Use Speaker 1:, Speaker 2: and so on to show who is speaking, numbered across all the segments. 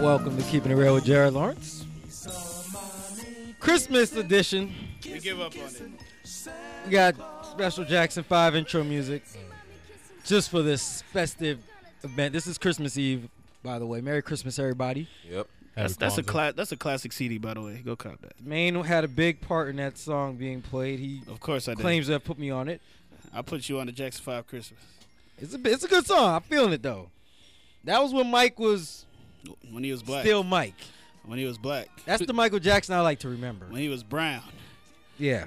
Speaker 1: welcome to Keeping It Real with Jared Lawrence. Christmas edition.
Speaker 2: We give up on it.
Speaker 1: We got special Jackson 5 intro music just for this festive event. This is Christmas Eve, by the way. Merry Christmas, everybody.
Speaker 3: Yep.
Speaker 2: That's that's a cla- that's a classic CD, by the way. Go cop that.
Speaker 1: Maine had a big part in that song being played. He
Speaker 2: Of course I did.
Speaker 1: claims to have put me on it.
Speaker 2: I put you on the Jackson Five Christmas
Speaker 1: It's a, it's a good song. I'm feeling it, though. That was when Mike was
Speaker 2: when he was black.
Speaker 1: still Mike.
Speaker 2: When he was black.
Speaker 1: That's the Michael Jackson I like to remember.
Speaker 2: When he was brown.
Speaker 1: Yeah.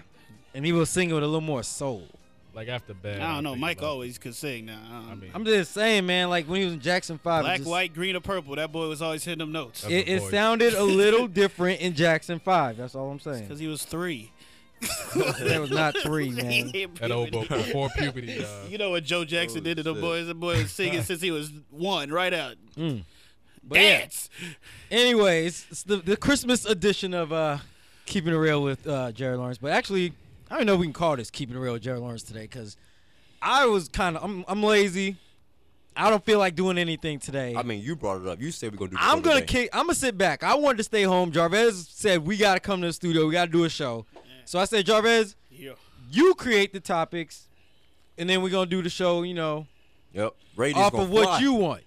Speaker 1: And he was singing with a little more soul.
Speaker 4: Like after bed.
Speaker 2: I don't know.
Speaker 4: think
Speaker 2: Mike
Speaker 4: about
Speaker 2: always could sing. Now I,
Speaker 4: it. I
Speaker 2: don't-
Speaker 4: mean,
Speaker 1: I'm just saying, man, like when he was in Jackson 5. it
Speaker 2: black,
Speaker 1: just-
Speaker 2: white, green, or purple. That boy was always hitting them notes
Speaker 4: That's
Speaker 1: It,
Speaker 4: the
Speaker 1: it
Speaker 4: voice.
Speaker 1: sounded a little different in Jackson 5. That's all I'm
Speaker 2: because
Speaker 1: saying.
Speaker 2: he was three.
Speaker 1: That was not three, man.
Speaker 4: that old boy before puberty. Uh,
Speaker 2: You know what Joe Jackson did to the
Speaker 3: shit.
Speaker 2: boys? The boy was singing since he was one, right out.
Speaker 1: Mm. yeah.
Speaker 2: Dance.
Speaker 1: Anyways, it's the, the Christmas edition of uh, Keeping It Real with uh, Jared Lawrence. But actually, I don't know if we can call this Keeping It Real with Jared Lawrence today because I was kind of, I'm, I'm lazy. I don't feel like doing anything today.
Speaker 3: I mean, you brought it up. You said we're gonna do. the
Speaker 1: I'm
Speaker 3: show
Speaker 1: gonna
Speaker 3: today.
Speaker 1: kick. I'm gonna sit back. I wanted to stay home. Jarvez said we gotta come to the studio. We gotta do a show. So I said, Jarvez,
Speaker 2: Yeah.
Speaker 1: you create the topics, and then we're gonna do the show. You know,
Speaker 3: Yep. Brady's
Speaker 1: off
Speaker 3: gonna
Speaker 1: of what
Speaker 3: fly.
Speaker 1: you want.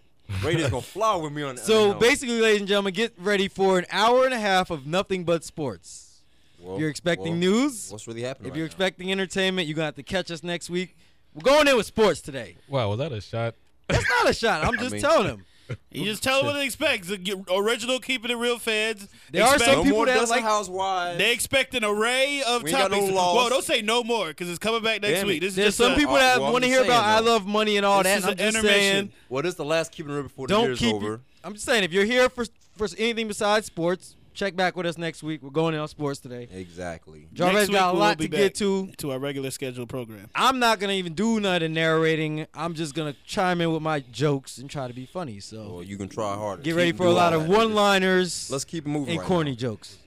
Speaker 3: Brady's gonna fly with me on.
Speaker 1: So
Speaker 3: you know.
Speaker 1: basically, ladies and gentlemen, get ready for an hour and a half of nothing but sports.
Speaker 3: Well,
Speaker 1: if you're expecting
Speaker 3: well,
Speaker 1: news,
Speaker 3: What's really happening?
Speaker 1: if
Speaker 3: right
Speaker 1: you're
Speaker 3: now?
Speaker 1: expecting entertainment, you're gonna have to catch us next week. We're going in with sports today.
Speaker 4: wow, was that a shot?
Speaker 1: That's not a shot. I'm just
Speaker 3: mean-
Speaker 1: telling them.
Speaker 2: You just tell them what to expect. The g- Original, keeping it real, fans.
Speaker 1: There are
Speaker 2: Expect-
Speaker 1: some
Speaker 3: no
Speaker 1: people
Speaker 3: more
Speaker 1: that
Speaker 3: Desert
Speaker 1: like-
Speaker 3: housewives.
Speaker 2: They expect an array of
Speaker 3: We ain't got
Speaker 2: topics.
Speaker 3: no laws.
Speaker 2: Whoa, don't say no more because it's coming back next
Speaker 3: Damn it.
Speaker 2: week. This is
Speaker 1: There's
Speaker 2: just
Speaker 1: some
Speaker 2: a-
Speaker 1: people
Speaker 3: uh,
Speaker 1: that
Speaker 3: well, I'm
Speaker 1: want to
Speaker 3: just
Speaker 1: hear about I
Speaker 3: saying, though.
Speaker 1: love money and all
Speaker 2: This
Speaker 1: that. and
Speaker 2: is
Speaker 1: I'm
Speaker 2: an
Speaker 1: just saying,
Speaker 2: intermission.
Speaker 3: well, this is the last keeping it real before the
Speaker 1: don't
Speaker 3: year's
Speaker 1: keep.
Speaker 3: over.
Speaker 1: I'm just saying, if you're here for for anything besides sports, check back with us next week. We're going in on sports today.
Speaker 3: Exactly.
Speaker 1: Jarvis
Speaker 2: Next week
Speaker 1: got a
Speaker 2: we
Speaker 1: lot
Speaker 2: will
Speaker 1: to
Speaker 2: be
Speaker 1: get
Speaker 2: back.
Speaker 1: to.
Speaker 2: to our regular scheduled program.
Speaker 1: I'm not gonna even do none of the narrating. I'm just gonna chime in with my jokes and try to be funny. So
Speaker 3: Well, you can try harder.
Speaker 1: get
Speaker 3: Keep
Speaker 1: ready
Speaker 3: it
Speaker 1: for a lot
Speaker 3: alive.
Speaker 1: of one-liners
Speaker 3: Let's keep it moving.
Speaker 1: and
Speaker 3: right
Speaker 1: corny
Speaker 3: now.
Speaker 1: jokes.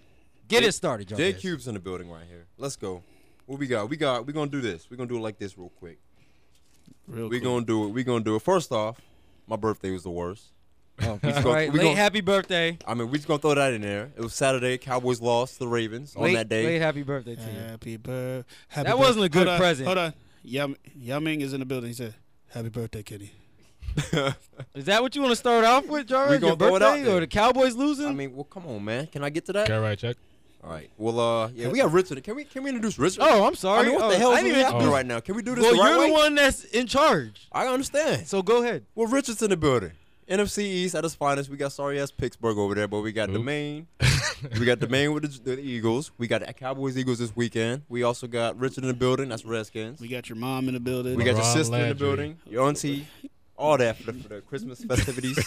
Speaker 1: Get
Speaker 3: J-
Speaker 1: it started,
Speaker 3: J
Speaker 1: Jarvis.
Speaker 3: Cube's in the building right here. Let's go. What we got? We got. We're gonna do this. We're gonna do it like this real quick.
Speaker 2: Real
Speaker 3: We're gonna do it. We're gonna do it. First off, my birthday was the worst.
Speaker 1: Oh,
Speaker 3: We just
Speaker 1: all
Speaker 3: gonna-
Speaker 1: right,
Speaker 3: we
Speaker 1: late
Speaker 3: gonna-
Speaker 1: happy birthday.
Speaker 3: I mean, we just gonna throw that in there. It was Saturday. Cowboys lost to the Ravens on
Speaker 1: late,
Speaker 3: that day.
Speaker 1: late happy birthday to you.
Speaker 2: Happy birthday.
Speaker 1: That wasn't a good
Speaker 2: hold on,
Speaker 1: present.
Speaker 2: Hold on. Yam- Yao Ming is in the building. He said, Happy birthday, Kitty.
Speaker 1: Is that what you want to start off with, Jarvis?
Speaker 3: gonna
Speaker 1: Your
Speaker 3: throw it out
Speaker 1: birthday or
Speaker 3: there.
Speaker 1: the Cowboys losing?
Speaker 3: I mean, well, come on, man. Can I get to that?
Speaker 4: Got right, check.
Speaker 3: All right. Well, uh, yeah, we got Richard. Can we can we introduce Richard?
Speaker 1: oh, I'm
Speaker 3: I
Speaker 1: sorry.
Speaker 3: mean, what
Speaker 1: Oh,
Speaker 3: the hell
Speaker 1: I
Speaker 3: is
Speaker 1: didn't
Speaker 3: we
Speaker 1: even have
Speaker 3: happening
Speaker 4: Oh.
Speaker 3: right now? Can we do this
Speaker 1: Well,
Speaker 3: the right
Speaker 1: you're
Speaker 3: way?
Speaker 1: the one that's in charge.
Speaker 3: I understand.
Speaker 1: So go ahead.
Speaker 3: Well, Richard's in the building. NFC East at its finest. We got sorry ass Pittsburgh over there, but we got the
Speaker 4: Oop.
Speaker 3: main. we got the main with the, the Eagles. We got the Cowboys Eagles this weekend. We also got Richard in the building. That's Redskins.
Speaker 2: We got your mom in the building.
Speaker 3: We got your
Speaker 4: Ron
Speaker 3: sister in the
Speaker 4: Landry.
Speaker 3: building. Your auntie. All that for the, for the Christmas festivities.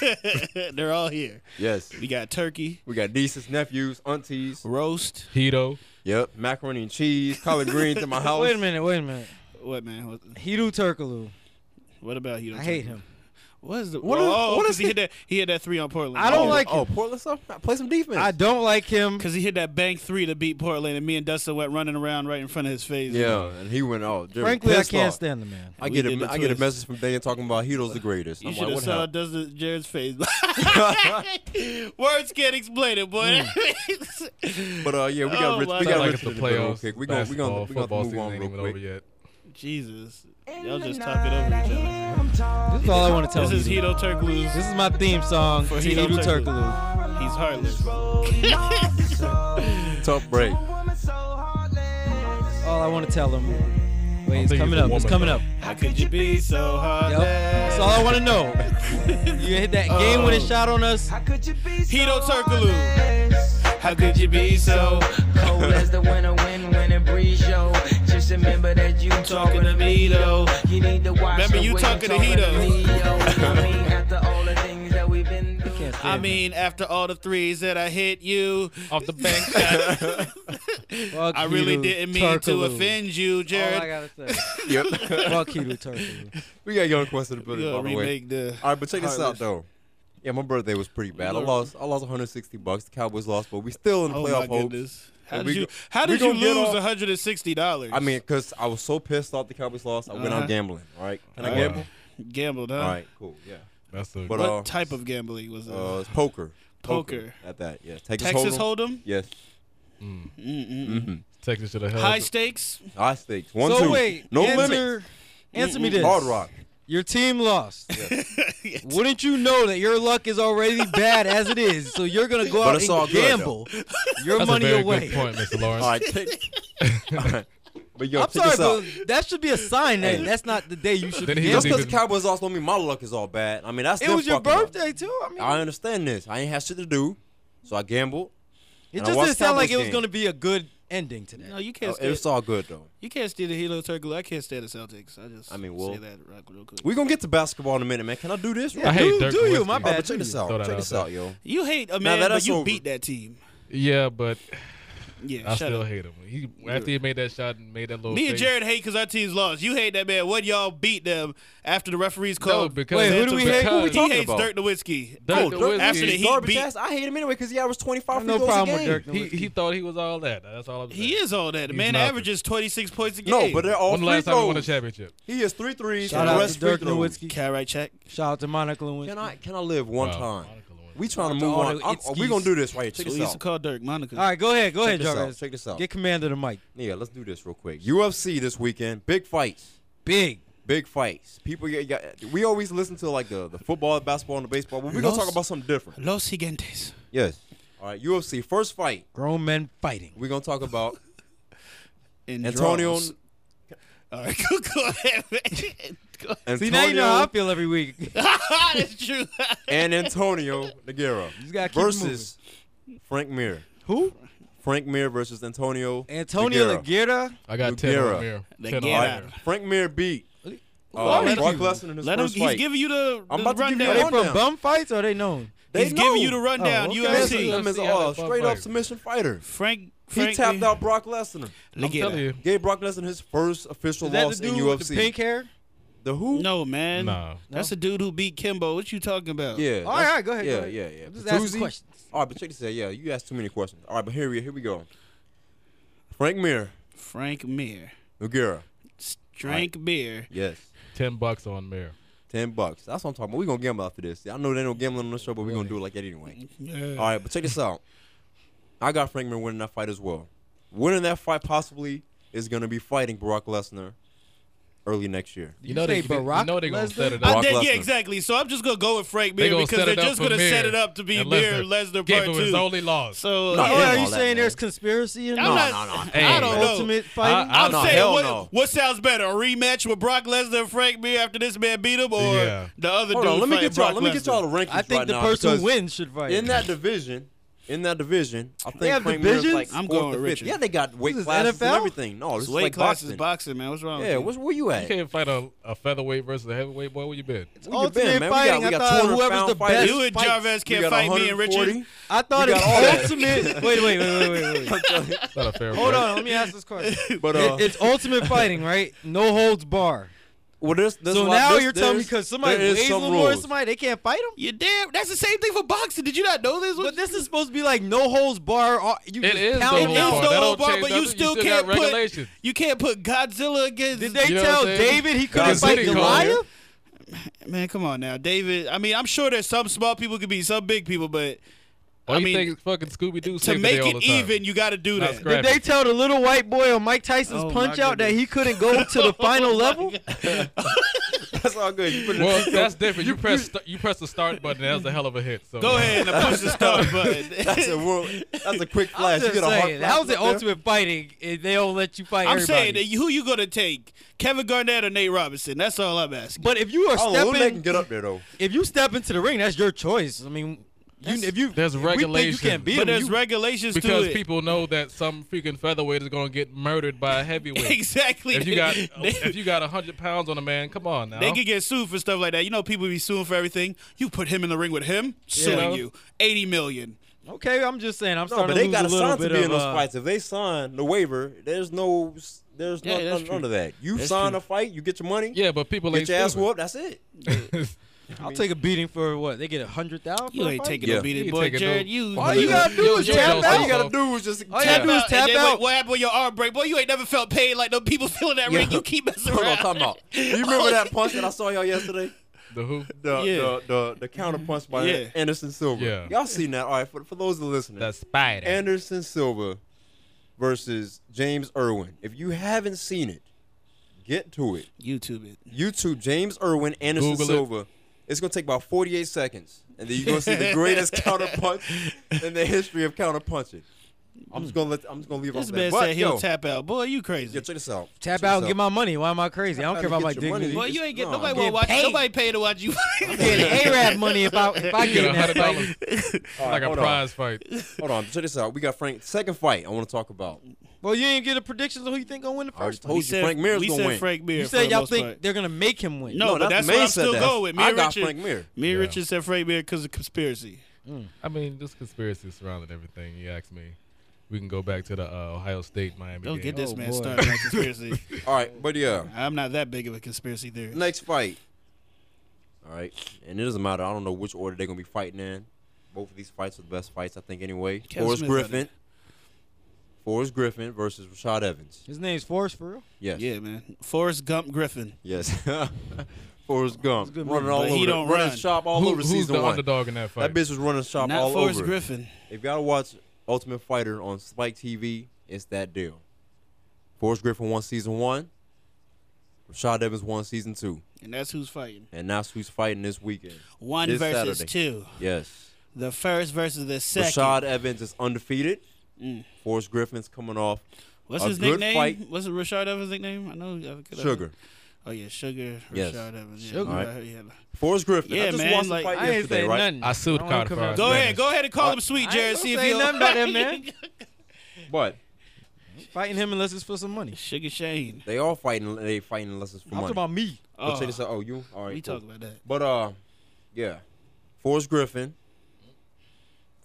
Speaker 2: They're all here.
Speaker 3: yes.
Speaker 2: We got turkey,
Speaker 3: We got nieces, nephews, aunties.
Speaker 2: roast.
Speaker 4: Hito.
Speaker 3: Yep. Macaroni and cheese, collard greens in my house.
Speaker 1: Wait a minute. Wait a minute.
Speaker 2: What, man? What,
Speaker 1: Hidu Turkoglu.
Speaker 2: what about you?
Speaker 1: I hate him.
Speaker 2: What is the.
Speaker 3: What
Speaker 2: What
Speaker 3: is-
Speaker 2: oh,
Speaker 3: what
Speaker 2: because
Speaker 3: is
Speaker 2: he,
Speaker 3: he-
Speaker 2: hit that, he hit that three on Portland.
Speaker 1: I don't
Speaker 3: oh,
Speaker 1: like
Speaker 3: Oh, Portland stuff. Play some defense.
Speaker 1: I don't like him.
Speaker 2: Because he hit that bank three to beat Portland, and me and Dustin went running around right in front of his face.
Speaker 3: Yeah, and he went off. Just
Speaker 1: Frankly, I
Speaker 3: pissed
Speaker 1: can't
Speaker 3: off.
Speaker 1: stand the man.
Speaker 2: We
Speaker 3: I get
Speaker 2: did
Speaker 3: a
Speaker 2: the
Speaker 3: I get a
Speaker 2: twist.
Speaker 3: message from Dan talking about Hito's the greatest.
Speaker 2: You
Speaker 3: I'm
Speaker 2: should
Speaker 3: like,
Speaker 2: have
Speaker 3: what
Speaker 2: saw
Speaker 3: happened?
Speaker 2: Dustin Jared's face. Words can't explain it, boy.
Speaker 3: But uh, yeah, we got
Speaker 2: Oh,
Speaker 3: Rich.
Speaker 2: my God.
Speaker 3: We got
Speaker 4: Sound like
Speaker 3: Rich
Speaker 4: it's the
Speaker 3: in the middle real
Speaker 4: playoffs.
Speaker 3: quick. We gonna we gonna
Speaker 4: basketball,
Speaker 3: we gonna
Speaker 4: football
Speaker 3: move
Speaker 4: season
Speaker 3: on
Speaker 4: ain't
Speaker 3: real
Speaker 4: even over
Speaker 3: quick.
Speaker 4: yet.
Speaker 2: Jesus. Y'all just talking over each other.
Speaker 1: This is all I want to tell
Speaker 2: This is
Speaker 1: you.
Speaker 2: Hito Turklu's.
Speaker 1: This is my theme song for
Speaker 2: Hito
Speaker 1: Hidu
Speaker 2: Turkoglu.
Speaker 1: Turkoglu.
Speaker 2: He's heartless.
Speaker 3: Tough break.
Speaker 1: All I want to tell him. Wait, it's
Speaker 4: think
Speaker 1: coming
Speaker 4: he's a
Speaker 1: up. It's
Speaker 4: woman,
Speaker 1: coming
Speaker 4: though.
Speaker 1: up.
Speaker 2: How could you be so
Speaker 1: Yep. That's all
Speaker 2: heartless?
Speaker 1: I want to know. You hit that game winning shot on us.
Speaker 2: Hito Turkoglu. How could you be so
Speaker 5: Cold as the winter wind when it breeze, yo. Just remember that you
Speaker 2: talking to me though?
Speaker 5: You need to watch
Speaker 2: Remember
Speaker 5: the
Speaker 2: you
Speaker 5: way
Speaker 2: talking to
Speaker 5: talking
Speaker 2: Hito.
Speaker 5: me, yo. I mean, after all the things that we've been through.
Speaker 1: Can't
Speaker 2: I
Speaker 1: stand him.
Speaker 2: mean, after all the threes that I hit you,
Speaker 4: Off the bank.
Speaker 1: Fuck
Speaker 2: I really
Speaker 1: Hidu
Speaker 2: didn't mean to
Speaker 1: Turkoglu.
Speaker 2: offend you,
Speaker 3: Oh,
Speaker 1: All I
Speaker 2: Jared.
Speaker 1: gotta say.
Speaker 3: Yep.
Speaker 1: Fuck Hidu Turkoglu.
Speaker 3: we got young quest in the
Speaker 2: We
Speaker 3: building.
Speaker 2: gonna
Speaker 3: By the way.
Speaker 2: remake the.
Speaker 3: All right, but check this out
Speaker 2: Heartless.
Speaker 3: though. Yeah, my birthday was pretty bad. I
Speaker 2: Lord.
Speaker 3: lost I lost 160 bucks. The Cowboys lost, but we still in the
Speaker 2: Oh
Speaker 3: playoff
Speaker 2: my
Speaker 3: hopes.
Speaker 2: goodness. How
Speaker 3: And
Speaker 2: did
Speaker 3: we
Speaker 2: you?
Speaker 3: go-
Speaker 2: How
Speaker 3: we
Speaker 2: did you
Speaker 3: gonna get
Speaker 2: lose
Speaker 3: off-
Speaker 2: one hundred and sixty dollars?
Speaker 3: I mean, cause I was so pissed off the Cowboys lost, I went
Speaker 2: Uh-huh.
Speaker 3: out gambling. All right, can I
Speaker 2: All right.
Speaker 3: gamble?
Speaker 2: gambled, huh?
Speaker 3: All right, cool. Yeah.
Speaker 4: That's a.
Speaker 3: But
Speaker 4: But,
Speaker 2: What
Speaker 3: uh,
Speaker 2: type of gambling was it?
Speaker 3: uh, it's poker.
Speaker 2: Poker.
Speaker 3: At that, yeah. Texas,
Speaker 2: Texas
Speaker 3: Hold'em.
Speaker 2: Hold'em.
Speaker 3: Yes.
Speaker 4: Texas should have held.
Speaker 2: High
Speaker 4: it.
Speaker 2: stakes.
Speaker 3: High stakes. One,
Speaker 1: so
Speaker 3: two.
Speaker 1: wait,
Speaker 3: no limit.
Speaker 1: answer, answer me this.
Speaker 3: Hard rock.
Speaker 1: Your team lost. Wouldn't you know that your luck is already bad as it is? So you're gonna go
Speaker 3: But
Speaker 1: out
Speaker 3: it's all
Speaker 1: and
Speaker 3: good, though.
Speaker 1: gamble your
Speaker 4: That's
Speaker 1: money
Speaker 4: a very
Speaker 1: away.
Speaker 4: good point, Mr. Lawrence.
Speaker 3: All right. Take, But yo,
Speaker 1: I'm
Speaker 3: check
Speaker 1: sorry,
Speaker 3: this out.
Speaker 1: but that should be a sign that
Speaker 3: Hey.
Speaker 1: that's not the day you should
Speaker 4: Then
Speaker 1: be
Speaker 4: he
Speaker 3: Just
Speaker 1: gambling.
Speaker 4: doesn't
Speaker 3: because the Cowboys lost on me, my luck is all bad. I mean, that's
Speaker 1: It
Speaker 3: them
Speaker 1: was your
Speaker 3: fucking luck.
Speaker 1: birthday too. I mean,
Speaker 3: I understand this. I ain't have shit to do, so I gambled.
Speaker 1: it
Speaker 3: I
Speaker 1: just
Speaker 3: watched
Speaker 1: didn't sound like
Speaker 3: Cowboys
Speaker 1: it was
Speaker 3: game.
Speaker 1: gonna be a good ending to that.
Speaker 2: No, you
Speaker 3: Uh,
Speaker 2: can't.
Speaker 3: It's
Speaker 2: stand,
Speaker 3: all good though.
Speaker 2: you can't steal the Hilo Turkle. I can't stand the Celtics. I just.
Speaker 3: I mean, well-
Speaker 2: say that right real quick.
Speaker 3: We're gonna get to basketball in a minute, man. Can I do this?
Speaker 1: I
Speaker 4: I
Speaker 3: right?
Speaker 1: hate
Speaker 4: hate
Speaker 1: do- Dirk
Speaker 4: Dirk
Speaker 1: do you, Nowitzki. my
Speaker 3: Oh,
Speaker 1: bad.
Speaker 3: but check this out.
Speaker 4: Throw that
Speaker 3: Check this
Speaker 4: out
Speaker 3: out, yo.
Speaker 2: you hate a
Speaker 3: Now
Speaker 2: man,
Speaker 3: that
Speaker 2: but
Speaker 3: that's
Speaker 2: you
Speaker 3: over.
Speaker 2: beat that team.
Speaker 4: Yeah, but
Speaker 2: Yeah,
Speaker 4: I
Speaker 2: shut
Speaker 4: still
Speaker 2: up.
Speaker 4: hate him. He after he made that shot and made that little.
Speaker 2: Me and
Speaker 4: face-
Speaker 2: Jared hate because our team's lost. You hate that man. What y'all beat them after the referees called?
Speaker 4: because- Wait,
Speaker 1: who do we hate? Who we
Speaker 2: He
Speaker 4: talking
Speaker 2: hates
Speaker 3: about?
Speaker 2: Dirk Nowitzki.
Speaker 4: Dirk
Speaker 2: oh,
Speaker 4: Nowitzki.
Speaker 2: after the
Speaker 4: He's
Speaker 2: Heat
Speaker 3: Garbage
Speaker 2: beat,
Speaker 3: ass. I hate him anyway because he averaged 25
Speaker 1: No
Speaker 3: free throws
Speaker 1: problem
Speaker 3: a
Speaker 1: with
Speaker 3: game.
Speaker 1: Dirk.
Speaker 4: He he thought he was all that. That's all I'm saying.
Speaker 2: he is all that. The
Speaker 4: He's
Speaker 2: man
Speaker 4: nothing.
Speaker 2: averages twenty six points a game.
Speaker 3: No, but uh, they're all
Speaker 4: One
Speaker 3: free
Speaker 4: last time
Speaker 3: throws.
Speaker 4: he won a championship.
Speaker 3: He has three threes
Speaker 1: Shout
Speaker 3: and the
Speaker 1: out
Speaker 3: rest
Speaker 1: to Dirk
Speaker 3: free throws.
Speaker 1: Nowitzki.
Speaker 2: Can I right check?
Speaker 1: Shout out to Monica Lewinsky.
Speaker 3: Can I can I live one
Speaker 4: Wow.
Speaker 3: time?
Speaker 4: Monica Lewinsky.
Speaker 3: We trying to
Speaker 1: to
Speaker 3: move
Speaker 1: all
Speaker 3: on.
Speaker 1: the
Speaker 3: I'm-
Speaker 1: Itskys.
Speaker 3: we gonna do this right here.
Speaker 2: So
Speaker 3: Check this
Speaker 2: we used to
Speaker 3: out.
Speaker 2: call Dirk Monica.
Speaker 1: All right, go ahead, go
Speaker 3: Check
Speaker 1: ahead,
Speaker 3: this out.
Speaker 1: Jarvis.
Speaker 3: Check this out.
Speaker 1: Get commander the mic.
Speaker 3: Yeah, let's do this real quick. UFC this weekend. Big fights.
Speaker 1: Big.
Speaker 3: Big fights. People get, get- we always listen to like the, the football, basketball, and the baseball, but we're gonna
Speaker 2: Los-
Speaker 3: talk about something different.
Speaker 2: Los Gigantes.
Speaker 3: Yes. All right, UFC first fight.
Speaker 1: Grown men fighting.
Speaker 3: We're gonna talk about
Speaker 2: And
Speaker 3: Antonio
Speaker 2: draws. All right, go, go ahead, man. Go
Speaker 1: See,
Speaker 3: Antonio
Speaker 1: now you know how I feel every week.
Speaker 2: ahead. That's true.
Speaker 3: and Antonio Nogueira
Speaker 1: just gotta keep it
Speaker 3: versus Frank Mir.
Speaker 1: Who?
Speaker 3: Frank Mir versus Antonio
Speaker 1: Antonio Laguerre.
Speaker 4: I got ten
Speaker 3: Nogueira.
Speaker 4: on Mir.
Speaker 2: They
Speaker 4: Ten
Speaker 2: get
Speaker 3: All
Speaker 4: on
Speaker 2: out.
Speaker 4: Mir.
Speaker 3: right, Frank Mir beat uh,
Speaker 1: Why would
Speaker 3: Brock
Speaker 1: you-
Speaker 3: Lesnar in his
Speaker 2: Let him.
Speaker 3: first
Speaker 2: He's
Speaker 3: fight.
Speaker 2: giving you the,
Speaker 3: I'm
Speaker 2: the
Speaker 3: about to give you
Speaker 1: Are they
Speaker 2: rundown.
Speaker 1: from
Speaker 3: Rundown.
Speaker 1: bum fights or are they known?
Speaker 3: They
Speaker 2: he's
Speaker 3: know.
Speaker 2: giving you the rundown.
Speaker 1: Oh, okay.
Speaker 3: Man,
Speaker 1: See,
Speaker 3: him
Speaker 2: UFC.
Speaker 3: is
Speaker 4: see
Speaker 3: a
Speaker 4: how
Speaker 3: uh,
Speaker 4: that
Speaker 3: straight
Speaker 4: bum
Speaker 3: up
Speaker 4: fighter.
Speaker 3: submission fighter.
Speaker 2: Frank.
Speaker 3: He
Speaker 2: Frank
Speaker 3: tapped out Brock Lesnar.
Speaker 4: I'm telling you.
Speaker 3: Gave Brock Lesnar his first official
Speaker 1: Is that
Speaker 3: loss
Speaker 1: the
Speaker 3: in
Speaker 1: dude
Speaker 3: UFC.
Speaker 1: with the pink hair?
Speaker 3: The who?
Speaker 2: No, man.
Speaker 4: Nah.
Speaker 2: That's a dude who beat Kimbo. What you talking about?
Speaker 3: Yeah.
Speaker 1: All right,
Speaker 3: that's-
Speaker 1: all right, go ahead, go
Speaker 3: Yeah,
Speaker 1: ahead.
Speaker 3: yeah, yeah.
Speaker 1: I'm just asking
Speaker 3: Petuzzi?
Speaker 1: questions.
Speaker 3: All right, but check this out. Yeah, you asked too many questions. All right, but here we here we go. Frank Mir,
Speaker 2: Frank Mir.
Speaker 3: Nogueira.
Speaker 2: S- Drank beer.
Speaker 3: Yes.
Speaker 4: Ten bucks on Mir.
Speaker 3: Ten bucks. That's what I'm talking about. We're gonna gamble after this. I know they don't gambling on the show, but we're gonna do it like that anyway. All right, but check this out. I got Frank Mir winning that fight as well. Winning that fight possibly is gonna be fighting Brock Lesnar early next year.
Speaker 1: You say
Speaker 4: they, you
Speaker 1: Barack
Speaker 4: know they gonna
Speaker 1: Lesnar?
Speaker 4: set it
Speaker 2: I
Speaker 4: up.
Speaker 3: Brock
Speaker 2: did, yeah,
Speaker 3: Lesnar.
Speaker 2: exactly. So I'm just gonna go with Frank
Speaker 4: They
Speaker 2: Mir
Speaker 4: gonna
Speaker 2: because
Speaker 4: set
Speaker 2: they're
Speaker 4: it up
Speaker 2: just
Speaker 4: for
Speaker 2: gonna set
Speaker 4: Mir.
Speaker 2: it up to be
Speaker 4: And
Speaker 2: Mir Lesnar
Speaker 4: gave
Speaker 2: part
Speaker 4: him
Speaker 2: two.
Speaker 4: his only loss.
Speaker 2: so
Speaker 3: No,
Speaker 1: Oh,
Speaker 2: yeah.
Speaker 3: hell
Speaker 1: are you
Speaker 3: all that,
Speaker 1: saying there's
Speaker 3: man.
Speaker 1: conspiracy in
Speaker 2: I'm
Speaker 1: that?
Speaker 2: not-
Speaker 3: no, no, no.
Speaker 4: Hey.
Speaker 2: I don't know.
Speaker 1: Ultimate fighting.
Speaker 4: I-
Speaker 2: I'm
Speaker 3: no,
Speaker 2: saying
Speaker 3: hell
Speaker 2: what,
Speaker 3: no.
Speaker 2: what sounds better, a rematch with Brock Lesnar and Frank Mir after this man beat him, or
Speaker 4: Yeah.
Speaker 2: the other
Speaker 3: Hold
Speaker 2: dude?
Speaker 3: on, let me
Speaker 2: fighting
Speaker 3: get y'all.
Speaker 2: Brock
Speaker 3: Let me get y'all
Speaker 2: Lesnar?
Speaker 3: the rankings
Speaker 1: I think
Speaker 3: right
Speaker 1: the
Speaker 3: now
Speaker 1: person
Speaker 3: because
Speaker 1: who wins should fight.
Speaker 3: in that division. In that division, I think
Speaker 1: have
Speaker 3: Frank Mir is like
Speaker 1: divisions?
Speaker 2: I'm
Speaker 3: fourth
Speaker 2: going
Speaker 3: or
Speaker 2: with
Speaker 3: fifth.
Speaker 2: Richard.
Speaker 3: Yeah, they got weight
Speaker 1: This is
Speaker 3: classes and
Speaker 1: NFL?
Speaker 3: everything. No, this
Speaker 2: It's
Speaker 3: is
Speaker 2: weight
Speaker 3: like
Speaker 2: classes,
Speaker 3: boxing.
Speaker 2: boxing, man. What's wrong?
Speaker 3: Yeah,
Speaker 2: with
Speaker 3: what's, where you
Speaker 4: You
Speaker 3: at?
Speaker 4: can't fight a, a featherweight versus a heavyweight boy. Where you been?
Speaker 1: It's
Speaker 3: Where you
Speaker 1: ultimate
Speaker 3: been, man? We got-
Speaker 1: fighting.
Speaker 3: we got
Speaker 1: I thought
Speaker 3: 200
Speaker 1: whoever's the
Speaker 3: pound fighters.
Speaker 1: best.
Speaker 2: you? You and
Speaker 1: fights-
Speaker 2: Jarvis
Speaker 3: We
Speaker 2: can't
Speaker 3: got
Speaker 2: fight me and
Speaker 3: 140.
Speaker 2: Richard.
Speaker 1: I thought
Speaker 3: We
Speaker 1: it
Speaker 3: got all that.
Speaker 1: was ultimate. wait, wait, wait, wait, wait, wait.
Speaker 4: It's not a fair
Speaker 1: Hold
Speaker 4: fight.
Speaker 1: on, let me ask this question.
Speaker 3: But uh,
Speaker 1: It- it's ultimate fighting, right? No holds bar.
Speaker 3: well, there's, there's
Speaker 1: So
Speaker 3: a lot-
Speaker 1: now
Speaker 3: there's-
Speaker 1: you're telling me
Speaker 3: there's-
Speaker 1: because somebody
Speaker 3: there is
Speaker 1: weighs a
Speaker 3: some
Speaker 1: little more than
Speaker 3: rules.
Speaker 1: somebody, they can't fight them.
Speaker 2: You damn. That's the same thing for boxing. Did you not know this?
Speaker 1: But this is supposed to be like no holds bar. all- You
Speaker 4: It
Speaker 1: just
Speaker 4: is
Speaker 1: pound it
Speaker 4: no holds
Speaker 1: out.
Speaker 4: bar.
Speaker 2: no
Speaker 4: That
Speaker 2: old
Speaker 4: don't
Speaker 2: bar,
Speaker 4: change
Speaker 2: but you
Speaker 4: nothing. You
Speaker 2: still,
Speaker 4: still
Speaker 2: can't
Speaker 4: got
Speaker 2: put
Speaker 4: regulations.
Speaker 2: you can't put Godzilla against.
Speaker 1: Did they
Speaker 4: You know
Speaker 1: tell
Speaker 4: what I'm saying?
Speaker 1: David he couldn't
Speaker 4: Godzilla
Speaker 1: fight
Speaker 4: called
Speaker 1: Goliath?
Speaker 4: you.
Speaker 2: Man, come on now, David. I mean, I'm sure there's some small people could be some big people, but
Speaker 4: Why
Speaker 2: I
Speaker 4: you
Speaker 2: mean,
Speaker 4: think fucking Scooby Doo
Speaker 2: to make it even, you got to do
Speaker 4: Not
Speaker 2: that.
Speaker 4: scratch.
Speaker 1: Did they tell the little white boy on Mike Tyson's
Speaker 2: Oh, my
Speaker 1: punch out that
Speaker 2: goodness.
Speaker 1: he couldn't go to the final level?
Speaker 3: That's all good. You put it
Speaker 4: well, that's different. You press st- you press the start button. That was a hell of a hit. So
Speaker 2: Go ahead and push the start button.
Speaker 3: that's a world. That's a quick flash.
Speaker 1: Just
Speaker 3: you get a heart
Speaker 1: saying, that was the
Speaker 3: flash right
Speaker 1: ultimate fighting. and They don't let you fight
Speaker 2: I'm
Speaker 1: everybody.
Speaker 2: saying that you- who you gonna take, Kevin Garnett or Nate Robinson? That's all I'm asking.
Speaker 1: but if you are
Speaker 3: there. Oh, Lil Nate can
Speaker 1: stepping,
Speaker 3: get up there though.
Speaker 1: if you step into the ring, that's your choice. I mean, you,
Speaker 2: That's-
Speaker 1: if you
Speaker 4: There's
Speaker 1: if we think
Speaker 4: regulations.
Speaker 1: you can't beat
Speaker 2: but
Speaker 1: him,
Speaker 2: there's
Speaker 1: you-
Speaker 2: regulations
Speaker 4: because
Speaker 2: to it.
Speaker 4: people know that some freaking featherweight is gonna get murdered by a heavyweight.
Speaker 2: exactly.
Speaker 4: If you got
Speaker 2: they,
Speaker 4: if you got hundred pounds on a man, come on now.
Speaker 2: they could get sued for stuff like that. You know, people be suing for everything. You put him in the ring with him, suing
Speaker 4: Yeah.
Speaker 2: you, eighty million.
Speaker 1: okay, I'm just saying, I'm
Speaker 3: No,
Speaker 1: starting
Speaker 3: but
Speaker 1: to
Speaker 3: they
Speaker 1: lose
Speaker 3: got
Speaker 1: a
Speaker 3: to
Speaker 1: little
Speaker 3: sign to
Speaker 1: bit
Speaker 3: be
Speaker 1: of.
Speaker 3: in those
Speaker 1: uh,
Speaker 3: fights. If they sign the waiver, there's no, there's
Speaker 2: Yeah,
Speaker 3: no
Speaker 2: that's
Speaker 3: nothing
Speaker 2: true.
Speaker 3: under that. You
Speaker 2: That's
Speaker 3: sign
Speaker 2: true.
Speaker 3: a fight, you get your money,
Speaker 4: Yeah, but people
Speaker 3: get
Speaker 4: ain't
Speaker 3: your ass
Speaker 4: stupid.
Speaker 3: whooped. That's it.
Speaker 1: I'll take a beating for what? They get a hundred thousand.
Speaker 2: You ain't taking
Speaker 3: Yeah.
Speaker 2: no beating,
Speaker 4: You
Speaker 2: boy.
Speaker 4: taking no-
Speaker 2: Jared, you.
Speaker 1: All you gotta do
Speaker 4: Yo,
Speaker 1: is
Speaker 4: yo,
Speaker 1: tap
Speaker 4: yo,
Speaker 1: out.
Speaker 3: All you gotta
Speaker 4: So-
Speaker 3: do is just
Speaker 1: All Oh, you
Speaker 3: tap
Speaker 1: gotta do is
Speaker 3: out.
Speaker 1: tap
Speaker 2: and then
Speaker 1: out.
Speaker 2: What, what happened when your arm break? Boy, you ain't never felt pain like no people feeling that
Speaker 3: Yeah.
Speaker 2: ring. You keep messing
Speaker 3: Hold on,
Speaker 2: around. Oh,
Speaker 1: Oh,
Speaker 3: talking about. You remember that punch that I saw y'all yesterday?
Speaker 4: The who?
Speaker 3: the,
Speaker 2: Yeah.
Speaker 3: the the the counterpunch by
Speaker 2: Yeah.
Speaker 3: Anderson Silva.
Speaker 4: Yeah.
Speaker 3: Y'all seen that? All right, for for those that are listening,
Speaker 4: The spider.
Speaker 3: Anderson Silva versus James Irwin. If you haven't seen it, get to it.
Speaker 2: YouTube it.
Speaker 3: YouTube James Irwin Anderson
Speaker 4: Google it.
Speaker 3: Silva. It's gonna take about 48 seconds, and then you're gonna see the greatest counterpunch in the history of counterpunching. I'm just gonna let. I'm just gonna leave
Speaker 2: This
Speaker 3: off that.
Speaker 2: man
Speaker 3: But,
Speaker 2: said he'll
Speaker 3: yo,
Speaker 2: tap out. Boy, you crazy.
Speaker 3: Yo, check this out.
Speaker 1: Tap
Speaker 3: Check
Speaker 1: out and
Speaker 3: this
Speaker 1: get my money. Why am I crazy? I don't
Speaker 3: I'm
Speaker 1: care about my
Speaker 3: trying to get your
Speaker 1: dignity.
Speaker 2: Boy,
Speaker 3: money.
Speaker 2: you ain't get
Speaker 3: No,
Speaker 2: nobody
Speaker 3: I'm
Speaker 2: will
Speaker 1: getting
Speaker 2: watch.
Speaker 1: paid.
Speaker 2: Nobody pay to watch you.
Speaker 1: Getting A-Rap money if I if I
Speaker 4: You get
Speaker 1: get
Speaker 4: a
Speaker 1: in that
Speaker 4: hundred
Speaker 1: fight.
Speaker 4: dollars
Speaker 3: All right,
Speaker 4: like a
Speaker 3: hold on.
Speaker 4: prize fight.
Speaker 3: Hold on, check this out. We got Frank. Second fight, I want to talk about.
Speaker 1: Well, you ain't get a prediction of who you think gonna win the
Speaker 3: I already
Speaker 1: first.
Speaker 3: told you Frank Mir's
Speaker 2: we
Speaker 3: gonna
Speaker 2: said
Speaker 3: win.
Speaker 2: Frank Mir.
Speaker 1: You
Speaker 2: for
Speaker 1: said
Speaker 2: the
Speaker 1: y'all
Speaker 2: most
Speaker 1: think
Speaker 2: part.
Speaker 1: they're gonna make him win.
Speaker 2: No, but that's
Speaker 3: Maine
Speaker 2: what I'm
Speaker 3: said
Speaker 2: still
Speaker 3: that.
Speaker 2: going with. Me
Speaker 3: I
Speaker 2: and
Speaker 3: got
Speaker 2: Richard-
Speaker 3: Frank Mir.
Speaker 2: Me and
Speaker 4: Yeah.
Speaker 2: Richard said Frank Mir because of conspiracy.
Speaker 4: I mean, this conspiracy surrounding everything. You ask me, we can go back to the uh, Ohio State Miami.
Speaker 2: Don't
Speaker 4: game.
Speaker 2: get this
Speaker 1: Oh,
Speaker 2: man
Speaker 1: boy.
Speaker 2: started on conspiracy.
Speaker 3: All right, but yeah,
Speaker 2: I'm not that big of a conspiracy theorist.
Speaker 3: next fight. All right, and it doesn't matter. I don't know which order they're gonna be fighting in. Both of these fights are the best fights, I think. Anyway,
Speaker 2: Kevin
Speaker 3: Forrest
Speaker 2: Smith
Speaker 3: Griffin. Forrest Griffin versus Rashad Evans.
Speaker 1: His name's Forrest for real.
Speaker 3: Yes.
Speaker 2: Yeah, man. Forrest Gump Griffin.
Speaker 3: Yes. Forrest Gump
Speaker 1: good
Speaker 3: running
Speaker 1: movie,
Speaker 3: all
Speaker 2: but
Speaker 3: over.
Speaker 2: he
Speaker 3: the-
Speaker 2: don't
Speaker 3: running
Speaker 2: run.
Speaker 3: shop all
Speaker 4: Who-
Speaker 3: over
Speaker 4: who's
Speaker 3: season
Speaker 4: the
Speaker 3: one.
Speaker 4: underdog in that
Speaker 3: That
Speaker 4: fight?
Speaker 3: bitch was running shop
Speaker 2: Not
Speaker 3: all
Speaker 2: Forrest
Speaker 3: over.
Speaker 2: Griffin.
Speaker 3: If y'all watch Ultimate Fighter on Spike TV, it's that deal. Forrest Griffin won season one. Rashad Evans won season two,
Speaker 2: And that's who's fighting.
Speaker 3: and that's who's fighting this weekend.
Speaker 2: One
Speaker 3: This
Speaker 2: versus
Speaker 3: Saturday.
Speaker 2: two.
Speaker 3: Yes,
Speaker 2: The first versus the second. Mm.
Speaker 3: Rashad Evans is undefeated. Forrest Griffin's coming off
Speaker 2: What's
Speaker 3: a
Speaker 2: his
Speaker 3: good
Speaker 2: nickname?
Speaker 3: fight.
Speaker 2: What's Rashad Evans' nickname? I know. I could-
Speaker 3: sugar.
Speaker 2: Oh yeah, Sugar.
Speaker 3: Yes.
Speaker 2: Rashad Evans. Yeah,
Speaker 1: Sugar.
Speaker 2: I heard he had a-
Speaker 3: Forrest Griffin. I
Speaker 2: Yeah,
Speaker 3: just
Speaker 2: man,
Speaker 3: watched
Speaker 2: like,
Speaker 3: the fight
Speaker 1: I ain't
Speaker 3: yesterday,
Speaker 1: say
Speaker 3: right?
Speaker 1: nodding.
Speaker 4: I sued
Speaker 1: I don't wanna
Speaker 4: Carter
Speaker 1: come out-
Speaker 4: Fries.
Speaker 2: Go
Speaker 4: Man,
Speaker 2: ahead.
Speaker 4: it's-
Speaker 2: Go ahead and call him
Speaker 1: I
Speaker 2: Sweet
Speaker 1: ain't
Speaker 2: Jared.
Speaker 1: gonna
Speaker 2: See if
Speaker 1: say
Speaker 2: he'll.
Speaker 1: nothing about that man.
Speaker 3: But
Speaker 1: Fighting him unless it's for some money.
Speaker 2: Sugar Shane.
Speaker 3: they all fighting. They fighting lessons for
Speaker 1: I'm talking
Speaker 3: money.
Speaker 1: about me.
Speaker 3: But
Speaker 2: Oh,
Speaker 3: check this out. Oh, you all right?
Speaker 2: we
Speaker 3: cool.
Speaker 2: talk about that.
Speaker 3: But uh, yeah, Forrest Griffin.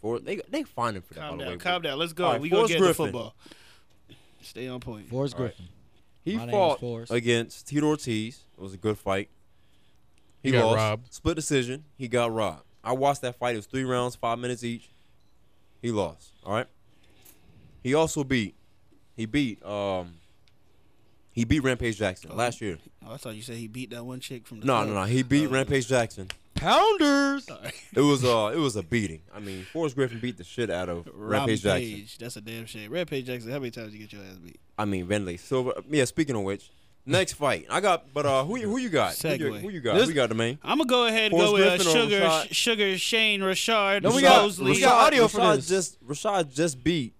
Speaker 3: For they they find him for that.
Speaker 2: Calm
Speaker 3: by the
Speaker 2: down.
Speaker 3: way.
Speaker 2: Calm down. Let's go.
Speaker 3: All right,
Speaker 2: we gonna
Speaker 3: Forrest
Speaker 2: get
Speaker 3: Griffin.
Speaker 2: the football. Stay on point.
Speaker 1: Forrest
Speaker 3: All right.
Speaker 1: Griffin.
Speaker 3: He
Speaker 1: My name is
Speaker 3: fought
Speaker 1: Forrest.
Speaker 3: against Tito Ortiz. It was a good fight. He,
Speaker 4: He got
Speaker 3: lost.
Speaker 4: robbed.
Speaker 3: Split decision. He got robbed. I watched that fight. It was three rounds, five minutes each. He lost. All right. He also beat. He beat. Um. He beat Rampage Jackson last year.
Speaker 2: Oh, I thought you said he beat that one chick from the
Speaker 3: No,
Speaker 2: club.
Speaker 3: no, no. He beat
Speaker 2: Oh.
Speaker 3: Rampage Jackson.
Speaker 1: Pounders.
Speaker 3: It was uh, it was a beating. I mean, Forrest Griffin beat the shit out of Rampage Jackson.
Speaker 2: That's a damn shame. Rampage Jackson. How many times you get your ass beat?
Speaker 3: I mean, Bentley Silver. Yeah, speaking of which, next fight. I got, but uh, who you- who you got? Who you,
Speaker 2: Segue.
Speaker 3: who you got?
Speaker 1: This-
Speaker 3: we got the main.
Speaker 2: I'm gonna go ahead and
Speaker 3: Forrest
Speaker 2: go with uh,
Speaker 3: Griffin or
Speaker 2: Sugar,
Speaker 3: Rashad?
Speaker 2: Sh- Sugar Shane, Rashard,
Speaker 1: No, we got-
Speaker 2: Mosley.
Speaker 1: we got- audio
Speaker 3: Rashad
Speaker 1: for this.
Speaker 3: just Rashad just beat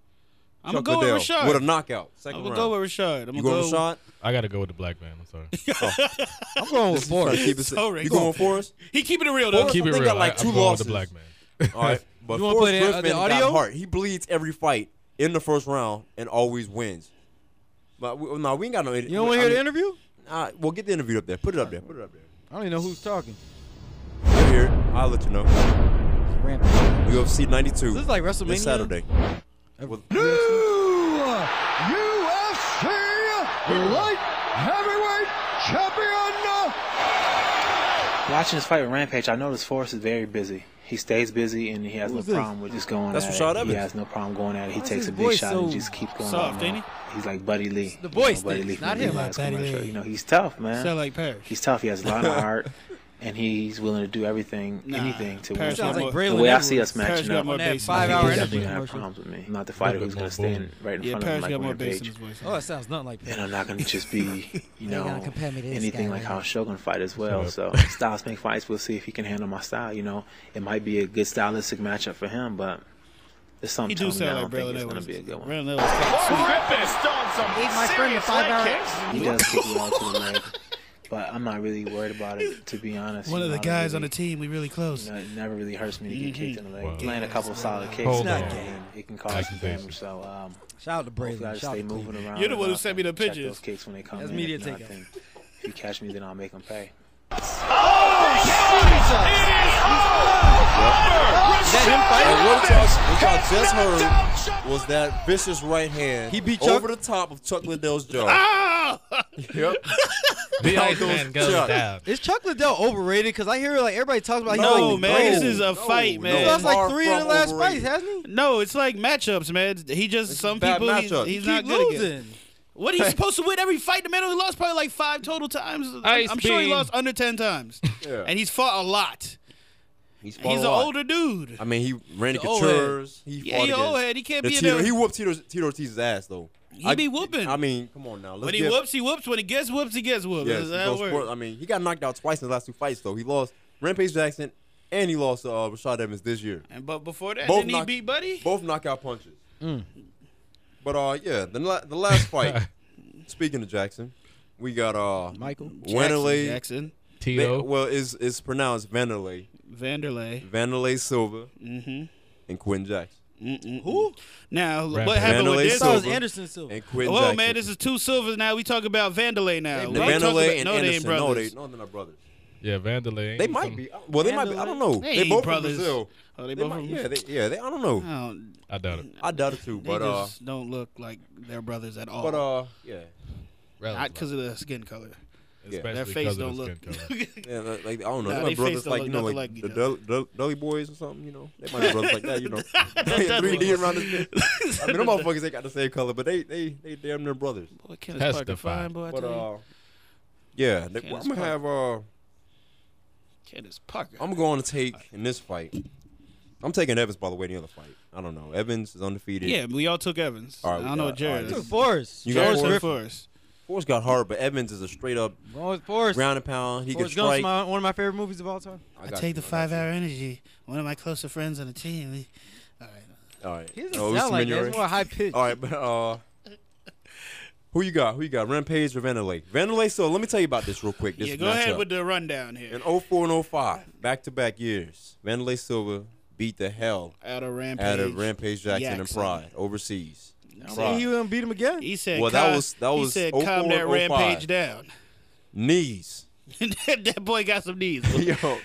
Speaker 2: I'm
Speaker 3: Chuck
Speaker 2: gonna go with
Speaker 3: Liddell
Speaker 2: Rashard.
Speaker 3: with a knockout. 2nd
Speaker 2: I'm
Speaker 3: round.
Speaker 2: gonna go with Rashard. I'm
Speaker 3: you
Speaker 2: gonna
Speaker 3: going
Speaker 2: go.
Speaker 3: Rashad?
Speaker 4: I gotta go with the black man. I'm sorry.
Speaker 1: I'm going with
Speaker 3: Trying to
Speaker 1: Forrest.
Speaker 3: keep it
Speaker 2: So
Speaker 3: simple.
Speaker 2: racist.
Speaker 3: you going Forrest?
Speaker 2: He keeping it real though.
Speaker 3: Forrest-
Speaker 4: Keep it
Speaker 3: They
Speaker 4: real.
Speaker 3: got like
Speaker 4: I,
Speaker 3: two
Speaker 4: I'm going with
Speaker 3: losses.
Speaker 4: the black man.
Speaker 3: All right, but
Speaker 1: You wanna
Speaker 3: Forrest
Speaker 1: play the- uh, the
Speaker 3: Griffin got
Speaker 1: audio?
Speaker 3: heart. He bleeds every fight in the first round and always wins. But we, no, we ain't got no.
Speaker 1: You don't want to hear the interview?
Speaker 3: Uh, well, get the interview up there. Put it up there. Put it up there.
Speaker 1: I don't even know who's talking.
Speaker 3: I'll hear it. I'll let you know.
Speaker 1: Rampage.
Speaker 3: UFC 92.
Speaker 1: This is like WrestleMania.
Speaker 3: This Saturday.
Speaker 1: Every-
Speaker 6: Watching this fight with Rampage, I noticed Forrest is very busy. He stays busy and he has
Speaker 1: Who's
Speaker 6: no
Speaker 1: this?
Speaker 6: problem with just going
Speaker 3: That's
Speaker 6: at
Speaker 3: Rashad
Speaker 6: it.
Speaker 3: Evans.
Speaker 6: He has no problem going at it. He
Speaker 1: Why's his
Speaker 6: takes a big
Speaker 1: voice
Speaker 6: shot
Speaker 1: so
Speaker 6: and just keeps going.
Speaker 2: soft,
Speaker 6: out and
Speaker 2: ain't
Speaker 6: out. He's like Buddy Lee.
Speaker 1: the voice
Speaker 6: Buddy
Speaker 1: thing.
Speaker 6: Lee
Speaker 1: It's
Speaker 6: from
Speaker 1: not
Speaker 6: the
Speaker 1: him.
Speaker 6: Levi's
Speaker 2: Buddy
Speaker 6: commercial.
Speaker 2: Lee.
Speaker 6: You know, he's tough, man.
Speaker 2: Sound like Parrish.
Speaker 6: he's tough. He has a lot of heart, and he's willing to do everything,
Speaker 2: Nah,
Speaker 6: anything to win.
Speaker 2: Parrish got
Speaker 1: Sounds like
Speaker 2: more-
Speaker 6: the
Speaker 1: Braylon
Speaker 6: way I see
Speaker 1: Edwards.
Speaker 6: us matching
Speaker 2: got
Speaker 6: up,
Speaker 2: more
Speaker 1: On that
Speaker 2: bass.
Speaker 6: I
Speaker 1: five
Speaker 6: think
Speaker 1: hour
Speaker 6: he's
Speaker 1: energy
Speaker 6: definitely gonna have
Speaker 1: commercial.
Speaker 6: problems with me. I'm not the fighter
Speaker 4: bit
Speaker 6: who's
Speaker 4: more
Speaker 6: gonna stand
Speaker 4: bold.
Speaker 6: right in
Speaker 2: Yeah,
Speaker 6: front of him
Speaker 2: Parrish
Speaker 6: like
Speaker 2: got more bass in
Speaker 6: Rampage.
Speaker 2: his voice.
Speaker 1: Oh, that sounds nothing like
Speaker 6: And
Speaker 1: that.
Speaker 6: I'm not gonna just be, you know,
Speaker 1: gotta compare me to this
Speaker 6: anything
Speaker 1: guy,
Speaker 6: like
Speaker 1: man.
Speaker 6: how Shogun fight as well. So
Speaker 4: Shut
Speaker 6: styles make fights. We'll see if he can handle my style. You know, it might be a good stylistic matchup for him, but there's
Speaker 2: He
Speaker 6: something
Speaker 2: do
Speaker 6: telling me
Speaker 2: sound
Speaker 6: I don't
Speaker 2: like
Speaker 6: think
Speaker 2: Braylon
Speaker 6: it's gonna
Speaker 2: Edwards.
Speaker 6: be a good one.
Speaker 2: Braylon Edwards. kinda sweet.
Speaker 1: Gave my friend a five hour.
Speaker 6: He does kick me out to the leg, but I'm not really worried about it to be honest.
Speaker 2: One
Speaker 6: You
Speaker 2: of
Speaker 6: know,
Speaker 2: the
Speaker 6: I don't
Speaker 2: guys on the
Speaker 6: really-
Speaker 2: team, we really close.
Speaker 6: you know, it never really hurts me to get kicked in the leg.
Speaker 2: Mm-hmm.
Speaker 4: Wow.
Speaker 6: Playing a couple solid kicks,
Speaker 4: Hold
Speaker 6: and
Speaker 4: on.
Speaker 6: it can cause
Speaker 4: Nice
Speaker 6: some
Speaker 4: and basic.
Speaker 6: damage. So um,
Speaker 1: Shout out to
Speaker 6: Hopefully, I
Speaker 1: Braylon.
Speaker 6: just
Speaker 1: Shout out
Speaker 6: stay
Speaker 1: to
Speaker 6: moving
Speaker 1: Cleveland.
Speaker 6: around.
Speaker 2: You're the
Speaker 6: and
Speaker 2: one who
Speaker 6: I'll
Speaker 2: sent me the
Speaker 6: check
Speaker 2: pictures.
Speaker 6: Those kicks when they come
Speaker 1: That's
Speaker 6: in.
Speaker 1: media
Speaker 6: If not,
Speaker 1: takeout.
Speaker 6: then If you catch me, then I'll make them pay.
Speaker 3: And what y'all, what y'all just heard was that vicious right hand
Speaker 1: He beat
Speaker 3: over the top of Chuck Liddell's
Speaker 2: Ah!
Speaker 3: jaw. yep.
Speaker 4: The
Speaker 3: How
Speaker 4: Ice Man
Speaker 3: goes
Speaker 4: goes
Speaker 3: Chuck?
Speaker 4: down.
Speaker 1: Is Chuck Liddell overrated? Because I hear like everybody talks about. he's
Speaker 2: No,
Speaker 1: like, the
Speaker 2: man,
Speaker 1: greatest.
Speaker 2: this is a fight, man.
Speaker 1: He's lost
Speaker 3: Far
Speaker 1: like three of the
Speaker 3: from
Speaker 1: last
Speaker 3: overrated.
Speaker 1: fights, hasn't he?
Speaker 2: No, it's like matchups, man. He just some
Speaker 3: bad
Speaker 2: people he's,
Speaker 3: matchup.
Speaker 2: he's
Speaker 1: Keep
Speaker 3: He
Speaker 2: not good against.
Speaker 1: losing.
Speaker 2: What he's supposed to win every fight? The man only lost probably like five total times.
Speaker 4: Ice
Speaker 2: I'm sure he
Speaker 4: Beam.
Speaker 2: lost under ten times,
Speaker 3: Yeah.
Speaker 2: and he's fought a lot.
Speaker 3: He's,
Speaker 2: He's an older dude.
Speaker 3: I mean, he ran
Speaker 2: old head.
Speaker 3: Couture's. He
Speaker 2: Yeah,
Speaker 3: fought
Speaker 2: he
Speaker 3: against
Speaker 2: old head. He can't
Speaker 3: the
Speaker 2: be in
Speaker 3: Tito-
Speaker 2: there.
Speaker 3: He whooped Tito, Tito Ortiz's ass though.
Speaker 2: He be whooping.
Speaker 3: I mean, come on now. Let's
Speaker 2: When he
Speaker 3: give-
Speaker 2: whoops, he whoops. When he gets whoops, he gets whoops.
Speaker 3: Yes,
Speaker 2: That's
Speaker 3: he
Speaker 2: how it
Speaker 3: goes for-
Speaker 2: works.
Speaker 3: I mean, he got knocked out twice in the last two fights though. He lost Rampage Jackson and he lost to uh, Rashad Evans this year.
Speaker 2: And but before that,
Speaker 3: Both
Speaker 2: didn't he
Speaker 3: knock-
Speaker 2: beat Buddy?
Speaker 3: Both knockout punches. But uh, yeah, the la- the last fight. speaking of Jackson, we got uh
Speaker 1: Michael.
Speaker 3: Wanderlei.
Speaker 2: Jackson,
Speaker 3: Va-
Speaker 4: Tito.
Speaker 3: well, is is pronounced Vanderlei,
Speaker 2: Vanderlei.
Speaker 3: Vanderlei Silva, and Quinn Jackson,
Speaker 1: Who?
Speaker 2: Now,
Speaker 4: Rap
Speaker 2: what happened
Speaker 3: Vanderlei
Speaker 2: with
Speaker 1: I
Speaker 2: this?
Speaker 1: thought it was
Speaker 3: Silva.
Speaker 1: Anderson Silva.
Speaker 3: and Quinn
Speaker 2: Whoa,
Speaker 3: Jackson.
Speaker 2: man, this is two silvers now. We talk about Vanderlei now.
Speaker 3: The
Speaker 2: We ain't talking
Speaker 3: Vanderlei
Speaker 2: about-
Speaker 3: and
Speaker 2: no, they ain't
Speaker 3: Anderson. No,
Speaker 2: brothers.
Speaker 3: they no, they're not brothers.
Speaker 4: Yeah, Vandalay.
Speaker 3: They might be. Well, they might be. I don't know.
Speaker 2: They
Speaker 3: They,
Speaker 2: ain't
Speaker 3: both
Speaker 2: brothers.
Speaker 3: from Brazil.
Speaker 2: Oh, they
Speaker 3: They
Speaker 2: both
Speaker 3: might,
Speaker 2: from-
Speaker 3: yeah, they, yeah. They, I don't know.
Speaker 2: Oh,
Speaker 4: I doubt it.
Speaker 3: I doubt it too.
Speaker 2: they
Speaker 3: But uh,
Speaker 2: just don't look like they're brothers at all.
Speaker 3: but uh, yeah.
Speaker 2: not because of the skin color.
Speaker 3: yeah,
Speaker 4: Especially
Speaker 2: Their
Speaker 4: because
Speaker 2: face
Speaker 4: of
Speaker 2: don't
Speaker 4: the
Speaker 2: look.
Speaker 4: skin color.
Speaker 3: Yeah, like like, I don't know.
Speaker 2: Nah,
Speaker 3: they
Speaker 2: they
Speaker 3: might brothers
Speaker 2: face
Speaker 3: like you know,
Speaker 2: look
Speaker 3: like,
Speaker 2: nothing
Speaker 3: the
Speaker 2: like each
Speaker 3: Dul- Dul- Dully Boys or something. You know, they might be brothers like that. You know,
Speaker 2: does
Speaker 3: three D
Speaker 2: look-
Speaker 3: around the. I mean, them motherfuckers they got the same color, but they they they damn near brothers.
Speaker 2: Boy, Kenneth Parker
Speaker 4: Testify.
Speaker 2: fine, boy. I
Speaker 3: But
Speaker 2: tell you.
Speaker 3: uh, yeah, they,
Speaker 2: Candace
Speaker 3: I'm gonna have uh.
Speaker 2: Kenneth Parker.
Speaker 3: I'm going to take in this fight. I'm taking Evans by the way in the other fight. I don't know. Evans is undefeted.
Speaker 2: yeah, we all took Evans.
Speaker 3: All right,
Speaker 2: I
Speaker 3: we
Speaker 2: don't know
Speaker 3: got-
Speaker 2: what Jared
Speaker 3: all right,
Speaker 2: is.
Speaker 1: Forrest.
Speaker 3: You got
Speaker 2: Jared
Speaker 1: Forrest
Speaker 3: Forrest.
Speaker 2: took
Speaker 1: Griffin.
Speaker 2: Forrest.
Speaker 3: Forrest got hard, but Evans is a straight up
Speaker 1: Going with Forrest.
Speaker 3: ground and pound. He can
Speaker 1: Forrest Gump's
Speaker 3: strike.
Speaker 1: my, one of my favorite movies of all time.
Speaker 3: I got you, I got you.
Speaker 2: energy. One of my closer friends on the team. We- All right.
Speaker 3: All right.
Speaker 1: He doesn't
Speaker 3: No, Oh, it's
Speaker 1: sound like that.
Speaker 3: Mignoret.
Speaker 1: It's more high pitched.
Speaker 3: All right, but uh, who you got? Who you got? Rampage or Vandalay? Vandalay. So let me tell you about this real quick. This
Speaker 2: Yeah, go ahead
Speaker 3: matchup.
Speaker 2: with the rundown here.
Speaker 3: in 04 and 05, back to back years. Vandalay Silva beat the hell
Speaker 2: Out of rampage.
Speaker 3: out of Rampage Jackson and
Speaker 2: Jackson.
Speaker 3: Pride overseas.
Speaker 1: See, he gonna beat him again.
Speaker 2: He said,
Speaker 3: Well, that
Speaker 2: "Calm-
Speaker 3: was- that was
Speaker 2: he said,
Speaker 3: 04,
Speaker 2: calm that
Speaker 3: 05.
Speaker 2: rampage down.
Speaker 3: Knees,
Speaker 2: that boy got some knees.
Speaker 3: yo,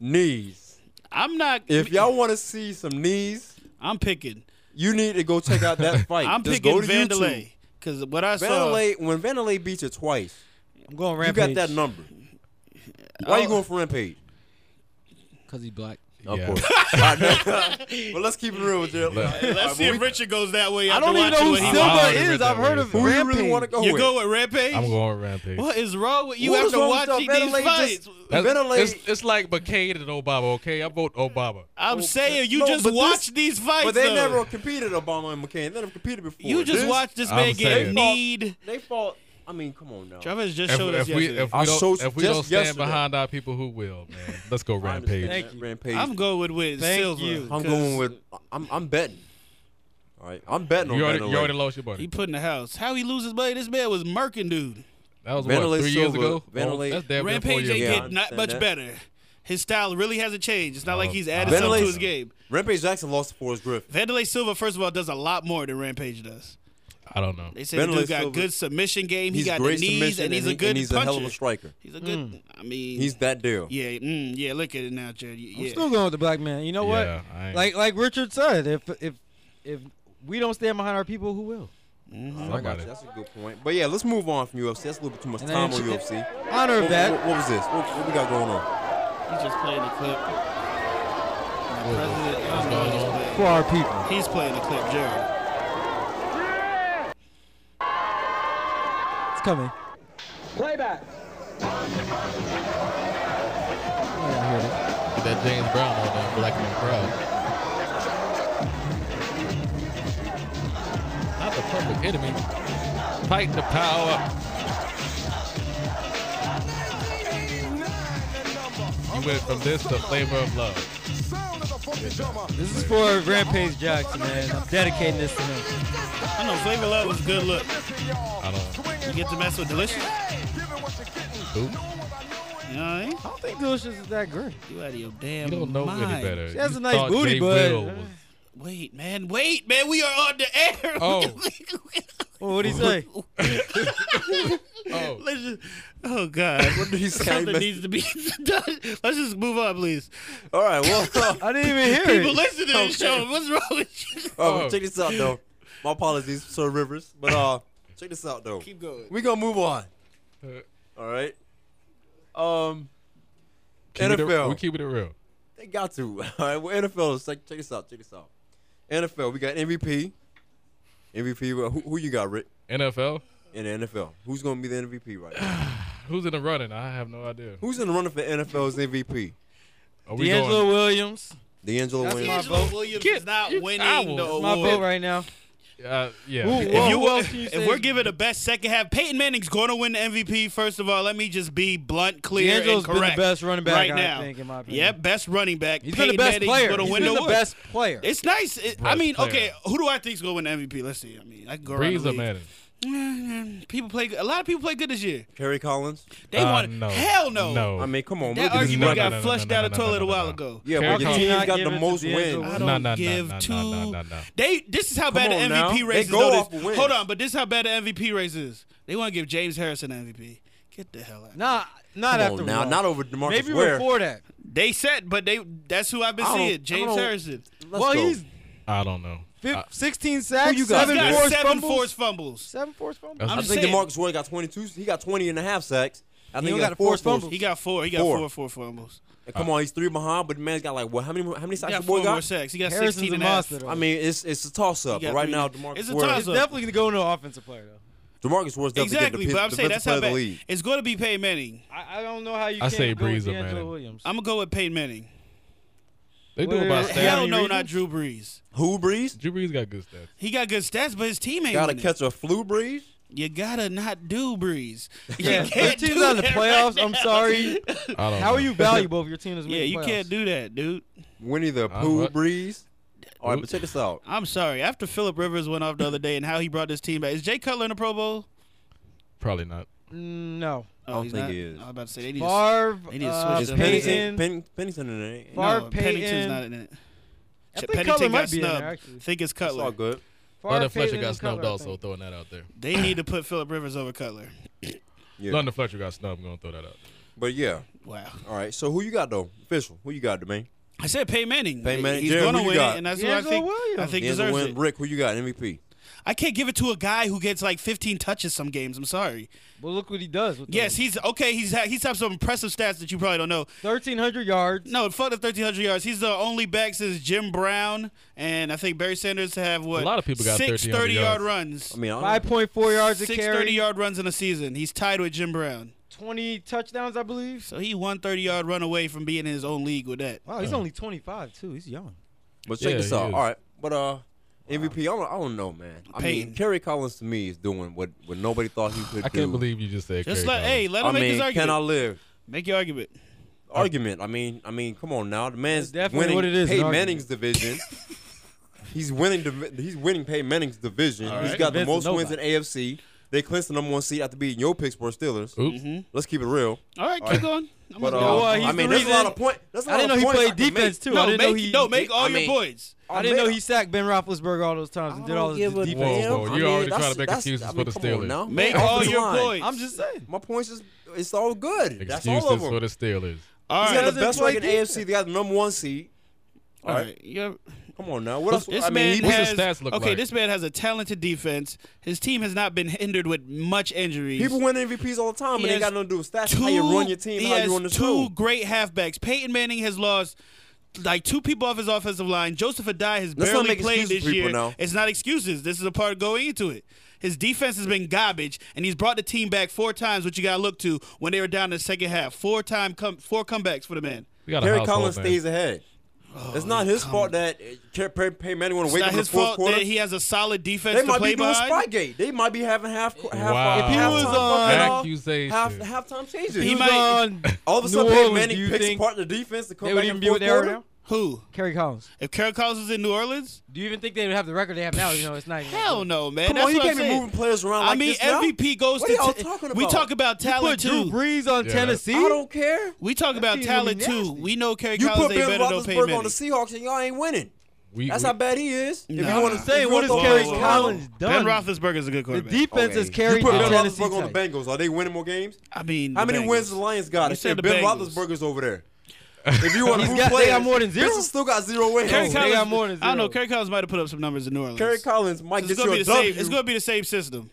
Speaker 3: knees.
Speaker 2: I'm not.
Speaker 3: If y'all want to see some knees,
Speaker 2: I'm picking.
Speaker 3: you need to go check out that fight.
Speaker 2: I'm
Speaker 3: Just
Speaker 2: picking
Speaker 3: go to YouTube.
Speaker 2: Vandalay because what I saw.
Speaker 3: Vandalay, when Vandalay beats you twice,
Speaker 1: I'm going
Speaker 3: you
Speaker 1: rampage.
Speaker 3: got that number. Why
Speaker 2: Oh.
Speaker 3: you going for Rampage?
Speaker 1: Cause he's black.
Speaker 3: Of
Speaker 4: Yeah.
Speaker 3: course. I know. but let's keep it real with you.
Speaker 2: Let's see if Richard goes that way.
Speaker 1: I
Speaker 2: after
Speaker 1: don't even know
Speaker 2: watching
Speaker 1: who
Speaker 2: what he
Speaker 4: Silva
Speaker 1: Silva
Speaker 4: is.
Speaker 1: is. I've heard of
Speaker 4: Who
Speaker 3: Who
Speaker 1: rampage.
Speaker 3: you really want to go
Speaker 2: watched. You
Speaker 3: with?
Speaker 2: go with rampage.
Speaker 4: I'm going rampage.
Speaker 2: What is wrong with you
Speaker 3: What is
Speaker 2: after
Speaker 3: wrong with
Speaker 2: watching
Speaker 3: y'all?
Speaker 2: these
Speaker 3: Vandalay
Speaker 2: fights?
Speaker 3: just-
Speaker 4: That's-
Speaker 3: Vandalay-
Speaker 4: It's, it's like McCain and Obama. Okay, I vote Obama.
Speaker 2: I'm saying you
Speaker 3: No,
Speaker 2: just
Speaker 3: but this-
Speaker 2: watch these fights.
Speaker 3: But they
Speaker 2: though.
Speaker 3: never competed Obama and McCain. They never competed before.
Speaker 2: You just
Speaker 3: This-
Speaker 2: watched this
Speaker 4: I'm
Speaker 2: man get
Speaker 4: saying-
Speaker 2: need.
Speaker 3: They fought. I mean, come on now.
Speaker 2: Travis just
Speaker 4: If,
Speaker 2: showed
Speaker 4: if
Speaker 2: us
Speaker 4: we
Speaker 2: yesterday.
Speaker 4: if
Speaker 3: I
Speaker 4: we don't,
Speaker 3: showed
Speaker 4: if we don't stand
Speaker 3: yesterday.
Speaker 4: behind our people, who will? Man, let's go
Speaker 3: I understand
Speaker 4: rampage.
Speaker 1: Thank you.
Speaker 3: Rampage.
Speaker 2: I'm going with
Speaker 1: Thank
Speaker 2: Silver.
Speaker 1: you.
Speaker 3: I'm going with. I'm, I'm betting. All right, I'm betting on
Speaker 4: You already,
Speaker 3: Vandalay.
Speaker 4: you already lost your money.
Speaker 2: He put in the house. How he lose his money? This man was murking dude.
Speaker 4: That was
Speaker 3: Vandalay
Speaker 4: what three years
Speaker 3: Silva-
Speaker 4: ago.
Speaker 3: Vandalay-
Speaker 4: oh, that's damn near four
Speaker 2: Rampage
Speaker 4: years
Speaker 2: ain't
Speaker 3: yeah,
Speaker 4: ago.
Speaker 3: I
Speaker 2: get not
Speaker 3: understand
Speaker 2: much
Speaker 3: that.
Speaker 2: better. His style really hasn't changed. It's not like
Speaker 4: Oh,
Speaker 2: he's added
Speaker 3: Vandalay-
Speaker 2: something to his game.
Speaker 3: Rampage Jackson lost to Forrest Griffin.
Speaker 2: Vandalay Silva, first of all, does a lot more than Rampage does.
Speaker 4: I don't know.
Speaker 2: They say the
Speaker 3: Vandalay
Speaker 2: dude got
Speaker 3: Silva-
Speaker 2: good submission game.
Speaker 3: He's
Speaker 2: he got the
Speaker 3: great
Speaker 2: knees,
Speaker 3: submission,
Speaker 2: and he's a
Speaker 3: he-
Speaker 2: good
Speaker 3: and he's
Speaker 2: puncher.
Speaker 3: a hell of a striker.
Speaker 2: He's a
Speaker 4: Hmm.
Speaker 2: good. I mean,
Speaker 3: He's that deal.
Speaker 2: yeah, mm, yeah. Look at it now, Jared. You-
Speaker 1: I'm
Speaker 2: Yeah.
Speaker 1: still going with the black man. You know what?
Speaker 4: Yeah, I ain't-
Speaker 1: like like Richard said, if if if we don't stand behind our people, who will?
Speaker 3: I got
Speaker 4: Somebody.
Speaker 3: you. That's a good point. But yeah, let's move on from UFC. That's a little bit too much
Speaker 1: And
Speaker 3: time on
Speaker 1: then-
Speaker 3: UFC.
Speaker 1: Honor of
Speaker 3: What,
Speaker 1: that.
Speaker 3: what- what was this? What, what we got going on?
Speaker 2: He's just playing the clip. President- I don't know what he's playing.
Speaker 1: For our people.
Speaker 2: He's playing the clip, Jared.
Speaker 1: It's coming.
Speaker 7: Playback.
Speaker 4: Get that James Brown on that black man crowd. Not the public enemy. Fight the power. You went from this to flavor of love.
Speaker 1: This is for Rampage Jackson, man. I'm dedicating this to him.
Speaker 2: I know Flavor Love was good. Look,
Speaker 4: I don't know.
Speaker 2: you get to mess with Delicious.
Speaker 4: Who?
Speaker 2: You know what I mean?
Speaker 1: I don't think Delicious is that great.
Speaker 2: You out of your damn
Speaker 4: You don't know
Speaker 2: mind.
Speaker 4: any better.
Speaker 1: She has
Speaker 4: You
Speaker 1: a nice
Speaker 4: thought
Speaker 1: booty,
Speaker 4: Jay
Speaker 1: but-
Speaker 4: Will was-
Speaker 2: Wait, man. Wait, man. We are on the air.
Speaker 4: Oh.
Speaker 1: Well, what'd he say?
Speaker 4: Oh,
Speaker 2: Let's just, oh God.
Speaker 3: What did he say?
Speaker 2: Something needs to be done. Let's just move on, please.
Speaker 3: All right, well,
Speaker 1: I didn't even hear
Speaker 2: People
Speaker 1: it.
Speaker 2: listen to this show. What's wrong with you?
Speaker 3: Oh,
Speaker 4: Oh.
Speaker 3: check this out though. My apologies, Sir Rivers, but uh, check this out though.
Speaker 2: Keep going.
Speaker 3: We gonna move on.
Speaker 4: Uh,
Speaker 3: All right. Um,
Speaker 4: keep it,
Speaker 3: NFL.
Speaker 4: we keep it real.
Speaker 3: they got to. All right, well, NFL. is like- Check this out. Check this out. NFL. We got MVP. MVP. well, Who, who you got, Rick?
Speaker 4: NFL?
Speaker 3: In the NFL, who's gonna be the MVP right now?
Speaker 4: Who's in the running? I have no idea.
Speaker 3: Who's in the running for NFL's MVP?
Speaker 4: Are we
Speaker 1: D'Angelo
Speaker 4: going?
Speaker 1: Williams.
Speaker 3: D'Angelo
Speaker 1: That's
Speaker 3: Williams.
Speaker 1: my
Speaker 2: D'Angelo
Speaker 1: vote.
Speaker 2: Williams
Speaker 4: Get-
Speaker 2: is not
Speaker 4: you-
Speaker 2: winning
Speaker 4: I will-
Speaker 2: the
Speaker 4: That's
Speaker 1: My vote
Speaker 2: award.
Speaker 1: right now.
Speaker 4: Uh, yeah.
Speaker 1: Who-
Speaker 2: If,
Speaker 1: Whoa,
Speaker 2: you
Speaker 1: who
Speaker 2: will,
Speaker 1: else can you
Speaker 2: if
Speaker 1: say-
Speaker 2: we're giving the best second half, Peyton Manning's going to win the MVP. First of all, let me just be blunt, clear,
Speaker 1: D'Angelo's
Speaker 2: and
Speaker 1: been the
Speaker 2: correct.
Speaker 1: best running back,
Speaker 2: right
Speaker 1: I
Speaker 2: now.
Speaker 1: think, in my opinion.
Speaker 2: Yep, best running back.
Speaker 1: He's
Speaker 2: Peyton
Speaker 1: been the best
Speaker 2: Manning's
Speaker 1: player.
Speaker 2: Going to
Speaker 1: He's
Speaker 2: win
Speaker 1: been the
Speaker 2: the award.
Speaker 1: best player.
Speaker 2: It's nice. It- I
Speaker 4: Best
Speaker 2: mean,
Speaker 4: player.
Speaker 2: okay, who do I think's going to win the MVP? Let's see. I mean, I can go around
Speaker 4: Breeze
Speaker 2: the
Speaker 4: or
Speaker 2: league.
Speaker 4: Manning?
Speaker 2: Mm, People play. good- A lot of people play good this year.
Speaker 3: Kerry Collins.
Speaker 2: They
Speaker 4: Uh,
Speaker 2: want
Speaker 4: no.
Speaker 2: hell no.
Speaker 4: No.
Speaker 3: I mean, come on.
Speaker 2: That
Speaker 3: look at this
Speaker 2: argument
Speaker 4: No,
Speaker 3: record.
Speaker 2: got
Speaker 4: no, no,
Speaker 2: flushed
Speaker 4: no,
Speaker 2: down
Speaker 4: no,
Speaker 2: the
Speaker 4: no,
Speaker 2: toilet
Speaker 4: no,
Speaker 2: a
Speaker 4: no,
Speaker 2: while
Speaker 4: no.
Speaker 2: ago.
Speaker 3: Yeah,
Speaker 4: Kerry
Speaker 3: but your
Speaker 4: Collins.
Speaker 3: team's got
Speaker 1: Not
Speaker 3: the
Speaker 1: giving
Speaker 3: most
Speaker 1: it to
Speaker 3: wins.
Speaker 1: D'Angelo.
Speaker 2: I
Speaker 4: No,
Speaker 2: don't
Speaker 4: no, no,
Speaker 2: give
Speaker 4: no,
Speaker 2: two.
Speaker 4: no, no, no, no.
Speaker 2: They this is how bad
Speaker 3: on
Speaker 2: the
Speaker 3: now.
Speaker 2: MVP
Speaker 3: They
Speaker 2: race is.
Speaker 3: go
Speaker 2: though.
Speaker 3: off
Speaker 2: This-
Speaker 3: of wins.
Speaker 2: Hold on, but this is how bad the MVP race is. They want to give James Harrison MVP. Get the hell out.
Speaker 1: Nah, not
Speaker 3: Come
Speaker 1: after
Speaker 3: on now,
Speaker 1: Wall.
Speaker 3: not over Demarcus
Speaker 1: Maybe
Speaker 3: Ware.
Speaker 1: before that.
Speaker 2: They said, but they that's who I've been
Speaker 3: I don't-
Speaker 2: seeing.
Speaker 3: I
Speaker 2: James
Speaker 3: don't-
Speaker 2: Harrison.
Speaker 3: Let's
Speaker 1: well,
Speaker 3: go.
Speaker 1: he's
Speaker 4: I don't know.
Speaker 1: fif-
Speaker 4: I-
Speaker 1: 16 sacks,
Speaker 3: you got,
Speaker 1: seven
Speaker 2: He's
Speaker 3: Jared?
Speaker 2: got
Speaker 1: forced
Speaker 2: seven
Speaker 1: fumbles.
Speaker 2: forced fumbles.
Speaker 1: Seven forced fumbles.
Speaker 4: That's-
Speaker 2: I'm
Speaker 3: I
Speaker 2: just
Speaker 3: think
Speaker 2: saying.
Speaker 3: Demarcus Ware got 22. He got 20 and a half sacks. I think
Speaker 1: don't
Speaker 3: he
Speaker 1: got a
Speaker 3: got
Speaker 1: forced
Speaker 3: four
Speaker 1: fumble.
Speaker 3: fumbles.
Speaker 2: He got four. He got
Speaker 3: Four.
Speaker 2: four, four fumbles.
Speaker 3: And Come on, he's three behind, but the man's got like what? How many? How many
Speaker 2: He
Speaker 3: sacks
Speaker 2: got
Speaker 3: the boy
Speaker 2: four more
Speaker 3: got?
Speaker 2: sacks. He got
Speaker 1: Harrison's
Speaker 2: 16 and
Speaker 1: a
Speaker 2: a half.
Speaker 1: monster, though.
Speaker 3: I mean, it's it's a toss up.
Speaker 2: He got
Speaker 3: Right
Speaker 2: three.
Speaker 3: now, Demarcus
Speaker 2: It's a
Speaker 3: Ware.
Speaker 1: it's
Speaker 2: toss-up.
Speaker 1: definitely going to go into offensive player, though.
Speaker 3: Demarcus Ware's definitely
Speaker 2: Exactly,
Speaker 3: the
Speaker 2: but I'm saying that's
Speaker 3: player
Speaker 2: how
Speaker 3: of the
Speaker 2: bad.
Speaker 3: league.
Speaker 2: It's going to be Peyton Manning.
Speaker 1: I, I don't know how you
Speaker 4: I
Speaker 1: can
Speaker 4: say
Speaker 1: go with
Speaker 4: Breeze or
Speaker 1: D'Angelo
Speaker 4: Manning.
Speaker 1: Williams.
Speaker 2: I'm gonna go with Peyton Manning.
Speaker 4: They do
Speaker 1: Where-
Speaker 4: about
Speaker 1: Hey,
Speaker 4: stats.
Speaker 1: how-
Speaker 2: Hell no,
Speaker 1: reasons?
Speaker 2: not Drew Brees.
Speaker 3: Who Breeze?
Speaker 4: Drew Brees got good stats.
Speaker 2: He got good stats, but his team ain't
Speaker 3: Got to
Speaker 2: winning.
Speaker 3: catch a flu Breeze.
Speaker 2: You gotta not do Brees.
Speaker 1: Yeah,
Speaker 2: you
Speaker 1: your
Speaker 2: can't
Speaker 1: team's
Speaker 2: do
Speaker 1: not in the
Speaker 2: that
Speaker 1: playoffs.
Speaker 2: right
Speaker 1: I'm
Speaker 2: now.
Speaker 1: sorry.
Speaker 4: I don't
Speaker 1: How
Speaker 4: know.
Speaker 1: are you valuable if your team is
Speaker 2: Yeah,
Speaker 1: making
Speaker 2: you
Speaker 1: playoffs?
Speaker 2: can't do that, dude.
Speaker 3: Winnie the
Speaker 4: Uh,
Speaker 3: Pooh
Speaker 4: what?
Speaker 3: Breeze. All right,
Speaker 4: Who-
Speaker 3: but check this out.
Speaker 2: I'm sorry. After Philip Rivers went off the other day and how he brought this team back, is Jay Cutler in the Pro Bowl?
Speaker 4: Probably not.
Speaker 1: Mm, No.
Speaker 2: Oh,
Speaker 3: don't
Speaker 2: he's
Speaker 3: think
Speaker 2: not?
Speaker 3: he is.
Speaker 2: I was about to say they need. to-
Speaker 1: Favre,
Speaker 2: they need to
Speaker 1: uh,
Speaker 2: switch
Speaker 3: Is
Speaker 2: them.
Speaker 1: Payton.
Speaker 3: Pennington, Pen, Pennington in there?
Speaker 1: Favre,
Speaker 2: no, Pennington's
Speaker 1: Payton.
Speaker 2: not in it.
Speaker 1: I think
Speaker 2: Pennington
Speaker 1: Cutler
Speaker 2: got
Speaker 1: might be in
Speaker 2: snubbed.
Speaker 1: there, actually.
Speaker 2: Think it's
Speaker 3: It's all
Speaker 2: Cutler.
Speaker 3: good.
Speaker 4: London Fletcher
Speaker 1: Payton
Speaker 4: got
Speaker 1: and
Speaker 4: snubbed
Speaker 1: Cutler, I
Speaker 4: also,
Speaker 1: think.
Speaker 4: throwing that out there.
Speaker 2: They need to put Philip Rivers over Cutler.
Speaker 3: Yeah.
Speaker 4: London Fletcher got snubbed. I'm going to throw that out.
Speaker 3: But yeah.
Speaker 2: Wow.
Speaker 3: All right. So who you got though? Official. Who you got, Domain?
Speaker 2: I said Peyton Manning.
Speaker 3: Peyton Manning.
Speaker 2: He's
Speaker 3: Jared,
Speaker 2: gonna
Speaker 3: who you
Speaker 2: win
Speaker 3: got?
Speaker 2: it, and that's what I
Speaker 1: D'Angelo
Speaker 2: think. I
Speaker 1: Williams.
Speaker 2: think
Speaker 3: D'Angelo
Speaker 2: deserves
Speaker 3: win.
Speaker 2: it.
Speaker 3: Rick, who you got? MVP.
Speaker 2: I can't give it to a guy who gets like 15 touches some games. I'm sorry.
Speaker 1: But look what he does. With
Speaker 2: Yes,
Speaker 1: those.
Speaker 2: he's okay. He's ha- he's had some impressive stats that you probably don't know.
Speaker 1: 1,300 yards.
Speaker 2: No, fuck the 1300 yards. He's the only back since Jim Brown and I think Barry Sanders to have what
Speaker 4: A lot of people got
Speaker 2: six
Speaker 4: 1300
Speaker 2: 30 yard
Speaker 4: yards.
Speaker 2: runs.
Speaker 3: I mean, I don't,
Speaker 1: 5.4 yards a
Speaker 2: Um, six
Speaker 1: carry.
Speaker 2: 30 yard runs in a season. He's tied with Jim Brown.
Speaker 1: 20 touchdowns, I believe.
Speaker 2: So he one 30 yard run away from being in his own league with that.
Speaker 1: Wow, he's
Speaker 4: Yeah.
Speaker 1: only 25 too. He's young.
Speaker 3: but check
Speaker 4: Yeah,
Speaker 3: this
Speaker 4: he
Speaker 3: out.
Speaker 4: is.
Speaker 3: All right. But uh, MVP. I don't, I don't know, man. I mean,
Speaker 2: Peyton.
Speaker 3: Kerry Collins to me is doing what what nobody thought he could
Speaker 4: I
Speaker 3: do.
Speaker 4: can't believe you just said
Speaker 2: Just
Speaker 4: Kerry
Speaker 2: let
Speaker 4: Collins.
Speaker 2: hey, let him
Speaker 3: I
Speaker 2: make
Speaker 3: mean,
Speaker 2: his
Speaker 3: can
Speaker 2: argument.
Speaker 3: I live?
Speaker 2: make your argument.
Speaker 3: Argument. I mean, I mean, come on now. The man's
Speaker 1: That's definitely
Speaker 3: winning
Speaker 1: what it is, an
Speaker 3: Peyton
Speaker 1: argument.
Speaker 3: Manning's division. he's winning. divi- He's winning Peyton Manning's division.
Speaker 2: All
Speaker 3: He's
Speaker 2: right.
Speaker 3: got the most
Speaker 1: Convincing
Speaker 3: wins in AFC. They clinched the number one seed after beating your Pittsburgh Steelers.
Speaker 4: Oops.
Speaker 2: Mm-hmm.
Speaker 3: Let's keep it real.
Speaker 2: All right, keep
Speaker 3: right.
Speaker 2: going. I'm
Speaker 3: But
Speaker 2: gonna-
Speaker 1: No,
Speaker 3: uh,
Speaker 1: uh, he's
Speaker 3: I mean,
Speaker 1: the
Speaker 3: there's a lot
Speaker 1: reason-
Speaker 3: of point. There's a
Speaker 1: I
Speaker 3: lot
Speaker 1: didn't know
Speaker 3: of
Speaker 1: he
Speaker 3: points
Speaker 1: played
Speaker 3: I can make.
Speaker 1: defense too.
Speaker 2: no,
Speaker 1: I didn't
Speaker 2: make,
Speaker 1: know he.
Speaker 2: no, make all
Speaker 3: I
Speaker 2: your
Speaker 3: mean-
Speaker 2: points.
Speaker 1: I didn't know he sacked Ben Roethlisberger all those times and did all this defense.
Speaker 4: Whoa, whoa,
Speaker 3: damn.
Speaker 4: you're already
Speaker 3: that's-
Speaker 4: trying to make
Speaker 3: that's-
Speaker 4: excuses
Speaker 3: I
Speaker 4: for
Speaker 3: mean,
Speaker 4: the
Speaker 3: come on
Speaker 4: Steelers.
Speaker 3: now.
Speaker 2: Make
Speaker 3: Offensive
Speaker 2: all your
Speaker 3: line.
Speaker 2: points.
Speaker 1: I'm just saying.
Speaker 3: My points is it's all good. That's
Speaker 4: Excuses
Speaker 3: all of
Speaker 4: for
Speaker 3: them.
Speaker 4: the Steelers.
Speaker 2: all
Speaker 3: He's
Speaker 2: right,
Speaker 3: got the
Speaker 1: Doesn't
Speaker 3: best
Speaker 1: play
Speaker 3: record in AFC. They got the number one seed.
Speaker 2: all right. You're-
Speaker 3: Come on now. What else?
Speaker 2: This
Speaker 3: I mean,
Speaker 2: man
Speaker 3: he was-
Speaker 2: has
Speaker 4: his stats look
Speaker 2: okay.
Speaker 4: like?
Speaker 2: This man has a talented defense. His team has not been hindered with much injuries.
Speaker 3: people win MVPs all the time,
Speaker 2: He
Speaker 3: and they
Speaker 2: has
Speaker 3: got nothing to do with stats. how you run your team,
Speaker 2: He
Speaker 3: how
Speaker 2: has
Speaker 3: you run the
Speaker 2: two
Speaker 3: show.
Speaker 2: great halfbacks. Peyton Manning has lost. Like two people off his offensive line, Joseph Adai has
Speaker 3: Let's not
Speaker 2: barely
Speaker 3: make
Speaker 2: played
Speaker 3: excuses
Speaker 2: this
Speaker 3: for people
Speaker 2: year.
Speaker 3: now.
Speaker 2: It's not excuses. This is a part of going into it. His defense has been garbage, and he's brought the team back four times, which you got to look to when they were down in the second half. Four time, come four comebacks for the man.
Speaker 4: We got a
Speaker 3: Terry
Speaker 4: household
Speaker 3: Collins
Speaker 4: man.
Speaker 3: stays ahead. It's not his fault that uh, Pey- Peyton Manning want
Speaker 2: It's
Speaker 3: to wake up
Speaker 2: not
Speaker 3: in the
Speaker 2: his
Speaker 3: fourth
Speaker 2: fault
Speaker 3: quarter.
Speaker 2: that he has a solid defense
Speaker 3: They
Speaker 2: to
Speaker 3: might
Speaker 2: play
Speaker 3: be doing
Speaker 2: behind.
Speaker 3: Spygate. They might be having half half
Speaker 4: Wow.
Speaker 3: half,
Speaker 4: If he
Speaker 3: half
Speaker 1: was
Speaker 3: time
Speaker 4: Accusation.
Speaker 3: half half halftime changes.
Speaker 2: He
Speaker 1: He was
Speaker 2: might-
Speaker 1: on.
Speaker 3: all of a
Speaker 1: New
Speaker 3: sudden, Peyton
Speaker 1: Orleans, do
Speaker 3: Manning
Speaker 1: you
Speaker 3: picks
Speaker 1: think
Speaker 3: apart the defense to come
Speaker 1: They
Speaker 3: back
Speaker 1: would
Speaker 3: in
Speaker 1: even
Speaker 3: the
Speaker 1: be
Speaker 3: fourth
Speaker 1: what they are
Speaker 3: quarter.
Speaker 1: now.
Speaker 2: Who?
Speaker 1: Kerry Collins.
Speaker 2: If Carol Collins is in New Orleans?
Speaker 1: Do you even think they would have the record they have now? You know, it's not even.
Speaker 2: Hell no, man.
Speaker 3: Come
Speaker 2: That's
Speaker 3: on, you
Speaker 2: what I'm
Speaker 3: can't be
Speaker 2: saying.
Speaker 3: moving players around
Speaker 2: I
Speaker 3: like
Speaker 2: mean,
Speaker 3: this now.
Speaker 2: MVP goes
Speaker 3: What
Speaker 2: to.
Speaker 3: are y'all
Speaker 2: ta-
Speaker 3: talking
Speaker 2: We
Speaker 3: about?
Speaker 2: talk about
Speaker 1: You put
Speaker 2: talent
Speaker 1: Drew
Speaker 2: too.
Speaker 1: Brees on
Speaker 4: Yeah.
Speaker 1: Tennessee.
Speaker 3: I don't care.
Speaker 2: We talk about
Speaker 1: team's gonna be
Speaker 2: talent too.
Speaker 1: nasty.
Speaker 2: We know Kerry
Speaker 3: You put
Speaker 2: Collins ain't
Speaker 3: Ben
Speaker 2: better than Peyton
Speaker 3: Roethlisberger on the
Speaker 2: Manning.
Speaker 3: Seahawks and y'all ain't winning.
Speaker 4: We,
Speaker 3: That's
Speaker 4: we,
Speaker 3: how bad he is. If
Speaker 2: Nah.
Speaker 3: you want
Speaker 2: I'm
Speaker 3: to
Speaker 1: saying, what is
Speaker 2: Whoa,
Speaker 1: Kerry
Speaker 2: whoa, whoa.
Speaker 1: Collins
Speaker 2: Ben
Speaker 1: done?
Speaker 2: Roethlisberger's a good
Speaker 1: The
Speaker 2: quarterback.
Speaker 1: defense has
Speaker 3: you
Speaker 1: carried
Speaker 3: put
Speaker 1: down
Speaker 3: Ben
Speaker 1: Tennessee.
Speaker 3: Roethlisberger on
Speaker 1: tight.
Speaker 3: the Bengals. Are they winning more games?
Speaker 2: I mean,
Speaker 3: How
Speaker 2: the
Speaker 3: many
Speaker 2: Bengals.
Speaker 3: wins the Lions got?
Speaker 2: You
Speaker 3: If
Speaker 2: said the
Speaker 3: Ben
Speaker 2: Bengals.
Speaker 3: Roethlisberger's over there. If you want to
Speaker 1: He's
Speaker 3: move
Speaker 1: got- they
Speaker 3: players,
Speaker 1: got more than zero?
Speaker 3: Pittsburgh still got zero wins.
Speaker 2: Kerry
Speaker 1: They
Speaker 2: Collins,
Speaker 1: got more than
Speaker 2: I don't know.
Speaker 1: zero.
Speaker 2: Kerry Collins might have put up some numbers in New Orleans.
Speaker 3: Kerry Collins might
Speaker 2: it's
Speaker 3: get
Speaker 2: gonna
Speaker 3: you
Speaker 2: be
Speaker 3: a
Speaker 2: the same.
Speaker 3: W.
Speaker 2: It's gonna be the same system.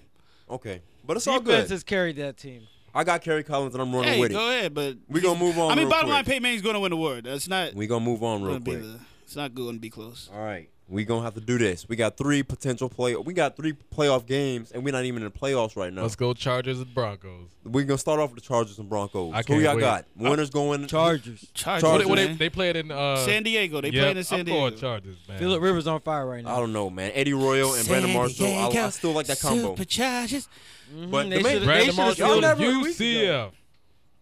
Speaker 3: okay, but it's all
Speaker 1: Defense
Speaker 3: good.
Speaker 1: has carried that team.
Speaker 3: I got Kerry Collins and I'm running
Speaker 2: Hey,
Speaker 3: with
Speaker 2: go
Speaker 3: it.
Speaker 2: ahead, but
Speaker 3: We gonna move on.
Speaker 2: I mean,
Speaker 3: real
Speaker 2: bottom
Speaker 3: quick.
Speaker 2: line, Peyton Manning's gonna win the award. That's not
Speaker 3: We gonna move on real
Speaker 2: gonna be
Speaker 3: quick.
Speaker 2: the. It's not going to be close.
Speaker 3: All right, we gonna have to do this. We got three potential play. We got three playoff games, and we're not even in the playoffs right now.
Speaker 4: Let's go Chargers and Broncos.
Speaker 3: We're gonna start off with the Chargers and Broncos.
Speaker 4: I
Speaker 3: Who
Speaker 4: can't
Speaker 3: y'all
Speaker 4: wait.
Speaker 3: got? Winners going.
Speaker 1: Chargers.
Speaker 2: Chargers.
Speaker 4: What
Speaker 3: Chargers.
Speaker 4: they- what they, they played in uh,
Speaker 2: San Diego. They
Speaker 4: yeah,
Speaker 2: playing in San
Speaker 4: I'm
Speaker 2: Diego.
Speaker 4: going Chargers, man.
Speaker 1: Philip Rivers on fire right now.
Speaker 3: I don't know, man. Eddie Royal and Brandon Marshall. I, I still like that combo.
Speaker 2: Superchargers. Mm,
Speaker 3: But
Speaker 1: they
Speaker 3: the man-
Speaker 1: should've- they
Speaker 4: Brandon
Speaker 1: should've
Speaker 4: Marshall
Speaker 1: still-
Speaker 3: Y'all
Speaker 4: of
Speaker 3: never- we-
Speaker 4: UCF.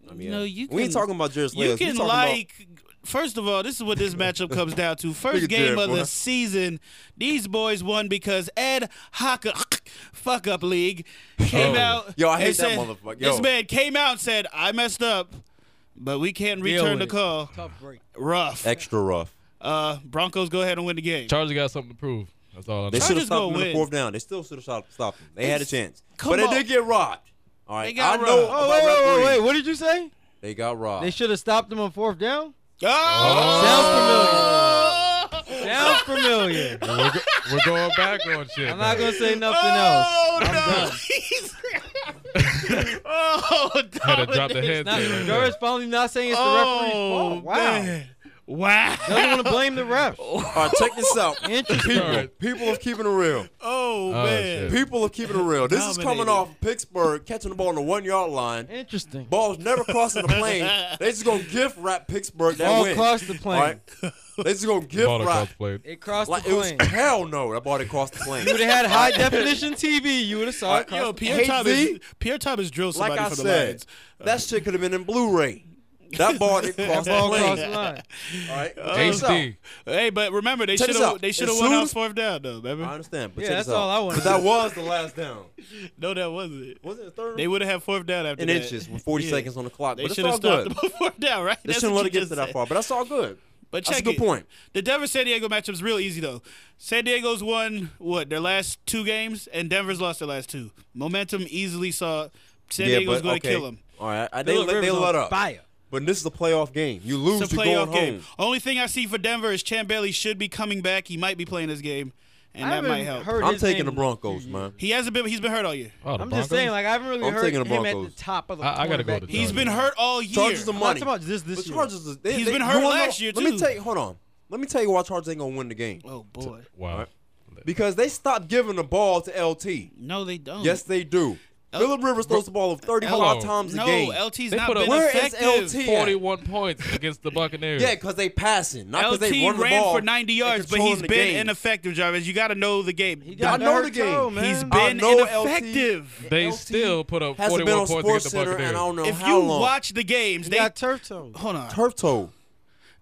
Speaker 3: I mean,
Speaker 2: No, you
Speaker 3: we ain't
Speaker 2: can-
Speaker 3: talking about Jairus
Speaker 2: You
Speaker 3: Leos. We
Speaker 2: can
Speaker 3: talking
Speaker 2: like. First of all, this is what this matchup comes down to.
Speaker 3: Look
Speaker 2: First
Speaker 3: at
Speaker 2: game
Speaker 3: Jared,
Speaker 2: of
Speaker 3: boy.
Speaker 2: the season, these boys won because Ed Haka Fuck Up League came
Speaker 4: Oh.
Speaker 2: out.
Speaker 3: Yo, I
Speaker 2: and
Speaker 3: hate that
Speaker 2: said-
Speaker 3: motherfucker. Yo.
Speaker 2: This man came out and said, "I messed up, but we can't
Speaker 1: Deal
Speaker 2: return the
Speaker 1: with it."
Speaker 2: call."
Speaker 1: Tough break.
Speaker 2: Rough.
Speaker 3: about extra rough.
Speaker 2: Uh, Broncos go ahead and win the game.
Speaker 4: Chargers got something to prove. That's all. I know.
Speaker 3: They should
Speaker 2: Chargers
Speaker 3: have stopped
Speaker 2: gonna
Speaker 3: him in the
Speaker 2: win.
Speaker 3: fourth down. They still should have stopped him. They had a
Speaker 2: It's-
Speaker 3: chance,
Speaker 2: come
Speaker 3: but they
Speaker 2: on.
Speaker 3: did get robbed. All right,
Speaker 2: They got
Speaker 3: I know
Speaker 2: robbed.
Speaker 1: Oh,
Speaker 3: about Uh.
Speaker 1: wait, wait, wait,
Speaker 3: referees.
Speaker 1: wait. What did you say?
Speaker 3: They got robbed.
Speaker 1: They should have stopped him on fourth down?
Speaker 2: Oh!
Speaker 1: Sounds familiar. Sounds familiar.
Speaker 4: we're, go- we're going back on shit.
Speaker 1: I'm not
Speaker 4: now.
Speaker 1: going to say nothing else.
Speaker 2: Oh, no. oh,
Speaker 4: Had to drop the
Speaker 2: Dominic.
Speaker 4: head.
Speaker 1: Not,
Speaker 4: there.
Speaker 1: Jarvis finally not saying it's the referee's
Speaker 2: Oh,
Speaker 1: fault. Wow.
Speaker 2: man. Wow.
Speaker 1: Doesn't want to blame the ref.
Speaker 3: All right, check this out.
Speaker 1: Interesting.
Speaker 3: People, people of keeping it real.
Speaker 2: Oh,
Speaker 4: Oh,
Speaker 2: man.
Speaker 4: shit.
Speaker 3: People are keeping it real. This is coming
Speaker 2: Dominated.
Speaker 3: off Pittsburgh catching the ball on the one yard line.
Speaker 1: Interesting.
Speaker 3: Ball's never crossing the plane. They just gonna gift wrap Pittsburgh that
Speaker 1: Ball
Speaker 3: win.
Speaker 1: crossed the plane.
Speaker 3: Alright? They just gonna gift
Speaker 4: Ball across
Speaker 3: wrap.
Speaker 4: the plate.
Speaker 1: It crossed
Speaker 3: Like
Speaker 1: the
Speaker 3: it was
Speaker 1: plane.
Speaker 3: hell no. That ball didn't cross the plane.
Speaker 1: Would have had high definition TV. You would have saw it.
Speaker 2: Yo,
Speaker 1: cross the-
Speaker 2: Pierre
Speaker 3: Hey,
Speaker 2: Thomas,
Speaker 3: Z.
Speaker 2: Pierre Thomas drilled somebody
Speaker 3: like I
Speaker 2: for the
Speaker 3: said,
Speaker 2: Lions.
Speaker 3: that shit could have been in Blu-ray. That ball didn't cross the
Speaker 1: Ball crossed the
Speaker 3: plane.
Speaker 1: line.
Speaker 3: Alright? Check this out.
Speaker 4: HD.
Speaker 2: Hey, but remember they
Speaker 3: Check
Speaker 2: should
Speaker 3: this
Speaker 2: have
Speaker 3: out.
Speaker 2: they should
Speaker 3: As
Speaker 2: have won
Speaker 3: soon
Speaker 2: on
Speaker 3: as-
Speaker 2: fourth down though.
Speaker 3: I
Speaker 2: Remember?
Speaker 3: understand, but
Speaker 1: Yeah,
Speaker 3: check
Speaker 1: that's
Speaker 3: this out.
Speaker 1: all I wanted
Speaker 3: But that was the last down.
Speaker 2: No, that wasn't.
Speaker 3: Was it the third?
Speaker 2: They would have had fourth down after
Speaker 3: in
Speaker 2: that.
Speaker 3: inches with 40
Speaker 2: Yeah.
Speaker 3: seconds on the clock.
Speaker 2: They
Speaker 3: but
Speaker 2: should
Speaker 3: it's
Speaker 2: have
Speaker 3: all
Speaker 2: stopped them
Speaker 3: good.
Speaker 2: on fourth down, right?
Speaker 3: They
Speaker 2: That's
Speaker 3: shouldn't
Speaker 2: what
Speaker 3: let it
Speaker 2: you
Speaker 3: get to
Speaker 2: just
Speaker 3: that
Speaker 2: said.
Speaker 3: far, but that's all good.
Speaker 2: But check
Speaker 3: That's a good
Speaker 2: it.
Speaker 3: point.
Speaker 2: The Denver San Diego matchup's real easy though. San Diego's won what their last two games, and Denver's lost their last two. Momentum easily saw San Diego's going to kill them.
Speaker 3: All right, I- they,
Speaker 1: Phillip
Speaker 3: let- they
Speaker 1: Rivers
Speaker 3: let
Speaker 1: on
Speaker 3: up.
Speaker 1: Fire.
Speaker 3: But this is a playoff game. You lose,
Speaker 2: It's a
Speaker 3: you're going
Speaker 2: playoff game.
Speaker 3: home.
Speaker 2: Only thing I see for Denver is Chan Bailey should be coming back. He might be playing this game, and
Speaker 1: I
Speaker 2: that might
Speaker 1: haven't
Speaker 2: help.
Speaker 1: heard
Speaker 3: I'm
Speaker 1: his
Speaker 3: taking
Speaker 1: name
Speaker 3: the
Speaker 1: in
Speaker 3: Broncos,
Speaker 1: two
Speaker 3: man.
Speaker 2: He hasn't been. He's been hurt all year.
Speaker 4: Oh, the
Speaker 1: I'm
Speaker 4: Broncos?
Speaker 1: just saying, like I haven't really
Speaker 3: I'm
Speaker 1: heard
Speaker 3: taking the
Speaker 1: him at the
Speaker 3: Broncos.
Speaker 1: top of the.
Speaker 4: I- I gotta go
Speaker 1: quarterback battle.
Speaker 4: to
Speaker 2: He's
Speaker 4: Chargers.
Speaker 2: been hurt all year.
Speaker 3: Chargers are
Speaker 1: I'm
Speaker 3: money.
Speaker 1: not talking about just this
Speaker 3: But
Speaker 1: year.
Speaker 3: Chargers is, they,
Speaker 2: He's
Speaker 3: they-
Speaker 2: been
Speaker 3: you
Speaker 2: hurt
Speaker 3: wanna
Speaker 2: last
Speaker 3: know-
Speaker 2: year,
Speaker 3: Let me
Speaker 2: too.
Speaker 3: tell you, hold on. Let me tell you why Chargers ain't gonna win the game.
Speaker 2: oh boy.
Speaker 4: Wow.
Speaker 3: Because they stopped giving the ball to LT.
Speaker 2: No, they don't.
Speaker 3: Yes, they do. Philip Rivers throws the ball 35
Speaker 4: Hello.
Speaker 3: times a
Speaker 2: no,
Speaker 3: game.
Speaker 2: LT's
Speaker 4: They
Speaker 2: not
Speaker 4: put up-
Speaker 2: been
Speaker 3: Where is
Speaker 2: effective.
Speaker 3: LT? Yeah.
Speaker 4: 41 points against the Buccaneers.
Speaker 3: yeah, because they passing, not because
Speaker 2: LT
Speaker 3: they run the
Speaker 2: ran
Speaker 3: ball
Speaker 2: for 90
Speaker 3: and
Speaker 2: yards, but
Speaker 3: controlling
Speaker 2: he's
Speaker 3: the
Speaker 2: been
Speaker 3: game.
Speaker 2: ineffective, Jarvis. You got to know the game.
Speaker 1: He
Speaker 2: He's
Speaker 1: got
Speaker 3: I know
Speaker 1: hurt
Speaker 3: the game.
Speaker 1: toe, man.
Speaker 3: I
Speaker 2: been
Speaker 3: know LT.
Speaker 2: ineffective.
Speaker 4: They
Speaker 3: LT
Speaker 4: still put up
Speaker 3: Hasn't
Speaker 4: 41
Speaker 3: been on
Speaker 4: points against
Speaker 3: Sports
Speaker 4: the
Speaker 3: Center,
Speaker 4: Buccaneers.
Speaker 3: and I don't know
Speaker 2: If
Speaker 3: how
Speaker 2: you
Speaker 3: long.
Speaker 2: watch the games,
Speaker 1: He
Speaker 2: they
Speaker 1: got turf toe.
Speaker 2: hold on.
Speaker 3: turf toe.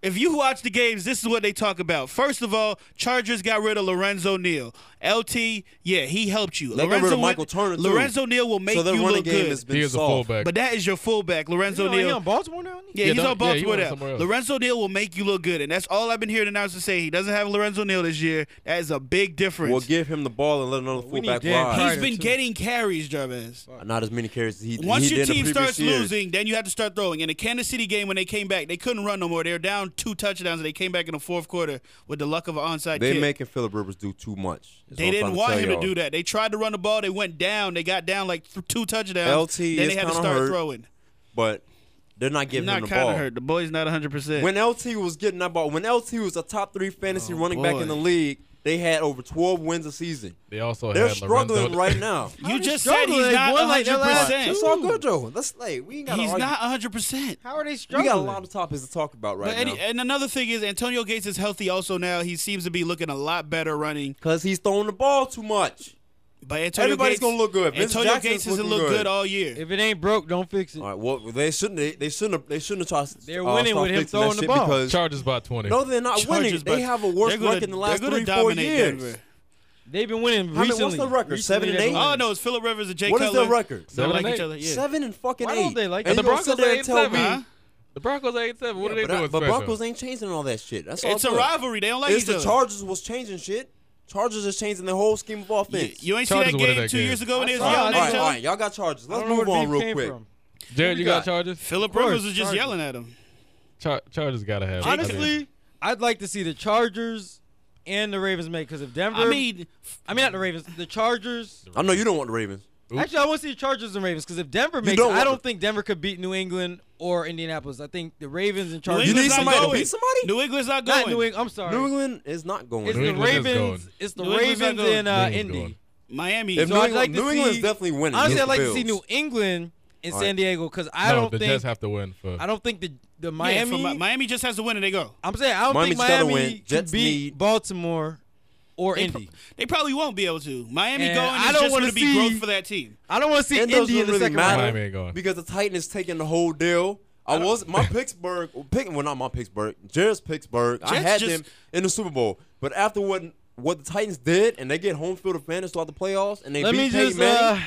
Speaker 2: If you watch the games, this is what they talk about. First of all, Chargers got rid of Lorenzo Neal. LT, yeah, he helped you.
Speaker 3: They got rid of Michael Turner, too.
Speaker 2: Lorenzo Neal will make
Speaker 3: so their
Speaker 2: you
Speaker 3: running
Speaker 2: look
Speaker 3: game
Speaker 2: good.
Speaker 3: has been
Speaker 4: He is a
Speaker 3: soft.
Speaker 4: fullback.
Speaker 2: but that is your fullback,
Speaker 1: You
Speaker 2: Lorenzo
Speaker 1: know, he
Speaker 2: Neal.
Speaker 1: on Baltimore now.
Speaker 2: Yeah,
Speaker 4: Yeah,
Speaker 2: he's
Speaker 4: don't-
Speaker 2: on
Speaker 4: yeah, he
Speaker 2: Baltimore
Speaker 4: went
Speaker 2: now.
Speaker 4: somewhere else.
Speaker 2: Lorenzo Neal will make you look good, and that's all I've been hearing announcers say. He doesn't have Lorenzo Neal this year. That is a big difference.
Speaker 3: Well, give him the ball and let another
Speaker 1: We need
Speaker 3: fullback
Speaker 1: Dan
Speaker 3: ride.
Speaker 2: He's
Speaker 1: Carter,
Speaker 2: been
Speaker 1: too.
Speaker 2: getting carries, Jarvis.
Speaker 3: Not as many carries as he,
Speaker 2: Once
Speaker 3: he
Speaker 2: your
Speaker 3: did in
Speaker 2: team
Speaker 3: the previous
Speaker 2: starts
Speaker 3: years.
Speaker 2: losing, then you have to start throwing. In the Kansas City game, when they came back, they couldn't run no more. They were down two touchdowns, and they came back in the fourth quarter with the luck of an onside
Speaker 3: They
Speaker 2: kick.
Speaker 3: making Philip Rivers do too much. is
Speaker 2: they
Speaker 3: what I'm
Speaker 2: didn't
Speaker 3: trying
Speaker 2: want
Speaker 3: tell
Speaker 2: him
Speaker 3: y'all.
Speaker 2: to do that. They tried to run the ball. They went down. They got down like th- two touchdowns.
Speaker 3: LT
Speaker 2: then
Speaker 3: is
Speaker 2: they had to
Speaker 3: kinda
Speaker 2: start
Speaker 3: hurt.
Speaker 2: throwing.
Speaker 3: But they're not giving
Speaker 2: not
Speaker 3: him the ball.
Speaker 2: of hurt. The boy's not 100%.
Speaker 3: When LT was getting that ball, when LT was a top three fantasy running back
Speaker 2: Oh, boy.
Speaker 3: in the league, they had over 12 wins a season.
Speaker 4: They also
Speaker 3: They're
Speaker 4: had
Speaker 3: struggling
Speaker 4: Lorenzo.
Speaker 3: right now.
Speaker 2: you just said
Speaker 1: struggling.
Speaker 2: he's
Speaker 1: They
Speaker 2: not
Speaker 1: won like their last
Speaker 2: 100%.
Speaker 3: It's all good though. That's like we ain't got.
Speaker 2: He's not 100%.
Speaker 1: How are they
Speaker 3: We
Speaker 1: struggling?
Speaker 3: got a lot of topics to talk about right
Speaker 2: But Eddie-
Speaker 3: now
Speaker 2: and another thing is Antonio Gates is healthy also now. He seems to be looking a lot better running.
Speaker 3: because he's throwing the ball too much.
Speaker 2: But Antonio Gates,
Speaker 3: Everybody's gonna look good. Vince
Speaker 2: Antonio
Speaker 3: Jackson's
Speaker 2: Gates hasn't
Speaker 3: looking
Speaker 2: looked
Speaker 3: good.
Speaker 2: good. all year.
Speaker 1: if it ain't broke, don't fix it.
Speaker 3: All right, well they shouldn't. They, they shouldn't. Have, they shouldn't have tried.
Speaker 1: They're
Speaker 3: uh,
Speaker 1: winning
Speaker 3: start
Speaker 1: with him
Speaker 3: fixing that
Speaker 1: throwing the
Speaker 3: shit
Speaker 1: ball.
Speaker 3: because
Speaker 4: Chargers by 20.
Speaker 3: no, they're not winning.
Speaker 2: Chargers,
Speaker 3: They
Speaker 2: but
Speaker 3: have a worse
Speaker 2: they're gonna-
Speaker 3: record in the last
Speaker 2: they're gonna
Speaker 3: three, four
Speaker 2: dominate
Speaker 3: years.
Speaker 2: Denver.
Speaker 1: They've been winning
Speaker 3: many-
Speaker 1: recently.
Speaker 3: what's the record?
Speaker 1: Recently
Speaker 3: Seven and
Speaker 1: they've
Speaker 3: eight?
Speaker 1: been
Speaker 2: Oh
Speaker 1: winning.
Speaker 2: no, it's Philip Rivers and Jay
Speaker 3: What is
Speaker 2: Cutler.
Speaker 3: their record?
Speaker 2: They don't
Speaker 4: Seven
Speaker 2: like
Speaker 4: and
Speaker 2: each
Speaker 4: eight.
Speaker 2: other. Yeah.
Speaker 3: Seven and fucking
Speaker 1: Why
Speaker 3: eight.
Speaker 1: don't they like
Speaker 3: and
Speaker 1: that? The
Speaker 3: you gonna
Speaker 4: Broncos
Speaker 3: sit there
Speaker 4: are
Speaker 3: and tell me?
Speaker 4: 8-7.
Speaker 2: Huh?
Speaker 4: The Broncos are 8 7. What
Speaker 3: Yeah,
Speaker 4: are they
Speaker 3: but, I-
Speaker 4: doing
Speaker 3: but
Speaker 4: special?
Speaker 3: Broncos ain't changing all that shit. That's all
Speaker 2: It's a
Speaker 3: good.
Speaker 2: rivalry. They don't like
Speaker 3: it's
Speaker 2: each
Speaker 3: the
Speaker 2: other.
Speaker 3: Chargers was changing shit. Chargers is changing the whole scheme of
Speaker 2: You,
Speaker 3: offense.
Speaker 2: you ain't see
Speaker 4: Chargers
Speaker 2: that
Speaker 4: won
Speaker 2: game
Speaker 4: that
Speaker 2: two
Speaker 4: game.
Speaker 2: years ago when they was
Speaker 1: saw it.
Speaker 3: all
Speaker 2: yelling
Speaker 1: Alright,
Speaker 2: at
Speaker 3: right,
Speaker 2: each
Speaker 3: all
Speaker 2: other.
Speaker 3: right, y'all got Chargers.
Speaker 1: I
Speaker 3: Let's
Speaker 1: don't know
Speaker 3: move
Speaker 1: where
Speaker 3: on
Speaker 1: beef
Speaker 3: real
Speaker 1: came
Speaker 3: quick.
Speaker 1: from.
Speaker 4: Jared, you got Chargers?
Speaker 2: Philip
Speaker 1: course,
Speaker 2: Rivers was just
Speaker 1: Chargers.
Speaker 2: yelling at him.
Speaker 4: Char- Chargers got to have.
Speaker 1: Honestly, I'd like to see the Chargers and the Ravens make because if Denver,
Speaker 2: I mean,
Speaker 1: I mean not the Ravens, the Chargers.
Speaker 3: I know you don't want the Ravens.
Speaker 4: Oops.
Speaker 1: Actually, I want to see the Chargers and Ravens because if Denver makes,
Speaker 3: don't
Speaker 1: it, I
Speaker 3: want-
Speaker 1: don't think Denver could beat New England or Indianapolis. I think the Ravens and Chargers.
Speaker 3: You need
Speaker 2: England's not
Speaker 3: somebody to
Speaker 2: going.
Speaker 3: beat somebody?
Speaker 2: New England's not going.
Speaker 1: not New England. I'm sorry.
Speaker 3: New England is not going.
Speaker 1: It's
Speaker 4: New
Speaker 1: the
Speaker 4: England is
Speaker 1: Ravens.
Speaker 4: going.
Speaker 1: It's the
Speaker 2: New England's not
Speaker 1: Ravens
Speaker 2: going.
Speaker 1: and uh,
Speaker 4: New England's
Speaker 1: Indy.
Speaker 2: Miami.
Speaker 3: if
Speaker 1: So
Speaker 3: New,
Speaker 1: I'd
Speaker 3: England,
Speaker 1: like to
Speaker 3: New England's
Speaker 1: see-
Speaker 3: definitely winning.
Speaker 1: Honestly,
Speaker 3: against
Speaker 1: I'd like
Speaker 3: the
Speaker 1: to see
Speaker 3: Bills.
Speaker 1: New England and
Speaker 3: All
Speaker 1: San
Speaker 3: right.
Speaker 1: Diego because I
Speaker 4: No,
Speaker 1: don't
Speaker 4: the
Speaker 1: think
Speaker 4: Jets have to win for.
Speaker 1: I don't think the the
Speaker 2: Yeah,
Speaker 1: Miami.
Speaker 2: for Mi- Miami just has to win and they go.
Speaker 1: I'm saying I don't
Speaker 3: Miami's
Speaker 1: think
Speaker 3: gotta
Speaker 1: Miami
Speaker 3: win.
Speaker 1: can
Speaker 3: Jets
Speaker 1: beat
Speaker 3: need-
Speaker 1: Baltimore or
Speaker 2: They, pro-
Speaker 1: Indy.
Speaker 2: they probably won't be able to. Miami
Speaker 1: And
Speaker 2: going
Speaker 1: I don't
Speaker 2: is just
Speaker 1: wanna
Speaker 2: going to be
Speaker 1: see-
Speaker 2: growth for that team.
Speaker 1: I don't want to see
Speaker 3: It
Speaker 1: Indy in
Speaker 3: doesn't
Speaker 1: the
Speaker 3: really
Speaker 1: second
Speaker 3: matter
Speaker 1: round.
Speaker 4: Miami ain't going.
Speaker 3: because the Titans taking the whole deal. I was my Pittsburgh, well, pick, well not my Pittsburgh, Jared's Pittsburgh. I
Speaker 2: Jets
Speaker 3: had
Speaker 2: just-
Speaker 3: them in the Super Bowl, but after what what the Titans did, and they get home field advantage throughout the playoffs, and they
Speaker 1: Let
Speaker 3: beat
Speaker 1: me
Speaker 3: Peyton
Speaker 1: just uh,
Speaker 3: Manning.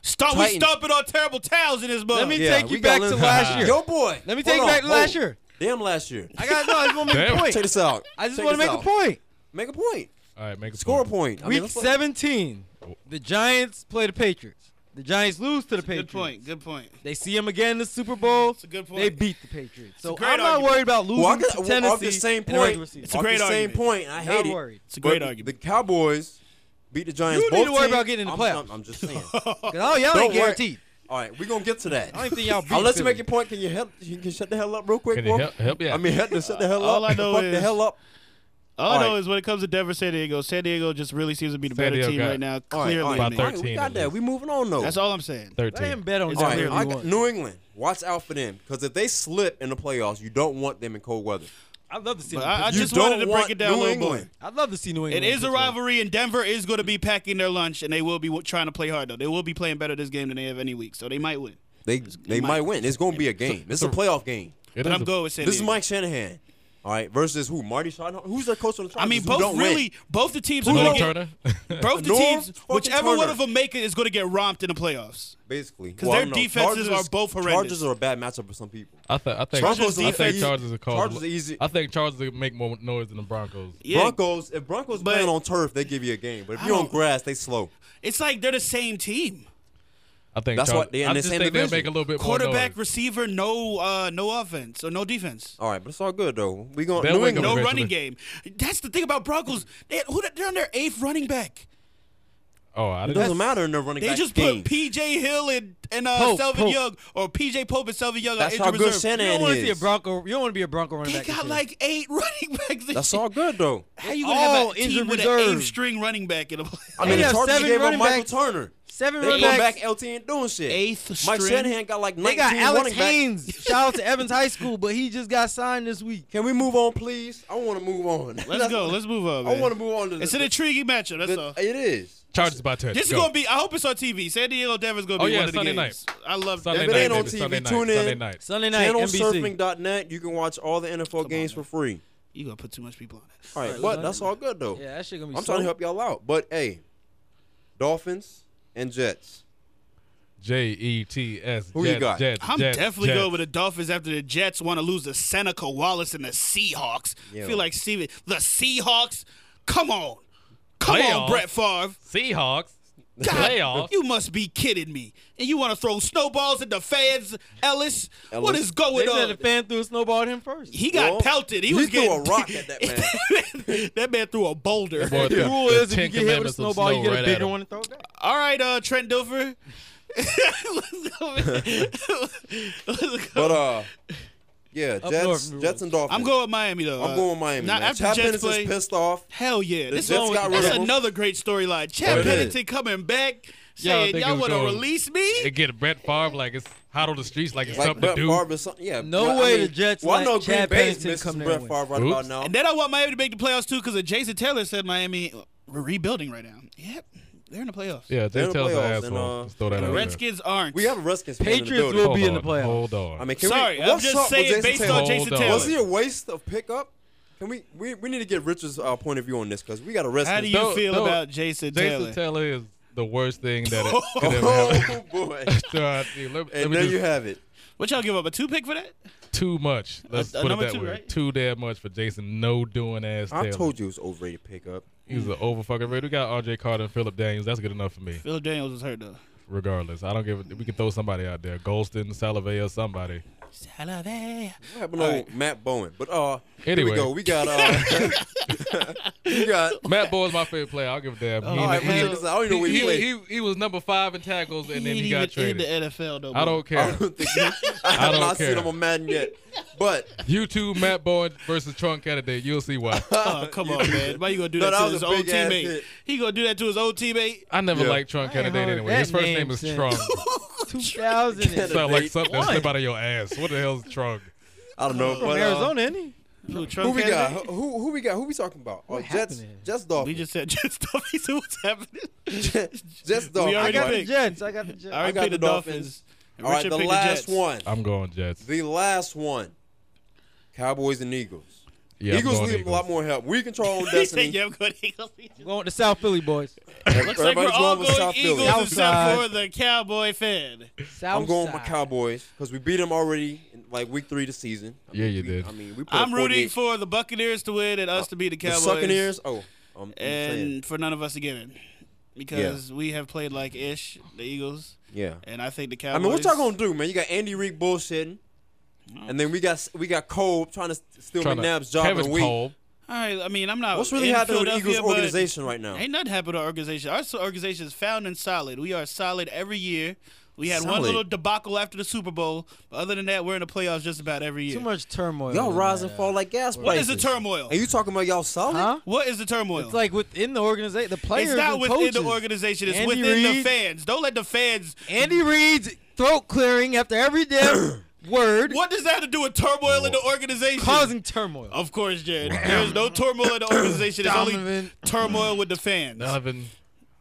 Speaker 2: Start we
Speaker 3: Titans.
Speaker 2: stomping on terrible towels in this book.
Speaker 1: let me
Speaker 3: Yeah,
Speaker 1: take
Speaker 3: we
Speaker 1: you
Speaker 3: got
Speaker 1: back
Speaker 3: Lin-
Speaker 1: to last year.
Speaker 3: Yo, boy,
Speaker 1: Let me
Speaker 3: hold
Speaker 1: take you
Speaker 3: on,
Speaker 1: back to last
Speaker 3: hold.
Speaker 1: year.
Speaker 3: Damn, last year.
Speaker 1: I got no. I just want to make a
Speaker 4: Damn.
Speaker 1: point.
Speaker 3: Check this out.
Speaker 1: I just
Speaker 3: Check
Speaker 1: want to
Speaker 3: this
Speaker 1: make a
Speaker 3: out.
Speaker 1: point.
Speaker 3: Make a point.
Speaker 4: All right, make a
Speaker 3: Score a
Speaker 4: point.
Speaker 3: point. I mean,
Speaker 1: Week
Speaker 3: let's-
Speaker 1: 17, the Giants play the Patriots. The Giants lose to the
Speaker 2: Good
Speaker 1: Patriots.
Speaker 2: point. Good point.
Speaker 1: They see him again in the Super Bowl.
Speaker 2: a good
Speaker 1: They
Speaker 2: point.
Speaker 1: beat the Patriots. So
Speaker 2: a great
Speaker 1: I'm not
Speaker 2: argument.
Speaker 1: worried about losing
Speaker 3: Well, I
Speaker 1: to
Speaker 3: got,
Speaker 1: Tennessee.
Speaker 3: well, off the same
Speaker 1: in the regular
Speaker 3: point.
Speaker 1: season.
Speaker 2: It's a
Speaker 3: off
Speaker 2: great
Speaker 3: the same
Speaker 2: argument.
Speaker 3: point. I hate
Speaker 1: Not
Speaker 3: it.
Speaker 1: worried.
Speaker 2: It's a great
Speaker 3: But
Speaker 2: argument.
Speaker 3: The Cowboys beat the Giants.
Speaker 1: You don't need
Speaker 3: both
Speaker 1: to worry
Speaker 3: teams.
Speaker 1: about getting in the
Speaker 3: I'm-
Speaker 1: playoffs.
Speaker 3: I'm, I'm just saying.
Speaker 1: 'Cause, Oh, y'all
Speaker 3: Don't
Speaker 1: ain't
Speaker 3: worry.
Speaker 1: guaranteed.
Speaker 3: All right, we're gonna get to that.
Speaker 1: I don't even think y'all beat
Speaker 3: Unless you
Speaker 1: Philly.
Speaker 3: make your point, can you help? You can shut the hell up real quick,
Speaker 4: Can
Speaker 3: bro.
Speaker 4: you help? Help yeah.
Speaker 3: I mean, help to shut the hell
Speaker 2: all
Speaker 3: up.
Speaker 2: I know
Speaker 3: Fuck the
Speaker 2: is-
Speaker 3: hell up.
Speaker 2: All, I
Speaker 3: All
Speaker 2: know
Speaker 3: right.
Speaker 2: is when it comes to Denver, San Diego, San Diego just really seems to be the
Speaker 4: San
Speaker 2: better
Speaker 4: Diego
Speaker 2: team
Speaker 4: got-
Speaker 2: right now.
Speaker 3: All right,
Speaker 2: Clearly,
Speaker 3: all right,
Speaker 4: About
Speaker 3: all right, we
Speaker 4: 13
Speaker 3: got
Speaker 4: at
Speaker 3: that.
Speaker 4: least.
Speaker 3: We moving on though.
Speaker 2: that's all I'm saying.
Speaker 1: Let him
Speaker 4: thirteen.
Speaker 1: bet on
Speaker 2: It's
Speaker 3: All
Speaker 1: Denver.
Speaker 2: all clearly
Speaker 3: right, I got-
Speaker 1: He won.
Speaker 3: New England. Watch out for them, because if they slip in the playoffs, you don't want them in cold weather.
Speaker 1: I'd love to see.
Speaker 2: But
Speaker 1: them.
Speaker 2: I, I
Speaker 3: You
Speaker 2: just wanted
Speaker 3: don't
Speaker 2: to break
Speaker 3: want
Speaker 2: it down a
Speaker 3: New
Speaker 2: little more.
Speaker 3: England.
Speaker 1: I'd love to see New
Speaker 2: It
Speaker 1: England.
Speaker 2: is a
Speaker 1: Pittsburgh.
Speaker 2: rivalry, and Denver is going to be packing their lunch, and they will be w- trying to play hard, though. They will be playing better this game than they have any week, so they might win.
Speaker 3: They they
Speaker 2: might-
Speaker 3: might win. It's gonna be a game. This is a playoff game.
Speaker 4: It
Speaker 2: But
Speaker 4: is
Speaker 2: I'm
Speaker 4: a-
Speaker 2: going with San
Speaker 3: This is
Speaker 2: Diego.
Speaker 3: Mike Shanahan. All right, versus who? Marty Shanahan. Who's their coach on the Chargers?
Speaker 2: I mean,
Speaker 3: who
Speaker 2: both
Speaker 3: don't win?
Speaker 2: really, both the teams are
Speaker 4: Norm
Speaker 2: going to get,
Speaker 4: Turner.
Speaker 2: both the
Speaker 3: Norm
Speaker 2: teams,
Speaker 3: fucking
Speaker 2: whichever one
Speaker 3: Turner.
Speaker 2: of them make it is going to get romped in the playoffs.
Speaker 3: basically
Speaker 2: 'Cause
Speaker 3: Well, I
Speaker 2: their
Speaker 3: don't know.
Speaker 2: defenses
Speaker 3: Chargers-
Speaker 2: are both horrendous.
Speaker 3: Chargers are a bad matchup for some people.
Speaker 4: I, th- I think
Speaker 3: Broncos
Speaker 4: I think
Speaker 3: defense-
Speaker 4: Chargers are called.
Speaker 3: Chargers are easy.
Speaker 4: I think Chargers will make more noise than the Broncos.
Speaker 2: Yeah,
Speaker 3: Broncos, if Broncos
Speaker 2: But-
Speaker 3: playing on turf, they give you a game. But if
Speaker 2: I
Speaker 3: you're on
Speaker 2: don't-
Speaker 3: grass, they slow.
Speaker 2: it's like they're the same team.
Speaker 4: I think
Speaker 3: That's
Speaker 4: Chargers,
Speaker 3: what- they're in
Speaker 4: I
Speaker 3: the
Speaker 4: just
Speaker 3: same
Speaker 4: think they'll
Speaker 3: division.
Speaker 4: make a little bit
Speaker 2: Quarterback,
Speaker 4: more noise.
Speaker 2: receiver, no, uh, no offense or no defense,
Speaker 3: All right, but it's all good though. We going
Speaker 4: They'll
Speaker 3: New
Speaker 4: wake up
Speaker 3: England.
Speaker 2: no
Speaker 4: Eventually.
Speaker 2: running game. That's the thing about Broncos. They, who, they're on their eighth running back.
Speaker 4: Oh, I
Speaker 3: It
Speaker 4: didn't.
Speaker 3: doesn't matter in the running
Speaker 2: They
Speaker 3: back
Speaker 2: just
Speaker 3: game.
Speaker 2: put PJ Hill and and uh,
Speaker 1: Pope,
Speaker 2: Selvin
Speaker 1: Pope.
Speaker 2: Young or PJ Pope and Selvin Young.
Speaker 3: That's
Speaker 2: on
Speaker 3: how
Speaker 2: injury
Speaker 3: good
Speaker 2: reserve.
Speaker 1: You don't
Speaker 3: Shanahan
Speaker 1: want to see a
Speaker 3: is.
Speaker 1: Bronco. You don't want to be a Bronco running
Speaker 2: They
Speaker 1: back. this
Speaker 2: got
Speaker 1: year.
Speaker 2: like eight running backs. This
Speaker 3: That's
Speaker 2: year.
Speaker 3: all good though.
Speaker 2: How you gonna have
Speaker 1: all
Speaker 2: a team
Speaker 1: injured
Speaker 2: with an
Speaker 1: reserve.
Speaker 2: eighth string running back in a play?
Speaker 3: I mean, the
Speaker 1: have
Speaker 3: Chargers
Speaker 1: seven
Speaker 3: gave up
Speaker 1: running
Speaker 3: Michael
Speaker 1: backs.
Speaker 3: Turner.
Speaker 1: seven
Speaker 3: They
Speaker 1: running
Speaker 3: go
Speaker 1: backs.
Speaker 3: back LT and doing shit.
Speaker 2: Eighth
Speaker 3: Mike
Speaker 2: string.
Speaker 3: Shanahan got like 19
Speaker 1: They got Alex
Speaker 3: running back-
Speaker 1: Haynes. Shout out to Evans High School, but he just got signed this week.
Speaker 3: Can we move on, please? I want to move on.
Speaker 2: Let's go. Let's move on.
Speaker 3: I
Speaker 2: Man.
Speaker 3: want to move on to.
Speaker 2: It's
Speaker 3: the-
Speaker 2: an intriguing matchup. That's all.
Speaker 3: the- It is.
Speaker 4: Chargers by ten.
Speaker 2: This is
Speaker 4: Go.
Speaker 2: gonna be. I hope it's on TV. San Diego Denver's gonna
Speaker 4: Oh,
Speaker 2: be
Speaker 4: yeah,
Speaker 2: one of the
Speaker 4: Sunday
Speaker 2: games. I love
Speaker 4: Sunday
Speaker 2: that.
Speaker 3: If it
Speaker 4: night.
Speaker 3: ain't on
Speaker 4: baby.
Speaker 3: TV,
Speaker 4: Sunday night.
Speaker 3: tune in.
Speaker 4: Sunday night.
Speaker 1: Sunday night, NBC.
Speaker 3: Channelsurfing.net. You can watch all the NFL games for free.
Speaker 2: You gonna put too much people on it.
Speaker 3: All right, but that's all good though.
Speaker 1: Yeah, that shit gonna be.
Speaker 3: I'm
Speaker 1: so-
Speaker 3: trying to help y'all out. But hey, Dolphins and Jets.
Speaker 4: J E T S.
Speaker 3: Who you
Speaker 4: Jets,
Speaker 3: got?
Speaker 4: Jets,
Speaker 2: I'm
Speaker 4: Jets,
Speaker 2: definitely
Speaker 4: Jets.
Speaker 2: going with the Dolphins after the Jets want to lose to Seneca Wallace and the Seahawks.
Speaker 3: Yo.
Speaker 2: Feel like Steven. The Seahawks. Come on. Come on,
Speaker 4: Playoffs?
Speaker 2: Brett Favre.
Speaker 4: Seahawks.
Speaker 2: God,
Speaker 4: Playoffs.
Speaker 2: You must be kidding me. And you want to throw snowballs at the fans, Ellis? What
Speaker 3: Ellis.
Speaker 2: is going
Speaker 1: They said
Speaker 2: on?
Speaker 1: the fan threw a snowball at him first.
Speaker 2: he got
Speaker 3: Well,
Speaker 2: pelted. He,
Speaker 3: he
Speaker 2: was
Speaker 3: threw
Speaker 2: getting
Speaker 3: a rock at that
Speaker 2: man. that man threw a boulder.
Speaker 4: Boy,
Speaker 1: the rule is if you
Speaker 4: Ten
Speaker 1: get hit with a
Speaker 4: Commandments of
Speaker 1: snowball, you get
Speaker 4: snow right
Speaker 1: a
Speaker 4: at
Speaker 1: bigger
Speaker 4: him.
Speaker 1: one to throw back.
Speaker 2: All right, uh, Trent Dilfer. Let's go.
Speaker 3: But uh, yeah, Jets,
Speaker 1: north, New
Speaker 3: Jets and Dolphins.
Speaker 2: I'm going with Miami though.
Speaker 3: I'm
Speaker 2: Uh,
Speaker 3: going Miami.
Speaker 2: Not
Speaker 3: man.
Speaker 2: after
Speaker 3: Chad
Speaker 2: Jets
Speaker 3: Pennington's
Speaker 2: play.
Speaker 3: pissed off.
Speaker 2: Hell yeah,
Speaker 3: The
Speaker 2: this
Speaker 3: Jets
Speaker 2: one,
Speaker 3: got rid
Speaker 2: that's
Speaker 3: of him.
Speaker 2: another great storyline. Chad
Speaker 3: Oh, it is.
Speaker 2: Pennington coming back
Speaker 4: Y'all
Speaker 2: saying
Speaker 4: think
Speaker 2: y'all
Speaker 4: it was
Speaker 2: want to
Speaker 4: going-
Speaker 2: release me.
Speaker 4: And get Brett Favre like it's hot on the streets like it's
Speaker 3: Like
Speaker 4: something to
Speaker 3: Brett
Speaker 4: do.
Speaker 3: Favre or something. Yeah.
Speaker 1: No
Speaker 3: well, I
Speaker 1: way
Speaker 3: mean,
Speaker 1: the Jets
Speaker 3: Well, I
Speaker 1: let
Speaker 3: know
Speaker 1: Chad
Speaker 3: Green Bay's
Speaker 1: Pennington
Speaker 3: missing
Speaker 1: come there
Speaker 3: Brett
Speaker 1: and
Speaker 3: Favre
Speaker 1: win.
Speaker 3: right about
Speaker 4: Oops.
Speaker 3: now.
Speaker 2: And then I want Miami to make the playoffs too because Jason Taylor said Miami we're rebuilding right now. Yep, they're in the playoffs.
Speaker 4: Yeah,
Speaker 3: They're in
Speaker 4: Jay
Speaker 3: the
Speaker 4: tells an
Speaker 3: playoffs, and,
Speaker 4: asshole.
Speaker 3: uh,
Speaker 4: Just throw that
Speaker 2: The
Speaker 4: out
Speaker 2: Redskins aren't.
Speaker 3: we have a Redskins fan in the
Speaker 1: Patriots
Speaker 3: building.
Speaker 4: there.
Speaker 1: will
Speaker 4: Hold
Speaker 1: be in the
Speaker 4: on,
Speaker 1: playoffs.
Speaker 4: Hold on.
Speaker 3: I mean, can
Speaker 2: Sorry,
Speaker 3: we,
Speaker 2: I'm
Speaker 3: what's
Speaker 2: just
Speaker 3: up with
Speaker 2: saying
Speaker 3: Jason
Speaker 2: based
Speaker 3: Taylor?
Speaker 2: on Jason
Speaker 4: Hold on.
Speaker 2: Taylor.
Speaker 3: Was he a waste of pickup? Can we, we we need to get Richard's uh, point of view on this because we got a Redskins.
Speaker 2: How do you
Speaker 4: Don't-
Speaker 2: feel
Speaker 4: don't-
Speaker 2: about Jason,
Speaker 4: Jason
Speaker 2: Taylor?
Speaker 4: Taylor is the worst thing that it could ever happen.
Speaker 3: Oh boy!
Speaker 4: So, uh, see, let me- let
Speaker 3: And
Speaker 4: me
Speaker 3: there
Speaker 4: just-
Speaker 3: you have it.
Speaker 2: What y'all give up a two pick for that?
Speaker 4: too much. Let's
Speaker 2: uh,
Speaker 4: put it
Speaker 2: number
Speaker 4: that
Speaker 2: two,
Speaker 4: way.
Speaker 2: right?
Speaker 4: Too damn much for Jason. No doing ass.
Speaker 3: I
Speaker 4: Taylor.
Speaker 3: told you it was overrated pickup.
Speaker 4: He's an over fucking rated. We got R.J. Carter and Philip Daniels. That's good enough for me.
Speaker 2: Philip Daniels was hurt though.
Speaker 4: Regardless, I don't give. a We can throw somebody out there. Golston, Salavea, somebody.
Speaker 2: Saturday.
Speaker 3: What happened to Matt Bowen? But uh, here
Speaker 4: Anyway.
Speaker 3: we go. We got uh, we got.
Speaker 4: Matt Boy is my favorite player. I'll give a damn.
Speaker 3: all right, man, listen, I don't even know where he
Speaker 4: he,
Speaker 3: played.
Speaker 4: he, he was number five in tackles, and then
Speaker 2: ain't
Speaker 4: he got
Speaker 2: even in the
Speaker 4: traded.
Speaker 2: NFL though. bro.
Speaker 4: I don't care.
Speaker 3: I have
Speaker 4: don't
Speaker 3: not seen
Speaker 4: care.
Speaker 3: him on Madden yet, but
Speaker 4: You two, Matt Boyd versus Trunk candidate. You'll see why.
Speaker 2: Oh, come on, man. Why you gonna do
Speaker 3: No,
Speaker 2: that,
Speaker 3: that
Speaker 2: to
Speaker 3: was
Speaker 2: his
Speaker 3: a
Speaker 2: old
Speaker 3: big-ass
Speaker 2: teammate?
Speaker 3: hit.
Speaker 2: He gonna do that to his old teammate?
Speaker 4: I never
Speaker 3: Yeah.
Speaker 4: liked Trunk
Speaker 1: I ain't
Speaker 4: candidate
Speaker 1: heard
Speaker 4: anyway.
Speaker 1: that
Speaker 4: His first
Speaker 1: name
Speaker 4: name is
Speaker 1: since-
Speaker 4: Trunk.
Speaker 1: 2000.
Speaker 3: Canada.
Speaker 1: From
Speaker 4: Sound like something that
Speaker 1: Why?
Speaker 4: slip out of your ass. What the hell's Trunk?
Speaker 3: I don't know.
Speaker 1: uh,
Speaker 3: From
Speaker 1: Arizona, ain't he?
Speaker 2: Who,
Speaker 3: Who
Speaker 2: Trump
Speaker 3: we got?
Speaker 2: candidate?
Speaker 3: Who who who we got? Who we talking about? Oh, Jets,
Speaker 1: happened
Speaker 3: Jets Dolphins.
Speaker 2: We just said just stuff. He said what's happening.
Speaker 3: Jets Dolphins.
Speaker 1: I
Speaker 2: already
Speaker 3: right?
Speaker 1: got the
Speaker 2: Anyway.
Speaker 1: Jets. I got the Jets.
Speaker 2: All right,
Speaker 3: got
Speaker 2: pick the
Speaker 3: the
Speaker 2: Dolphins.
Speaker 3: Dolphins.
Speaker 2: And
Speaker 3: All right,
Speaker 2: Richard
Speaker 3: the
Speaker 2: picked
Speaker 3: last
Speaker 2: Jets.
Speaker 3: one.
Speaker 4: I'm going Jets.
Speaker 3: The last one. Cowboys and Eagles.
Speaker 4: Yeah, I'm
Speaker 3: Eagles
Speaker 4: going
Speaker 3: need a lot more help. We control our own
Speaker 2: He said,
Speaker 3: destiny.
Speaker 2: "Yeah, I'm going Eagles." Looks
Speaker 1: Going to South Philly, boys.
Speaker 2: like we're
Speaker 3: Everybody's
Speaker 2: all
Speaker 3: going with
Speaker 2: going
Speaker 3: South
Speaker 2: Eagles
Speaker 3: Philly.
Speaker 2: except
Speaker 1: Southside.
Speaker 2: for the Cowboy fan.
Speaker 1: South
Speaker 3: I'm going with Cowboys because we beat them already in like week three of the season. I
Speaker 4: Yeah,
Speaker 3: mean,
Speaker 4: you
Speaker 3: we-
Speaker 4: did.
Speaker 3: I mean, we put up
Speaker 2: I'm rooting
Speaker 3: 48
Speaker 2: for the Buccaneers to win and us to be the
Speaker 3: the
Speaker 2: Cowboys.
Speaker 3: Succaneers. Oh, I'm, I'm saying.
Speaker 2: and for none of us to get in because we have played like ish the Eagles,
Speaker 3: Yeah.
Speaker 2: and I think the
Speaker 3: I
Speaker 2: Cowboys.
Speaker 3: mean, what y'all gonna do, man? You got Andy Reid bullshitting, and then we got we got Cole trying to steal
Speaker 4: Trying to-
Speaker 3: McNabb's job
Speaker 4: Kevin's
Speaker 3: in a week.
Speaker 4: cold.
Speaker 2: All right, I mean, I'm not.
Speaker 3: What's really
Speaker 2: in
Speaker 3: happening with the Eagles
Speaker 2: Philadelphia, but
Speaker 3: organization right
Speaker 1: Oh.
Speaker 3: now?
Speaker 2: Ain't nothing happened to our organization. Our so- organization is found and solid. We are solid every year. We had one
Speaker 3: Solid.
Speaker 2: little debacle after the Super Bowl, but other than that, we're in the playoffs just about every year.
Speaker 1: Too much turmoil.
Speaker 3: Y'all
Speaker 1: in
Speaker 3: rise and
Speaker 1: that, uh,
Speaker 3: fall like gas
Speaker 2: what is
Speaker 3: prices.
Speaker 2: the turmoil?
Speaker 3: And you talking about y'all solid?
Speaker 1: Huh?
Speaker 2: What is the turmoil?
Speaker 1: It's like within the organization, the players.
Speaker 2: It's not
Speaker 1: and
Speaker 2: within
Speaker 1: coaches.
Speaker 2: the organization. It's
Speaker 1: Andy
Speaker 2: within the
Speaker 1: Reid.
Speaker 2: fans. Don't let the fans.
Speaker 1: Andy Reid's throat clearing after every damn word,
Speaker 2: What does that have to do with turmoil in the organization?
Speaker 1: causing turmoil.
Speaker 2: Of course, Jared. There's no turmoil in the organization. There's only
Speaker 1: Donovan.
Speaker 2: turmoil with the fans.
Speaker 4: Donovan,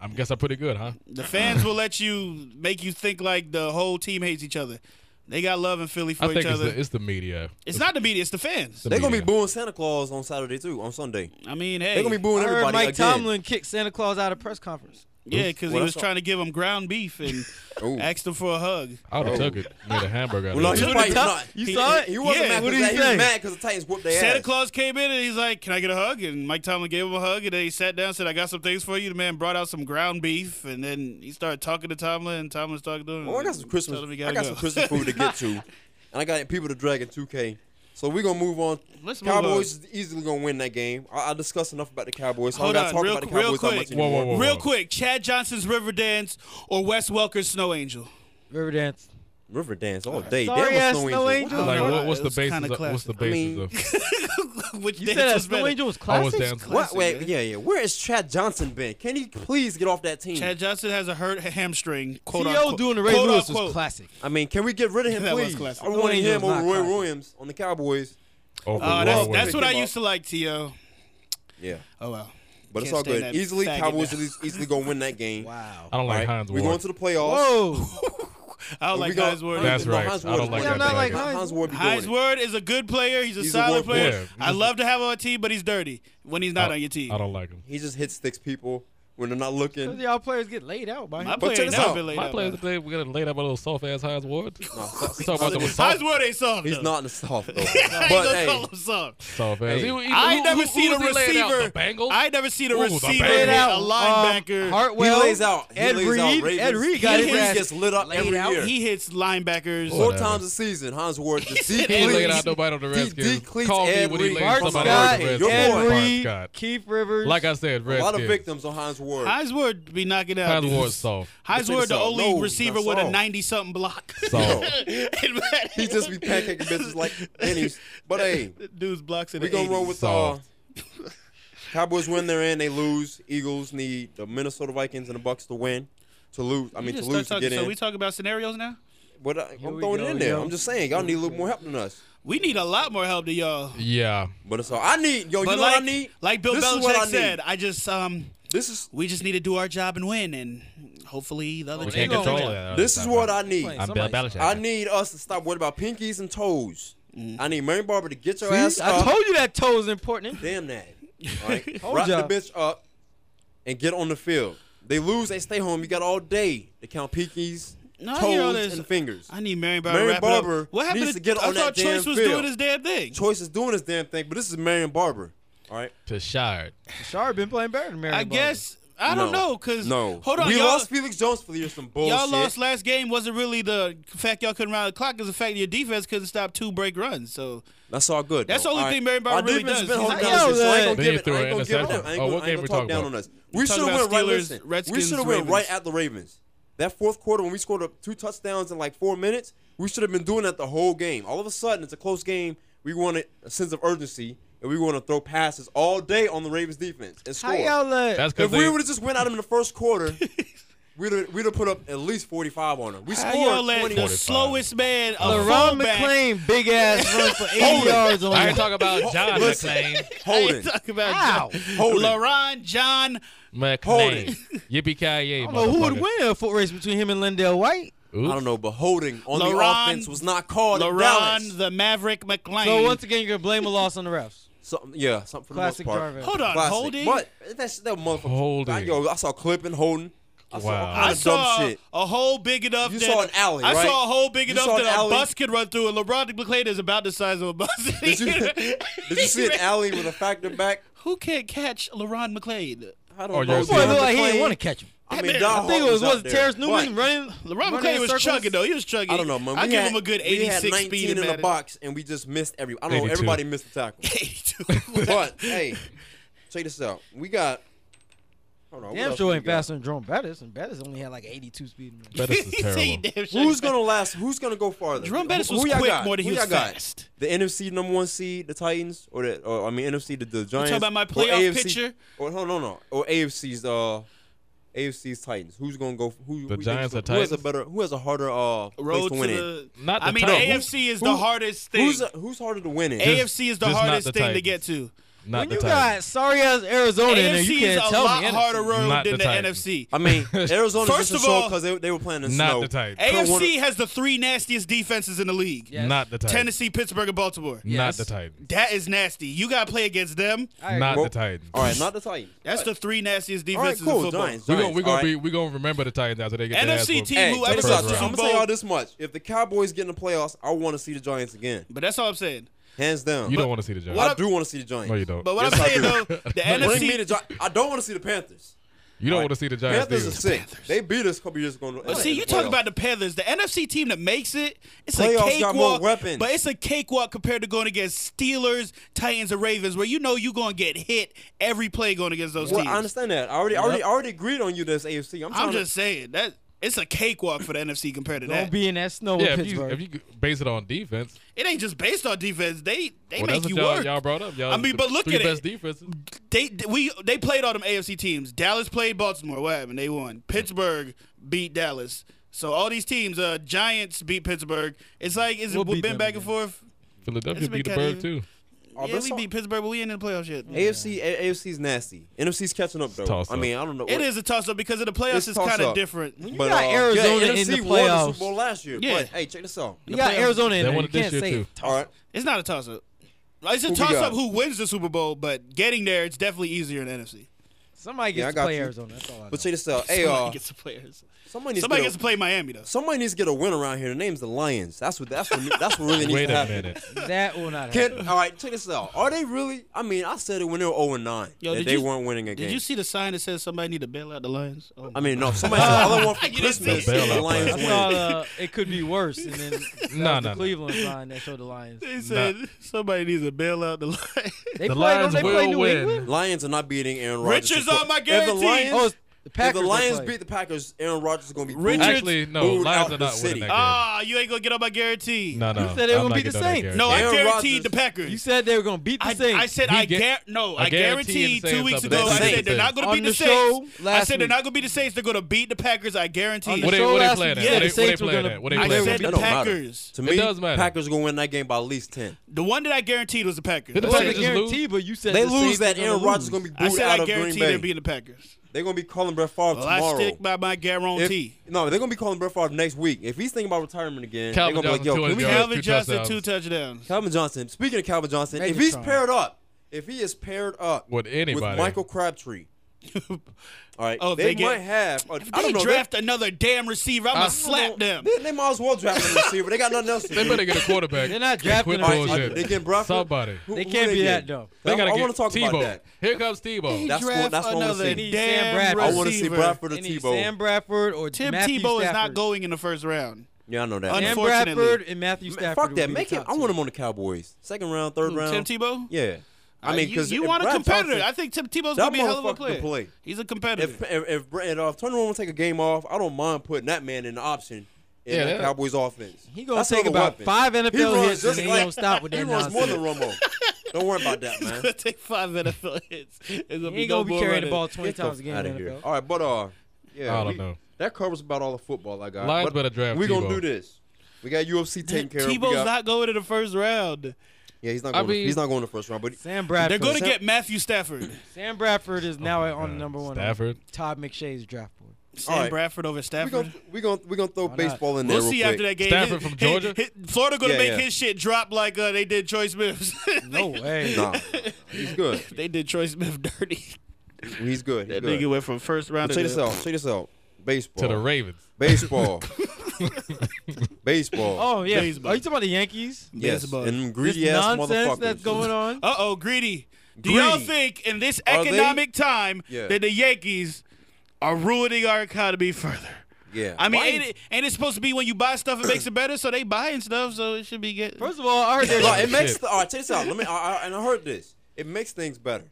Speaker 4: I guess I'm pretty good, huh?
Speaker 2: The fans will let you make you think like the whole team hates each other. They got love in Philly for
Speaker 4: I
Speaker 2: each
Speaker 4: think it's
Speaker 2: other.
Speaker 4: the,
Speaker 2: It's,
Speaker 4: it's the media.
Speaker 2: not the media. It's the fans.
Speaker 3: They're gonna be booing Santa Claus on Saturday too, on Sunday.
Speaker 2: I mean, hey,
Speaker 3: They're gonna be booing
Speaker 1: I heard
Speaker 3: everybody
Speaker 1: Mike
Speaker 3: again.
Speaker 1: Tomlin kicked Santa Claus out of press conference.
Speaker 2: yeah, because he
Speaker 3: Well,
Speaker 2: was
Speaker 3: that's all-
Speaker 2: trying to give them ground beef and
Speaker 3: Ooh.
Speaker 2: asked them for a hug.
Speaker 4: I would have took it. Made a hamburger out
Speaker 3: Well, no,
Speaker 4: of
Speaker 3: he's
Speaker 4: it.
Speaker 3: probably
Speaker 2: Tough.
Speaker 3: Oh. not.
Speaker 1: You
Speaker 2: He-
Speaker 1: saw it?
Speaker 3: He wasn't
Speaker 2: Yeah,
Speaker 3: mad
Speaker 1: what
Speaker 3: because
Speaker 1: did he
Speaker 3: he was
Speaker 1: say?
Speaker 3: mad 'cause the Titans whooped their
Speaker 2: Santa
Speaker 3: ass.
Speaker 2: Claus came in and he's like, "Can I get a hug?" And Mike Tomlin gave him a hug, and then he sat down, and said, "I got some things for you." The man brought out some ground beef, and then he started talking to Tomlin, and Tomlin's talking to him.
Speaker 3: Well, Oh, I
Speaker 2: and
Speaker 3: got some
Speaker 2: told him he
Speaker 3: Christmas. I
Speaker 2: gotta
Speaker 3: got
Speaker 2: go.
Speaker 3: some Christmas food to get to, and I got people to drag in 2K. So we're gonna move on.
Speaker 2: Let's move
Speaker 3: Cowboys is easily gonna win that game. I, I discussed enough about the Cowboys. So
Speaker 2: Hold
Speaker 3: I don't
Speaker 2: on,
Speaker 3: gotta talk
Speaker 2: real
Speaker 3: about the
Speaker 2: qu- real
Speaker 3: Cowboys that
Speaker 2: quick.
Speaker 3: much
Speaker 4: Whoa, whoa,
Speaker 3: anymore.
Speaker 4: whoa.
Speaker 2: Real quick, Chad Johnson's Riverdance or Wes Welker's Snow Angel?
Speaker 1: Riverdance.
Speaker 3: River dance all day.
Speaker 1: Sorry,
Speaker 3: Damn,
Speaker 1: ass
Speaker 3: Snow
Speaker 1: Snow
Speaker 3: Angel.
Speaker 1: Angel.
Speaker 4: Like,
Speaker 2: Oh,
Speaker 4: what, what's
Speaker 2: it
Speaker 4: the
Speaker 2: was
Speaker 4: basis?
Speaker 2: kinda
Speaker 4: Of, what's the
Speaker 3: classic. I
Speaker 4: basis
Speaker 3: mean-
Speaker 4: of? oh,
Speaker 2: Which
Speaker 1: You
Speaker 2: dance
Speaker 1: said that
Speaker 2: was
Speaker 1: Snow
Speaker 2: better?
Speaker 1: Angel was
Speaker 4: I was
Speaker 1: classic.
Speaker 4: dancing.
Speaker 3: What? Wait,
Speaker 2: man.
Speaker 3: yeah, yeah. Where is Chad Johnson been? Can he please get off that team?
Speaker 2: Chad Johnson has a hurt hamstring. Quote
Speaker 1: T.O.
Speaker 2: unquote,
Speaker 1: E doing the Ray
Speaker 2: quote,
Speaker 1: Lewis
Speaker 2: unquote.
Speaker 1: was classic.
Speaker 3: I mean, can we get rid of him,
Speaker 2: That was
Speaker 3: please?
Speaker 2: classic.
Speaker 3: I wanted
Speaker 1: Angel
Speaker 3: him
Speaker 1: was
Speaker 3: over
Speaker 1: not
Speaker 3: Roy
Speaker 1: classic.
Speaker 3: Williams on the Cowboys.
Speaker 4: Oh,
Speaker 2: Uh, that's
Speaker 3: Whoa,
Speaker 2: that's
Speaker 3: whoa.
Speaker 2: what I used to like, T.O.
Speaker 3: Yeah,
Speaker 2: Oh, wow.
Speaker 3: but it's
Speaker 2: Can't
Speaker 3: all
Speaker 2: stand
Speaker 3: good.
Speaker 2: that
Speaker 3: Easily,
Speaker 2: faggot
Speaker 3: Cowboys
Speaker 2: now.
Speaker 3: at least easily gonna win that game.
Speaker 1: Wow.
Speaker 4: I don't like Heinz
Speaker 3: We're
Speaker 4: Ward.
Speaker 3: going to the playoffs.
Speaker 1: Whoa.
Speaker 2: I don't
Speaker 3: We
Speaker 2: like
Speaker 3: got-
Speaker 2: Heinz Ward.
Speaker 4: Oh. That's
Speaker 3: No,
Speaker 4: right.
Speaker 3: Heinz
Speaker 4: I
Speaker 3: Ward
Speaker 4: don't
Speaker 3: is
Speaker 4: like
Speaker 3: doing
Speaker 1: Yeah,
Speaker 4: that.
Speaker 1: I'm not
Speaker 4: guy.
Speaker 1: like
Speaker 3: Heinz,
Speaker 1: Heinz
Speaker 3: Ward be doing
Speaker 2: Heinz
Speaker 3: it.
Speaker 2: Ward is a good player. He's a
Speaker 3: He's a
Speaker 2: solid
Speaker 3: one-
Speaker 2: player.
Speaker 4: Yeah, he's
Speaker 2: I
Speaker 4: a-
Speaker 2: love to have him on a team, but he's dirty when he's not on your team.
Speaker 4: I don't like him.
Speaker 3: He just hit sticks people when they're not looking.
Speaker 1: Y'all players get laid out by
Speaker 2: My
Speaker 1: him.
Speaker 3: But
Speaker 2: player
Speaker 3: check this
Speaker 2: never
Speaker 3: out.
Speaker 2: been laid
Speaker 4: My
Speaker 2: out,
Speaker 4: players
Speaker 2: man.
Speaker 4: today, we're gonna lay that with a little soft ass Heinz Ward. Talk about them
Speaker 3: He's
Speaker 4: soft,
Speaker 2: Heinz Ward ain't soft. though.
Speaker 3: not in the soft though.
Speaker 2: I ain't
Speaker 3: but
Speaker 2: gonna
Speaker 3: hey,
Speaker 2: call him soft.
Speaker 4: soft ass.
Speaker 3: Hey.
Speaker 4: He- he-
Speaker 2: I
Speaker 4: who-
Speaker 2: ain't never
Speaker 4: who-
Speaker 2: seen
Speaker 4: who
Speaker 2: a
Speaker 4: was he laying out?
Speaker 2: receiver.
Speaker 4: The Bengals.
Speaker 2: I ain't never seen a
Speaker 4: Oh. Ooh, the Uh,
Speaker 2: receiver,
Speaker 4: Bengals.
Speaker 1: Laid
Speaker 2: a
Speaker 1: out,
Speaker 2: linebacker.
Speaker 1: Um, Hartwell.
Speaker 3: he lays out. He
Speaker 1: Ed
Speaker 3: lays
Speaker 1: Reed.
Speaker 3: out. Ravens.
Speaker 1: Ed Reed got
Speaker 3: he
Speaker 1: his
Speaker 3: just
Speaker 1: ass
Speaker 3: gets lit up
Speaker 1: laid
Speaker 3: every
Speaker 1: out.
Speaker 3: year.
Speaker 2: He hits linebackers.
Speaker 3: Four
Speaker 4: Whatever.
Speaker 3: times a season, Heinz Ward just
Speaker 2: He ain't
Speaker 4: He ain't
Speaker 3: depletes-
Speaker 4: laying out nobody on the
Speaker 3: de-
Speaker 4: Redskins.
Speaker 3: decleats
Speaker 4: Call me
Speaker 3: Ed
Speaker 4: when he
Speaker 3: Reed.
Speaker 4: lays
Speaker 1: Mark
Speaker 4: somebody
Speaker 1: Scott,
Speaker 4: on the
Speaker 3: Hey,
Speaker 4: Redskins.
Speaker 3: your
Speaker 1: Ed
Speaker 3: boy.
Speaker 4: Mark
Speaker 1: Reed,
Speaker 4: Scott.
Speaker 1: Keith Rivers.
Speaker 4: Like I said,
Speaker 3: A
Speaker 4: Redskins.
Speaker 3: lot of victims on Heinz Ward.
Speaker 2: Heinz Ward be knocking out.
Speaker 4: Heinz
Speaker 2: dudes.
Speaker 4: Ward's soft.
Speaker 2: Heinz
Speaker 3: But
Speaker 2: Ward, the
Speaker 3: check this out.
Speaker 2: only
Speaker 3: No,
Speaker 2: receiver
Speaker 3: that's
Speaker 2: with a
Speaker 3: all.
Speaker 2: ninety something block.
Speaker 4: Soft.
Speaker 3: He just be pancaking bitches like pennies. But hey,
Speaker 2: dudes blocks in
Speaker 3: we
Speaker 2: the
Speaker 3: gonna
Speaker 2: 80s.
Speaker 3: roll with uh,
Speaker 4: Soft.
Speaker 3: Cowboys win their end, they lose. Eagles need the Minnesota Vikings and the Bucks to win. To lose, I
Speaker 2: You
Speaker 3: mean to
Speaker 2: just
Speaker 3: lose to
Speaker 2: start talking-
Speaker 3: get in.
Speaker 2: So we talking about scenarios now.
Speaker 3: But I, I'm
Speaker 1: we
Speaker 3: throwing
Speaker 1: go,
Speaker 3: it in there.
Speaker 1: yo.
Speaker 3: I'm just saying, y'all need a little more help than us.
Speaker 2: We need a lot more help to y'all.
Speaker 4: Yeah.
Speaker 3: But it's all I need. Yo, you
Speaker 2: But
Speaker 3: know
Speaker 2: like,
Speaker 3: what I need?
Speaker 2: like Bill
Speaker 3: this is what I
Speaker 2: Belichick
Speaker 3: need.
Speaker 2: said, I just um,
Speaker 3: This is
Speaker 2: we just need to do our job and win, and hopefully the other
Speaker 4: We
Speaker 2: team
Speaker 4: can't
Speaker 1: gonna
Speaker 4: control
Speaker 1: win.
Speaker 4: that.
Speaker 3: this is what I need.
Speaker 4: I'm Bill Belichick.
Speaker 3: I need us to stop worrying about pinkies and toes. I need Mary Barber to get your ass
Speaker 1: Mm. See, I
Speaker 3: up.
Speaker 1: told you that toe is important.
Speaker 3: Damn that. All right,
Speaker 1: Told
Speaker 3: rock
Speaker 1: ya.
Speaker 3: the bitch up and get on the field. They lose, they stay home. You got all day to count pinkies,
Speaker 2: No, I hear all
Speaker 3: toes,
Speaker 2: this.
Speaker 3: and fingers.
Speaker 2: I need Marion Barber.
Speaker 3: Marion
Speaker 2: to wrap it up.
Speaker 3: Barber
Speaker 2: What happened
Speaker 3: needs to get
Speaker 2: I
Speaker 3: on
Speaker 2: thought
Speaker 3: that
Speaker 2: Choice
Speaker 3: damn
Speaker 2: was
Speaker 3: field.
Speaker 2: doing his damn thing.
Speaker 3: Choice is doing this damn thing, but this is Marion Barber. All right.
Speaker 4: to Shard.
Speaker 1: Shar been playing better than Mary.
Speaker 2: I guess I don't
Speaker 3: No.
Speaker 2: know, cause
Speaker 3: no.
Speaker 2: hold on,
Speaker 3: we
Speaker 2: y'all,
Speaker 3: lost Felix Jones for the year. Some bullshit.
Speaker 2: y'all lost last game wasn't really the fact y'all couldn't run the clock, is the fact your defense couldn't stop two break runs. So
Speaker 3: That's all good.
Speaker 2: That's
Speaker 3: though.
Speaker 2: the only
Speaker 3: All
Speaker 2: thing Mary Brown
Speaker 3: Our
Speaker 2: really
Speaker 3: defense has
Speaker 2: does.
Speaker 3: Been
Speaker 2: He's
Speaker 3: holding
Speaker 2: like,
Speaker 3: down
Speaker 1: yo,
Speaker 3: since- so I ain't gonna
Speaker 4: Then
Speaker 3: give
Speaker 4: he
Speaker 3: it.
Speaker 4: threw
Speaker 3: I
Speaker 4: an
Speaker 3: ain't gonna give it. up.
Speaker 4: interception.
Speaker 3: I ain't
Speaker 4: Oh, what
Speaker 3: gonna- I ain't
Speaker 4: game we
Speaker 3: gonna talk
Speaker 4: talking
Speaker 3: down
Speaker 4: about?
Speaker 3: on us. We
Speaker 2: Talking
Speaker 3: should have
Speaker 2: about
Speaker 3: went right.
Speaker 2: Steelers,
Speaker 3: Listen, we
Speaker 2: Redskins,
Speaker 3: should have went right
Speaker 2: Ravens.
Speaker 3: at the Ravens. That fourth quarter when we scored up two touchdowns in like four minutes, we should have been doing that the whole game. All of a sudden, it's a close game. We want a a sense of urgency, and we want to throw passes all day on the Ravens defense and score.
Speaker 1: How y'all let?
Speaker 4: That's
Speaker 3: if
Speaker 4: because
Speaker 3: we would have just went at them in the first quarter, we'd have, we'd have put up at least forty five on them. We
Speaker 2: How
Speaker 3: scored
Speaker 2: y'all let
Speaker 3: 20.
Speaker 2: the
Speaker 4: 45.
Speaker 2: slowest man, a
Speaker 1: LeRon
Speaker 2: fullback-
Speaker 1: McClain, big ass run for 80 yards on
Speaker 4: I
Speaker 1: you.
Speaker 4: ain't talking about John
Speaker 3: Listen.
Speaker 4: McClain.
Speaker 3: Holding.
Speaker 2: Talk about
Speaker 1: How?
Speaker 2: John.
Speaker 3: Hold it.
Speaker 2: LaRon John.
Speaker 3: Hold
Speaker 4: McClain.
Speaker 3: it.
Speaker 4: Yippee ki yay!
Speaker 1: I don't know who would win a foot race between him and Lindell White.
Speaker 3: I don't know, but holding on
Speaker 2: LaRon-
Speaker 3: the offense was not called in Dallas.
Speaker 2: LaRon the Maverick McClain.
Speaker 1: So once again, you're gonna blame a loss on the refs.
Speaker 3: Something, yeah, something for
Speaker 1: Classic
Speaker 3: the most part.
Speaker 1: Jarvis.
Speaker 2: Hold on,
Speaker 3: Classic.
Speaker 2: holding.
Speaker 3: What? That's that motherfucker.
Speaker 4: Holding.
Speaker 3: I, yo, I saw Clipping holding. I saw
Speaker 4: Wow.
Speaker 3: all
Speaker 2: I
Speaker 3: kind of
Speaker 2: saw
Speaker 3: dumb shit.
Speaker 2: a hole big enough.
Speaker 3: You
Speaker 2: that,
Speaker 3: saw an alley,
Speaker 2: I
Speaker 3: right?
Speaker 2: saw a hole big
Speaker 3: You
Speaker 2: enough
Speaker 3: saw
Speaker 2: that
Speaker 3: an
Speaker 2: a
Speaker 3: alley?
Speaker 2: bus could run through, and LeBron McClain is about the size of a bus.
Speaker 3: Did you, did you see an alley with a factor back?
Speaker 2: Who can't catch LaRon McClain?
Speaker 3: I
Speaker 4: Oh,
Speaker 3: don't
Speaker 4: you're
Speaker 3: know.
Speaker 1: Boy, it looked like he
Speaker 3: McClain.
Speaker 1: didn't want to catch him.
Speaker 3: I mean,
Speaker 2: I
Speaker 3: Don
Speaker 1: I think it was
Speaker 3: Hart
Speaker 1: was
Speaker 3: out
Speaker 1: Terrence
Speaker 3: there.
Speaker 1: Newman
Speaker 3: But
Speaker 1: running.
Speaker 2: LaRon
Speaker 1: running
Speaker 2: McClain
Speaker 1: in
Speaker 2: was
Speaker 1: circles?
Speaker 2: chugging though. He was chugging.
Speaker 3: I don't know, man.
Speaker 2: I
Speaker 3: we
Speaker 2: give
Speaker 3: had-
Speaker 2: him a good
Speaker 3: we had
Speaker 2: 86 speed
Speaker 3: 19 in the box, and we just missed every. I don't know.
Speaker 4: 82.
Speaker 3: Everybody missed the tackle.
Speaker 2: 82.
Speaker 3: but hey, check this out. We got. Hold on. what
Speaker 1: Damn
Speaker 3: else
Speaker 1: sure
Speaker 3: we
Speaker 1: ain't
Speaker 3: got?
Speaker 1: faster than Jerome Bettis, and Bettis only had like 82 speed. in the-
Speaker 4: That is terrible.
Speaker 3: Who's gonna last? Who's gonna go farther?
Speaker 2: Jerome Bettis
Speaker 3: Who-
Speaker 2: was
Speaker 3: who y'all
Speaker 2: quick
Speaker 3: got?
Speaker 2: more than he
Speaker 3: Who
Speaker 2: was
Speaker 3: y'all got?
Speaker 2: fast.
Speaker 3: The NFC number one seed, the Titans, or the or, I mean NFC the, the Giants.
Speaker 2: about my
Speaker 3: or
Speaker 2: playoff
Speaker 3: AFC
Speaker 2: picture?
Speaker 3: Or no, no, no. Or AFC's uh, AFC's Titans. Who's gonna go? Who who you think's
Speaker 4: Giants
Speaker 3: gonna-
Speaker 4: or
Speaker 3: Who has a
Speaker 4: Titans?
Speaker 3: better? Who has a harder uh place
Speaker 2: road
Speaker 3: to
Speaker 2: to
Speaker 3: win in?
Speaker 2: the?
Speaker 4: Not
Speaker 2: I
Speaker 4: the
Speaker 2: mean,
Speaker 4: top.
Speaker 2: the AFC is the
Speaker 3: who-
Speaker 2: hardest thing.
Speaker 3: Who's who's harder to win in?
Speaker 2: AFC is the
Speaker 4: Just not
Speaker 2: hardest
Speaker 4: the
Speaker 2: thing to
Speaker 4: Titans.
Speaker 2: get to.
Speaker 4: Not
Speaker 1: When
Speaker 4: the
Speaker 1: you
Speaker 4: Titans.
Speaker 1: got sorry ass Arizona in there, you
Speaker 2: AFC is
Speaker 1: can't
Speaker 2: a
Speaker 1: tell
Speaker 2: lot
Speaker 1: me.
Speaker 2: harder road
Speaker 4: Not
Speaker 2: than
Speaker 4: the
Speaker 2: the
Speaker 4: Titans.
Speaker 2: NFC.
Speaker 3: I mean, Arizona's
Speaker 2: First
Speaker 3: just a
Speaker 2: of
Speaker 3: show
Speaker 2: all-
Speaker 3: because they, they were playing in
Speaker 4: Not
Speaker 3: snow.
Speaker 4: the Titans.
Speaker 3: Don't wanna-
Speaker 2: AFC has the three nastiest defenses in the league:
Speaker 1: Yes.
Speaker 4: Not the Titans.
Speaker 2: Tennessee, Pittsburgh, and Baltimore.
Speaker 4: Not
Speaker 1: Yes.
Speaker 4: the Titans.
Speaker 2: That is nasty. You got to play against them.
Speaker 1: agree.
Speaker 4: Not
Speaker 3: Well,
Speaker 4: the Titans.
Speaker 3: All right, not the Titans.
Speaker 2: That's the three nastiest
Speaker 3: all right,
Speaker 2: defenses in
Speaker 3: cool.
Speaker 2: football.
Speaker 3: Giants.
Speaker 4: We're gonna,
Speaker 3: Giants,
Speaker 4: we
Speaker 3: all
Speaker 4: gonna
Speaker 3: right.
Speaker 4: be we gonna remember the Titans after they get their ass
Speaker 2: NFC
Speaker 4: whooped.
Speaker 2: team
Speaker 3: Hey,
Speaker 2: whoever
Speaker 3: check this
Speaker 4: goes
Speaker 3: out.
Speaker 4: to the
Speaker 3: I'm
Speaker 2: Super
Speaker 3: gonna tell
Speaker 2: Bowl-
Speaker 3: y'all this much: if the Cowboys get in the playoffs, I want to see the Giants again,
Speaker 2: But that's all I'm saying.
Speaker 3: hands down.
Speaker 4: You don't want to see the Giants.
Speaker 3: I
Speaker 2: What-
Speaker 3: do want to see the Giants.
Speaker 4: No, you don't.
Speaker 2: But what
Speaker 3: Yes,
Speaker 2: I'm
Speaker 3: I
Speaker 2: saying
Speaker 3: do.
Speaker 2: though, the
Speaker 3: Bring me
Speaker 2: NFC,
Speaker 3: the Gi- I don't want to see the Panthers.
Speaker 4: You don't want to see the Giants.
Speaker 3: Panthers are
Speaker 4: either.
Speaker 3: sick. They beat us a couple years ago. in the-
Speaker 2: But
Speaker 3: in
Speaker 2: see,
Speaker 3: the
Speaker 2: you talk
Speaker 3: playoffs.
Speaker 2: about the Panthers, the NFC team that makes it. It's
Speaker 3: Playoffs
Speaker 2: a
Speaker 3: got
Speaker 2: cakewalk,
Speaker 3: more weapons.
Speaker 2: but it's a cakewalk compared to going against Steelers, Titans, and Ravens, where you know you're gonna get hit every play going against those
Speaker 3: Well,
Speaker 2: teams.
Speaker 3: I understand that. I already, I already, I already agreed on you. This AFC. I'm,
Speaker 2: I'm
Speaker 3: trying to-
Speaker 2: just saying that it's a cakewalk for the NFC compared to
Speaker 1: Don't
Speaker 2: that.
Speaker 1: be in that snow
Speaker 4: Yeah,
Speaker 1: in
Speaker 4: if you,
Speaker 1: Pittsburgh.
Speaker 4: if you base it on defense,
Speaker 2: it ain't just based on defense. They they
Speaker 4: well, that's
Speaker 2: make
Speaker 4: what
Speaker 2: you
Speaker 4: y'all,
Speaker 2: work.
Speaker 4: y'all brought up. Y'all
Speaker 2: I mean,
Speaker 4: the
Speaker 2: but look
Speaker 4: three
Speaker 2: at it.
Speaker 4: best defenses.
Speaker 2: They we they played all them AFC teams. Dallas played Baltimore. What happened? They won. Pittsburgh beat Dallas. So all these teams, uh, Giants beat Pittsburgh. It's like it's
Speaker 1: We'll
Speaker 2: we've
Speaker 1: beat
Speaker 2: been
Speaker 1: them
Speaker 2: back and
Speaker 1: again.
Speaker 2: forth. It's
Speaker 4: Philadelphia
Speaker 2: been
Speaker 4: beat the
Speaker 2: kinda
Speaker 4: Berg
Speaker 2: even.
Speaker 4: too.
Speaker 3: Oh,
Speaker 2: yeah,
Speaker 3: that's
Speaker 2: we
Speaker 3: all-
Speaker 2: beat Pittsburgh, but we ain't in the playoffs yet.
Speaker 3: AFC. A- AFC's nasty. NFC's catching up though.
Speaker 4: toss
Speaker 3: I mean, I don't know.
Speaker 2: It is a toss up because of the playoffs. It's kind of different.
Speaker 3: But
Speaker 1: got
Speaker 3: uh,
Speaker 1: Arizona
Speaker 3: yeah,
Speaker 1: in
Speaker 3: NFC
Speaker 1: the
Speaker 3: won the
Speaker 1: playoffs.
Speaker 3: Super Bowl last year.
Speaker 2: Yeah.
Speaker 3: But hey, check this out.
Speaker 1: You got
Speaker 2: playoffs.
Speaker 1: Arizona in
Speaker 4: They
Speaker 1: there,
Speaker 4: won
Speaker 1: you
Speaker 4: it this
Speaker 1: can't
Speaker 4: year,
Speaker 1: say
Speaker 4: too.
Speaker 1: it.
Speaker 3: All right.
Speaker 2: It's not a toss up. It's a
Speaker 3: we
Speaker 2: toss up
Speaker 3: got?
Speaker 2: who wins the Super Bowl, but getting there, it's definitely easier in NFC.
Speaker 1: Somebody
Speaker 3: Yeah, I
Speaker 1: gets to
Speaker 3: got
Speaker 1: play
Speaker 3: you.
Speaker 1: Arizona. That's all I know.
Speaker 3: But check this out. Hey,
Speaker 2: Somebody
Speaker 3: uh,
Speaker 2: gets to play Arizona.
Speaker 3: somebody needs
Speaker 2: Somebody
Speaker 3: to.
Speaker 2: gets to play Miami though.
Speaker 3: Somebody needs to get a win around here. The name's the Lions. That's what. That's what. That's what really needs
Speaker 4: Wait
Speaker 3: to
Speaker 4: a
Speaker 3: happen.
Speaker 4: minute.
Speaker 1: That will not happen.
Speaker 3: Can, all right, check this out. Are they really? I mean, I said it when they were 0 and 9
Speaker 2: Yo,
Speaker 3: that
Speaker 2: did
Speaker 3: they
Speaker 2: you-
Speaker 3: weren't winning a
Speaker 2: Did
Speaker 3: game.
Speaker 2: you see the sign that says somebody need to bail out the Lions? Oh,
Speaker 3: I mean, no. Somebody said all I want for
Speaker 2: You didn't see
Speaker 3: Christmas
Speaker 4: it.
Speaker 3: is the
Speaker 4: Bailout
Speaker 3: Lions
Speaker 1: I
Speaker 3: win.
Speaker 1: saw the, it could be worse, and then that
Speaker 4: No,
Speaker 1: was the
Speaker 4: no, no.
Speaker 1: Cleveland sign that showed the Lions.
Speaker 2: they said somebody needs to bail out the Lions.
Speaker 1: They
Speaker 4: The
Speaker 1: play,
Speaker 4: Lions
Speaker 1: don't they play
Speaker 4: will
Speaker 1: New
Speaker 4: win.
Speaker 1: England?
Speaker 3: Lions are not beating Aaron Rodgers.
Speaker 2: Richards
Speaker 3: If the-
Speaker 2: on my
Speaker 3: If
Speaker 2: guarantee.
Speaker 3: the Lions,
Speaker 1: Oh, it's the
Speaker 3: if
Speaker 1: Packers.
Speaker 3: the
Speaker 1: they
Speaker 3: Lions
Speaker 1: play.
Speaker 3: beat the Packers, Aaron Rodgers is going to be booed-
Speaker 2: Richards-
Speaker 4: Actually, no,
Speaker 3: booed
Speaker 4: Lions
Speaker 3: out
Speaker 4: are
Speaker 3: the
Speaker 4: not
Speaker 3: city.
Speaker 4: winning that game.
Speaker 2: Ah, you ain't gonna get on my guarantee.
Speaker 4: no, no.
Speaker 1: You said they
Speaker 4: I'm
Speaker 1: were
Speaker 4: not
Speaker 1: beat the
Speaker 4: getting on that
Speaker 1: Saints.
Speaker 4: guarantee.
Speaker 2: No, I
Speaker 3: Aaron
Speaker 2: guaranteed
Speaker 3: Rodgers-
Speaker 2: the Packers.
Speaker 1: You said they were going to beat the
Speaker 2: I,
Speaker 1: Saints.
Speaker 2: I said
Speaker 4: He
Speaker 2: I
Speaker 4: get-
Speaker 2: gar- no,
Speaker 4: I
Speaker 2: I
Speaker 4: guarantee
Speaker 2: guaranteed
Speaker 4: the
Speaker 2: two
Speaker 4: Saints
Speaker 2: weeks
Speaker 4: up the
Speaker 2: ago. I
Speaker 4: Saints.
Speaker 2: said they're not going to
Speaker 1: On
Speaker 2: beat the,
Speaker 1: the show
Speaker 2: Saints. I
Speaker 1: last
Speaker 2: said they're
Speaker 1: week.
Speaker 2: not going to beat the Saints. They're going to beat the Packers. I guarantee.
Speaker 4: What
Speaker 2: it.
Speaker 4: they,
Speaker 1: show
Speaker 4: what they
Speaker 1: last
Speaker 4: playing
Speaker 1: week,
Speaker 4: at?
Speaker 1: yeah, the
Speaker 4: What they- what they
Speaker 1: Saints were
Speaker 4: playing
Speaker 1: gonna-
Speaker 4: at? What they
Speaker 2: I
Speaker 4: playing
Speaker 2: said
Speaker 4: at?
Speaker 2: the
Speaker 3: That don't matter.
Speaker 2: Packers.
Speaker 3: To me,
Speaker 4: does matter.
Speaker 3: Packers going to win that game by at least 10.
Speaker 2: The one that I guaranteed was the Packers.
Speaker 4: Did the
Speaker 1: It wasn't
Speaker 4: Packers
Speaker 1: a
Speaker 4: just lose?
Speaker 1: guarantee, but you said
Speaker 3: They
Speaker 1: the
Speaker 3: lose
Speaker 1: Saints were
Speaker 3: that Aaron
Speaker 1: gonna
Speaker 3: Rodgers is
Speaker 1: lose.
Speaker 3: going to be
Speaker 2: I
Speaker 3: booed
Speaker 2: said
Speaker 3: out
Speaker 2: I
Speaker 3: of Green
Speaker 2: guaranteed they'd
Speaker 3: Bay.
Speaker 2: beat the Packers.
Speaker 3: They're going to be calling Brett Favre
Speaker 2: Well,
Speaker 3: tomorrow.
Speaker 2: I stick by my
Speaker 3: If-
Speaker 2: guarantee.
Speaker 3: no, they're going to be calling Brett Favre next week. If he's thinking about retirement again,
Speaker 4: Calvin
Speaker 3: they're going to be like,
Speaker 4: Johnson,
Speaker 3: yo, can we
Speaker 4: two
Speaker 3: have
Speaker 2: Calvin
Speaker 4: two
Speaker 2: Johnson,
Speaker 4: touchdowns.
Speaker 2: two touchdowns.
Speaker 3: Calvin Johnson? Speaking of Calvin Johnson, if
Speaker 1: Megatron.
Speaker 3: he's paired up, if he is paired up
Speaker 4: With anybody.
Speaker 3: Michael Crabtree, All right.
Speaker 2: Oh, if
Speaker 3: they,
Speaker 2: they get-
Speaker 3: might have. uh, I
Speaker 2: They
Speaker 3: don't know.
Speaker 2: draft another damn receiver. I'm
Speaker 4: I
Speaker 2: gonna
Speaker 4: don't
Speaker 2: slap them.
Speaker 3: They, they might as well draft a receiver. They got nothing else to do.
Speaker 4: They better get a quarterback.
Speaker 1: They're not
Speaker 4: They quit
Speaker 1: drafting a receiver.
Speaker 4: bullshit.
Speaker 3: They getting Bradford.
Speaker 4: Somebody.
Speaker 3: Who-
Speaker 1: They
Speaker 3: who
Speaker 1: can't be
Speaker 3: get?
Speaker 1: that dumb.
Speaker 4: They gotta
Speaker 3: I, I
Speaker 4: get
Speaker 3: want to talk
Speaker 4: Tebow.
Speaker 3: about that.
Speaker 4: Here comes Tebow.
Speaker 3: That's what- that's what I wanna
Speaker 2: another
Speaker 1: Sam
Speaker 3: see.
Speaker 2: damn
Speaker 1: Bradford.
Speaker 3: I want to see
Speaker 2: receiver.
Speaker 3: Bradford or
Speaker 1: They need
Speaker 3: Tebow.
Speaker 1: Sam Bradford or
Speaker 2: Tim
Speaker 1: Matthew
Speaker 2: Tebow is not
Speaker 1: Stafford.
Speaker 2: going in the first round.
Speaker 3: yeah, I know that.
Speaker 2: Un-
Speaker 1: Sam
Speaker 2: Unfortunately.
Speaker 1: Bradford and Matthew
Speaker 3: Man,
Speaker 1: Stafford.
Speaker 3: fuck
Speaker 1: would
Speaker 3: that.
Speaker 1: be
Speaker 3: Make
Speaker 1: the
Speaker 3: him.
Speaker 1: top
Speaker 3: I want
Speaker 1: two.
Speaker 3: him on the Cowboys. Second round, third round.
Speaker 2: Tim Tebow. Uh,
Speaker 3: Yeah. I mean,
Speaker 2: you-
Speaker 3: because
Speaker 2: you, want a
Speaker 3: Brad
Speaker 2: competitor.
Speaker 3: Johnson-
Speaker 2: I think Tim Tebow's
Speaker 3: That
Speaker 2: gonna be a hell of a
Speaker 3: motherfucker
Speaker 2: player.
Speaker 3: can play.
Speaker 2: He's a competitor.
Speaker 3: if if, if, Brad- uh, if Tony Romo take a game off, I don't mind putting that man in the option in
Speaker 4: Yeah,
Speaker 3: the
Speaker 4: that-
Speaker 3: Cowboys offense.
Speaker 1: He gonna
Speaker 3: That's
Speaker 1: take
Speaker 3: another
Speaker 1: about
Speaker 3: weapon.
Speaker 1: five
Speaker 3: He
Speaker 1: NFL
Speaker 3: runs
Speaker 1: hits and
Speaker 3: just
Speaker 1: he
Speaker 3: like-
Speaker 1: don't stop with
Speaker 3: He
Speaker 1: that
Speaker 3: runs
Speaker 1: nonsense.
Speaker 3: more than Romo. Don't worry about that,
Speaker 2: He's
Speaker 3: man.
Speaker 2: gonna take five NFL hits. It's
Speaker 1: He ain't gonna
Speaker 2: no
Speaker 1: be
Speaker 2: more
Speaker 1: carrying the
Speaker 2: running.
Speaker 1: ball 20
Speaker 3: Get the
Speaker 1: times a
Speaker 3: f-
Speaker 1: game.
Speaker 3: outta
Speaker 1: in the
Speaker 3: here.
Speaker 1: NFL.
Speaker 3: All right, but uh, yeah,
Speaker 4: I don't
Speaker 3: we-
Speaker 4: know.
Speaker 3: That covers about all the football I got.
Speaker 4: Lions
Speaker 3: but
Speaker 4: better draft
Speaker 3: We gonna
Speaker 4: Tebow.
Speaker 3: do this. We got UFC taken care of. We
Speaker 2: Tebow's
Speaker 3: got-
Speaker 2: not going to the first round.
Speaker 3: Yeah, he's not.
Speaker 4: I
Speaker 3: Going to,
Speaker 4: mean-
Speaker 3: he's not going to first round. But
Speaker 1: Sam
Speaker 2: They're
Speaker 1: Bradford.
Speaker 2: going to get Matthew Stafford.
Speaker 1: Sam Bradford is now on the number one.
Speaker 4: Oh, Stafford.
Speaker 1: Todd McShay's draft board.
Speaker 2: Sam
Speaker 3: All right.
Speaker 2: Bradford over
Speaker 3: we gonna
Speaker 2: Stafford.
Speaker 3: we gonna we gonna throw
Speaker 1: not?
Speaker 3: baseball in there.
Speaker 2: We'll see
Speaker 3: real
Speaker 2: after
Speaker 3: quick.
Speaker 2: that game.
Speaker 4: Stafford from
Speaker 2: Hey,
Speaker 4: Georgia?
Speaker 2: hey, Florida going to
Speaker 3: Yeah,
Speaker 2: make
Speaker 3: yeah.
Speaker 2: his shit drop like uh, they did Troy Smith.
Speaker 1: No way.
Speaker 3: Nah, he's good.
Speaker 2: they did Troy Smith dirty.
Speaker 3: He's good. He's
Speaker 2: That
Speaker 3: good.
Speaker 2: nigga went from first round
Speaker 3: Check this out. Check this out. Baseball.
Speaker 4: To the Ravens.
Speaker 3: Baseball. baseball.
Speaker 1: Oh yeah.
Speaker 2: Baseball.
Speaker 1: Are you talking about the Yankees?
Speaker 3: yes.
Speaker 2: baseball.
Speaker 3: And them
Speaker 1: This
Speaker 3: greedy ass
Speaker 1: nonsense
Speaker 3: motherfuckers.
Speaker 1: that's going on.
Speaker 2: Uh oh, greedy. Do y'all
Speaker 3: Greedy.
Speaker 2: think in this
Speaker 3: Are they-
Speaker 2: economic time
Speaker 3: Yeah.
Speaker 2: that the Yankees are ruining our economy further?
Speaker 3: Yeah.
Speaker 2: I mean, ain't it, ain't it supposed to be when you buy stuff it makes it better? So they buying stuff, so it should be good.
Speaker 1: First of all, I heard
Speaker 3: No,
Speaker 1: that.
Speaker 3: it makes
Speaker 4: Shit.
Speaker 3: the, all right. Check this out. Let me. I, I, and I heard this. It makes things better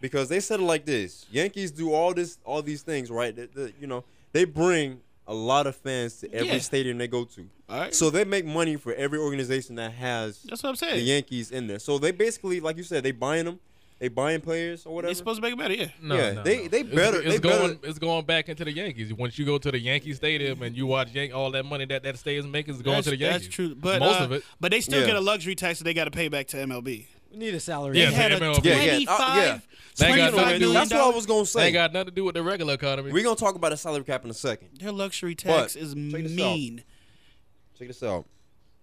Speaker 3: because they said it like this: Yankees do all this, all these things, right? The- the- you know, they bring a lot of fans to every
Speaker 2: Yeah.
Speaker 3: stadium they go to,
Speaker 2: all right,
Speaker 3: so they make money for every organization that has
Speaker 2: that's what I'm
Speaker 3: the
Speaker 2: saying.
Speaker 3: Yankees in there. So they basically, like you said, they buying them, they buying players or
Speaker 2: They're
Speaker 3: whatever.
Speaker 2: supposed to make it better, yeah.
Speaker 4: No,
Speaker 3: Yeah,
Speaker 4: no,
Speaker 3: they-
Speaker 4: no.
Speaker 3: they better-
Speaker 4: It's,
Speaker 3: they
Speaker 4: it's going.
Speaker 3: better-
Speaker 4: It's going back into the Yankees. Once you go to the Yankee Stadium and you watch Yan- all that money that that stadium's making is going
Speaker 2: that's,
Speaker 4: to the Yankees.
Speaker 2: That's true, but
Speaker 4: most
Speaker 2: uh,
Speaker 4: of it.
Speaker 2: But they still
Speaker 3: Yeah.
Speaker 2: get a luxury tax that they got to pay back to MLB.
Speaker 1: We need a salary.
Speaker 4: Yeah,
Speaker 2: They
Speaker 4: to
Speaker 2: had a
Speaker 4: MLB.
Speaker 3: yeah, yeah, uh, yeah.
Speaker 2: 25
Speaker 4: They got
Speaker 3: Speaking
Speaker 4: nothing
Speaker 3: of
Speaker 4: to
Speaker 3: which,
Speaker 4: do
Speaker 3: that's
Speaker 4: with
Speaker 3: what I was gonna
Speaker 4: They
Speaker 3: say.
Speaker 4: ain't got nothing to do with the regular economy.
Speaker 3: We're gonna talk about a salary cap in a second.
Speaker 2: Their luxury tax
Speaker 3: But,
Speaker 2: is
Speaker 3: check this out.
Speaker 2: mean.
Speaker 3: Check this out.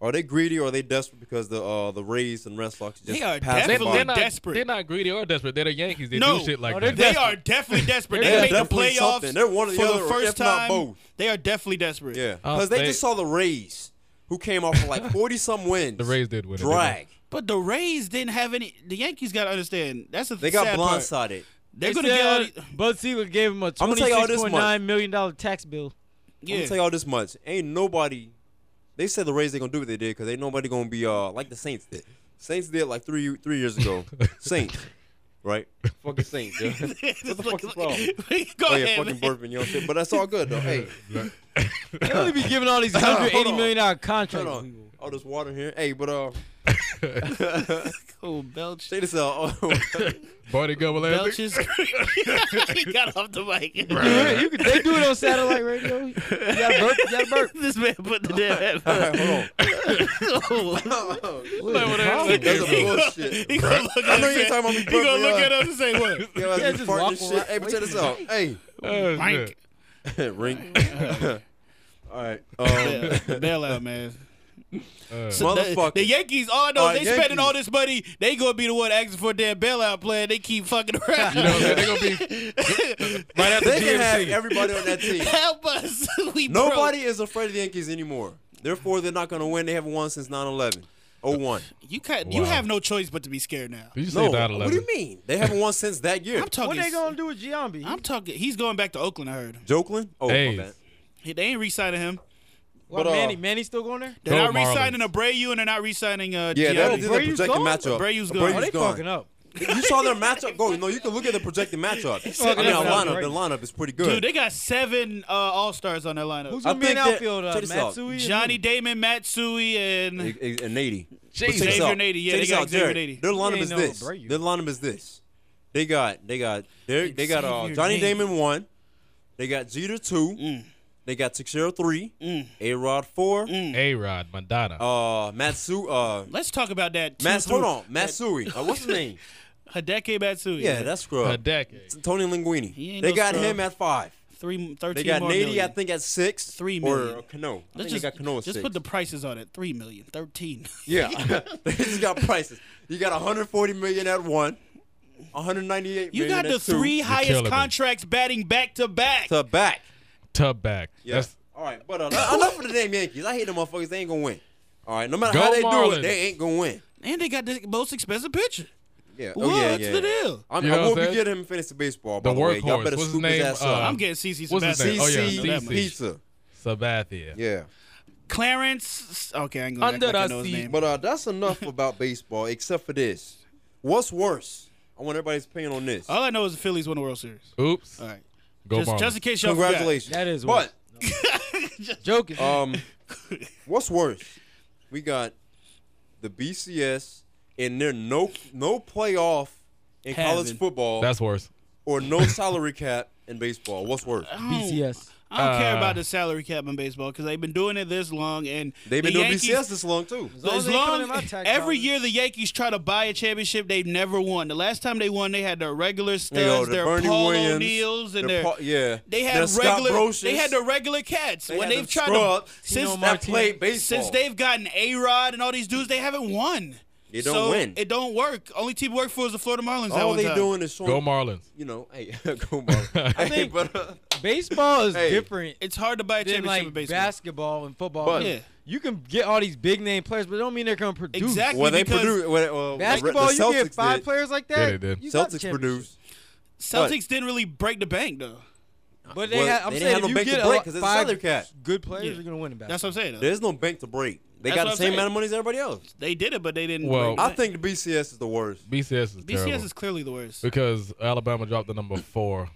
Speaker 3: Are they greedy or are they desperate because the uh, the Rays and Red Sox just
Speaker 2: They are
Speaker 3: passed
Speaker 4: they,
Speaker 2: definitely
Speaker 3: by?
Speaker 4: are not
Speaker 2: desperate.
Speaker 4: They're not greedy or desperate. They're the Yankees. They
Speaker 2: No. Oh,
Speaker 4: do shit like
Speaker 1: No,
Speaker 4: that.
Speaker 1: they're
Speaker 2: They are definitely desperate.
Speaker 1: They're
Speaker 2: They made the
Speaker 3: definitely
Speaker 2: playoffs
Speaker 3: something. They're one or the
Speaker 2: for
Speaker 3: other,
Speaker 2: the first
Speaker 3: if not
Speaker 2: time.
Speaker 3: both.
Speaker 2: They are definitely desperate.
Speaker 3: Yeah,
Speaker 4: Oh,
Speaker 3: because they,
Speaker 4: they-
Speaker 3: just saw the Rays, who came off of like forty some wins.
Speaker 4: The Rays did win it, didn't
Speaker 3: Drag.
Speaker 2: But the Rays didn't have any. The Yankees got to understand. That's the
Speaker 3: They got
Speaker 2: sad part.
Speaker 3: blindsided.
Speaker 1: They
Speaker 2: They're going to get all
Speaker 1: said Bud Selig gave him a
Speaker 3: gonna tell y'all this
Speaker 1: twenty-six point nine million dollar tax bill.
Speaker 2: the-
Speaker 3: I'm
Speaker 2: yeah.
Speaker 3: gonna tell y'all this much: ain't nobody. They said the Rays they gonna do what they did because ain't nobody gonna be uh like the Saints did. Saints did like three three years ago. Saints, right? Fucking Saints. Yeah. what the fuck is wrong?
Speaker 2: Go
Speaker 3: Oh yeah,
Speaker 2: ahead. man.
Speaker 3: fucking burping, you know shit. But that's all good though. Hey,
Speaker 1: They only be giving all these hundred eighty million dollar
Speaker 3: hold
Speaker 1: contracts. to
Speaker 3: on.
Speaker 1: people.
Speaker 3: Oh, there's water here. Hey, but uh,
Speaker 2: Oh, belch.
Speaker 3: say this out.
Speaker 4: Barty Gumble
Speaker 2: Belch is. he got off the mic.
Speaker 1: You could, they do it on satellite radio. You gotta burp. You gotta burp.
Speaker 2: this man put the damn.
Speaker 3: all right, hold
Speaker 2: Oh,
Speaker 3: on. That's a bullshit.
Speaker 2: He gonna look
Speaker 3: I
Speaker 2: at
Speaker 3: know you're
Speaker 2: us-
Speaker 3: talking about me
Speaker 2: He gonna
Speaker 3: burping,
Speaker 2: look
Speaker 3: yeah.
Speaker 2: at us and say what?
Speaker 3: Yo, that's
Speaker 1: Yeah,
Speaker 3: been
Speaker 1: just
Speaker 3: farting
Speaker 1: walk
Speaker 3: and shit.
Speaker 1: around-
Speaker 3: Hey, but check this out. Hey,
Speaker 4: Oh,
Speaker 2: Mike.
Speaker 3: ring. All right. Um,
Speaker 2: Bailout, man.
Speaker 4: Uh,
Speaker 3: Well,
Speaker 2: The,
Speaker 3: Motherfucker.
Speaker 2: the Yankees, all I know,
Speaker 3: All
Speaker 2: is
Speaker 3: right,
Speaker 2: they spending
Speaker 3: Yankees.
Speaker 2: all this money. They gonna be the one asking for a damn bailout plan. They keep fucking around.
Speaker 4: you know, what I'm saying? they're gonna be right after
Speaker 3: they can have
Speaker 4: GMC.
Speaker 3: everybody on that team.
Speaker 2: Help us. we broke.
Speaker 3: Nobody is afraid of the Yankees anymore. Therefore, they're not going to win. They haven't won since 9-11. 01.
Speaker 2: You can't. You
Speaker 4: Wow.
Speaker 2: have no choice but to be scared now.
Speaker 4: Did you say
Speaker 3: No,
Speaker 4: that
Speaker 3: what do you mean? They haven't won since that year.
Speaker 2: I'm talking.
Speaker 1: What they gonna do with Giambi?
Speaker 2: I'm talking. He's going back to Oakland. I heard.
Speaker 3: Jokeland? Oh, my
Speaker 4: Hey.
Speaker 3: bad.
Speaker 2: They ain't re-signing him.
Speaker 1: Why
Speaker 3: But, uh,
Speaker 1: Manny? Manny's still going there?
Speaker 2: They're
Speaker 4: Go
Speaker 2: not re-signing
Speaker 4: Marlins.
Speaker 2: Abreu and they're not re-signing. Uh,
Speaker 3: Yeah,
Speaker 2: Giambi.
Speaker 3: that is the
Speaker 1: Abreu's
Speaker 3: projected
Speaker 1: gone?
Speaker 3: matchup.
Speaker 2: Abreu's gone.
Speaker 1: Oh, they
Speaker 2: He's
Speaker 1: fucking up.
Speaker 3: You saw their matchup go. No, you can look at the projected matchup. I
Speaker 1: fucking
Speaker 3: mean,
Speaker 1: up.
Speaker 3: our lineup, their lineup is pretty good.
Speaker 2: Dude, they got seven uh, All Stars on their lineup.
Speaker 1: Who's
Speaker 3: I
Speaker 1: gonna be in
Speaker 3: think that-
Speaker 1: outfield? Uh,
Speaker 3: check this out.
Speaker 1: Matsui and who?
Speaker 2: Johnny Damon, Matsui, and
Speaker 3: A- a- and 80.
Speaker 4: Xavier
Speaker 2: Nady. Yeah, they got Xavier Nady.
Speaker 3: Their
Speaker 1: He
Speaker 3: lineup
Speaker 1: ain't
Speaker 3: is
Speaker 1: no
Speaker 3: this.
Speaker 1: Abreu.
Speaker 3: Their lineup is this. They got they got they they got uh,
Speaker 2: Xavier
Speaker 3: Johnny
Speaker 2: Nady.
Speaker 3: Damon one. They got Jeter two.
Speaker 2: Mm.
Speaker 3: They got Teixeira three. A Rod four.
Speaker 2: Mm.
Speaker 4: A Rod, Madonna.
Speaker 3: Uh, Matsu. Uh,
Speaker 2: let's talk about that. two
Speaker 3: Mats.
Speaker 2: through-
Speaker 3: Hold on, Matsui. Uh, what's his name?
Speaker 2: Hideki Matsui.
Speaker 3: Yeah, that's
Speaker 4: a
Speaker 3: scrub.
Speaker 4: decade.
Speaker 3: Tony Linguini.
Speaker 2: ain't
Speaker 3: They
Speaker 2: no
Speaker 3: got
Speaker 2: scrub.
Speaker 3: him at five.
Speaker 2: three, thirteen.
Speaker 3: They got
Speaker 2: more
Speaker 3: Nady,
Speaker 2: million.
Speaker 3: I think, at six.
Speaker 2: Three
Speaker 3: Or
Speaker 2: million.
Speaker 3: Cano. I
Speaker 2: Let's
Speaker 3: think they got Cano at
Speaker 2: just
Speaker 3: six.
Speaker 2: put the prices on it. Three million, thirteen.
Speaker 3: yeah, they just got prices. You got 140 million at one. 198.
Speaker 2: You
Speaker 3: million,
Speaker 2: got the
Speaker 3: that's two.
Speaker 2: three
Speaker 4: killing
Speaker 2: highest
Speaker 4: me.
Speaker 2: contracts batting back to back.
Speaker 3: to back.
Speaker 4: Tub back.
Speaker 3: Yeah.
Speaker 4: That's
Speaker 3: All right, but uh, enough of the damn Yankees. I hate them motherfuckers. They ain't gonna win. All right, no matter
Speaker 4: Go
Speaker 3: how they do
Speaker 4: Marlins.
Speaker 3: it, they ain't gonna win.
Speaker 2: And they got the most expensive pitcher.
Speaker 3: Yeah.
Speaker 2: Whoa,
Speaker 3: oh, yeah,
Speaker 2: that's
Speaker 3: yeah.
Speaker 2: the deal.
Speaker 3: I'm,
Speaker 4: You know
Speaker 3: I
Speaker 4: what
Speaker 3: won't
Speaker 4: I'm
Speaker 3: be
Speaker 4: saying?
Speaker 3: getting him fantasy baseball. By
Speaker 4: The
Speaker 3: the, way, y'all
Speaker 4: workhorse.
Speaker 3: better
Speaker 4: What's his
Speaker 3: scoop his,
Speaker 4: name?
Speaker 3: ass
Speaker 4: Uh,
Speaker 3: up.
Speaker 2: I'm getting CC
Speaker 4: What's his
Speaker 2: Sabathia.
Speaker 4: name? Oh, yeah,
Speaker 3: CC
Speaker 4: I know that much.
Speaker 3: Pizza.
Speaker 4: Sabathia.
Speaker 3: Yeah.
Speaker 2: Clarence. Okay, I ain't gonna act
Speaker 4: Under
Speaker 2: like I
Speaker 4: the
Speaker 2: know his
Speaker 4: sea.
Speaker 2: name.
Speaker 3: But uh, that's enough about baseball, except for this. What's worse? I want everybody's opinion on this.
Speaker 2: All I know is the Phillies won the World Series.
Speaker 4: Oops.
Speaker 2: All right.
Speaker 4: Go
Speaker 2: just,
Speaker 4: Marlins.
Speaker 2: just in case y'all forgot.
Speaker 3: Congratulations.
Speaker 1: That is
Speaker 3: But
Speaker 1: what joking.
Speaker 3: um, what's worse? We got the BCS, and there no no playoff in
Speaker 2: Heaven.
Speaker 3: college football,
Speaker 4: That's worse.
Speaker 3: or no salary cap in baseball. What's worse?
Speaker 2: I don't-
Speaker 1: BCS.
Speaker 2: I don't care
Speaker 4: Uh,
Speaker 2: about the salary cap in baseball because they've been doing it this long, and
Speaker 3: They've been
Speaker 2: the
Speaker 3: doing
Speaker 2: Yankees-
Speaker 3: BCS this long too.
Speaker 1: long as
Speaker 2: As
Speaker 1: they ain't coming
Speaker 2: long
Speaker 1: in my tax
Speaker 2: every
Speaker 1: dollars.
Speaker 2: year the Yankees try to buy a championship, they've never won. The last time they won, they had their regular studs,
Speaker 3: Yo, the
Speaker 2: their
Speaker 3: Bernie
Speaker 2: Paul
Speaker 3: Williams,
Speaker 2: O'Neills, and
Speaker 3: the
Speaker 2: their
Speaker 3: Pa- yeah,
Speaker 2: they
Speaker 3: the
Speaker 2: had
Speaker 3: Scott
Speaker 2: regular
Speaker 3: Brosius.
Speaker 2: they had the regular cats.
Speaker 3: They
Speaker 2: when
Speaker 3: had
Speaker 2: they've
Speaker 3: them
Speaker 2: tried
Speaker 3: scrubs
Speaker 2: to since
Speaker 1: Tino
Speaker 3: that
Speaker 1: Martinez.
Speaker 3: played baseball.
Speaker 2: since they've gotten A Rod and all these dudes, they haven't won.
Speaker 3: They don't
Speaker 2: So,
Speaker 3: win.
Speaker 2: It don't work. Only team work for is the Florida Marlins. that
Speaker 3: all
Speaker 2: one
Speaker 3: they
Speaker 2: time.
Speaker 3: doing is
Speaker 4: Go
Speaker 3: showing
Speaker 4: Marlins.
Speaker 3: you know, hey, go Marlins.
Speaker 4: I
Speaker 3: Hey,
Speaker 1: think-
Speaker 3: but, uh,
Speaker 1: Baseball is
Speaker 3: Hey.
Speaker 1: different
Speaker 2: It's hard to buy a
Speaker 1: than
Speaker 2: championship
Speaker 1: like
Speaker 2: in baseball.
Speaker 1: basketball and football.
Speaker 3: But-
Speaker 2: Yeah.
Speaker 1: You can get all these big name players, but it don't mean they're gonna produce.
Speaker 2: Exactly.
Speaker 3: well, they
Speaker 2: because
Speaker 3: produce well, well, the
Speaker 1: Basketball, you
Speaker 3: Celtics
Speaker 1: get five
Speaker 3: did.
Speaker 1: players like
Speaker 4: Yeah,
Speaker 1: that.
Speaker 4: they did.
Speaker 1: you got the
Speaker 3: Celtics
Speaker 1: championship.
Speaker 3: produced.
Speaker 2: Celtics didn't really break the bank though.
Speaker 1: but they
Speaker 3: Well,
Speaker 1: had. I'm
Speaker 3: they didn't
Speaker 1: saying
Speaker 3: have
Speaker 1: if
Speaker 3: no
Speaker 1: you
Speaker 3: bank to
Speaker 1: get a
Speaker 3: break
Speaker 1: lot-
Speaker 3: 'cause it's a
Speaker 1: five
Speaker 3: salary cap.
Speaker 1: good players,
Speaker 2: Yeah.
Speaker 1: you're gonna win in basketball.
Speaker 2: That's what I'm saying. Though.
Speaker 3: There's no bank to break. They
Speaker 2: That's what
Speaker 3: got the
Speaker 2: I'm
Speaker 3: same amount
Speaker 2: saying.
Speaker 3: of money as everybody else.
Speaker 2: They did it, but they didn't.
Speaker 4: Well,
Speaker 2: break the
Speaker 3: I
Speaker 2: bank.
Speaker 3: think the BCS is the worst
Speaker 4: BCS is
Speaker 2: BCS
Speaker 4: terrible.
Speaker 2: is clearly the worst.
Speaker 4: because Alabama dropped the number four.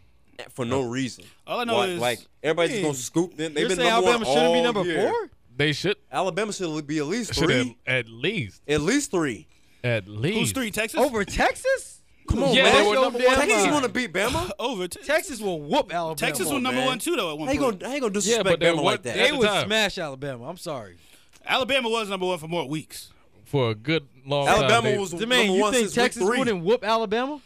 Speaker 3: for no reason.
Speaker 2: All I know
Speaker 3: Why-
Speaker 2: is-
Speaker 3: like everybody's
Speaker 1: Man.
Speaker 3: gonna scoop them. They've
Speaker 1: You're
Speaker 3: been
Speaker 1: saying
Speaker 3: number
Speaker 1: Alabama
Speaker 3: one
Speaker 1: shouldn't be
Speaker 3: all
Speaker 1: number
Speaker 3: year.
Speaker 1: four?
Speaker 4: They should
Speaker 3: Alabama should be at least
Speaker 4: should have
Speaker 3: three,
Speaker 4: at least
Speaker 3: at least three.
Speaker 4: at least
Speaker 2: Who's three? Texas
Speaker 1: Over Texas? Come on, man.
Speaker 4: Yeah, they
Speaker 1: That's
Speaker 4: were
Speaker 1: your
Speaker 4: number
Speaker 1: damn
Speaker 4: one.
Speaker 3: Texas
Speaker 1: mind.
Speaker 3: want to beat Bama.
Speaker 2: over Te-
Speaker 1: Texas will whoop Alabama.
Speaker 2: Texas
Speaker 3: Come
Speaker 2: was
Speaker 3: on,
Speaker 2: number
Speaker 3: man.
Speaker 2: one too though at one
Speaker 3: I ain't
Speaker 2: point.
Speaker 3: gonna, I ain't gonna
Speaker 4: Yeah,
Speaker 3: disrespect
Speaker 4: but they
Speaker 3: Bama
Speaker 4: want-
Speaker 3: like
Speaker 1: They
Speaker 4: at
Speaker 3: that.
Speaker 4: the
Speaker 1: would
Speaker 4: time.
Speaker 1: smash Alabama. I'm sorry.
Speaker 2: Alabama was number one for more weeks.
Speaker 4: for a good long time.
Speaker 3: Alabama
Speaker 4: they-
Speaker 3: was number
Speaker 1: Jermaine, you
Speaker 3: one
Speaker 1: think
Speaker 3: since week
Speaker 1: Texas
Speaker 3: 3
Speaker 1: wouldn't whoop Alabama?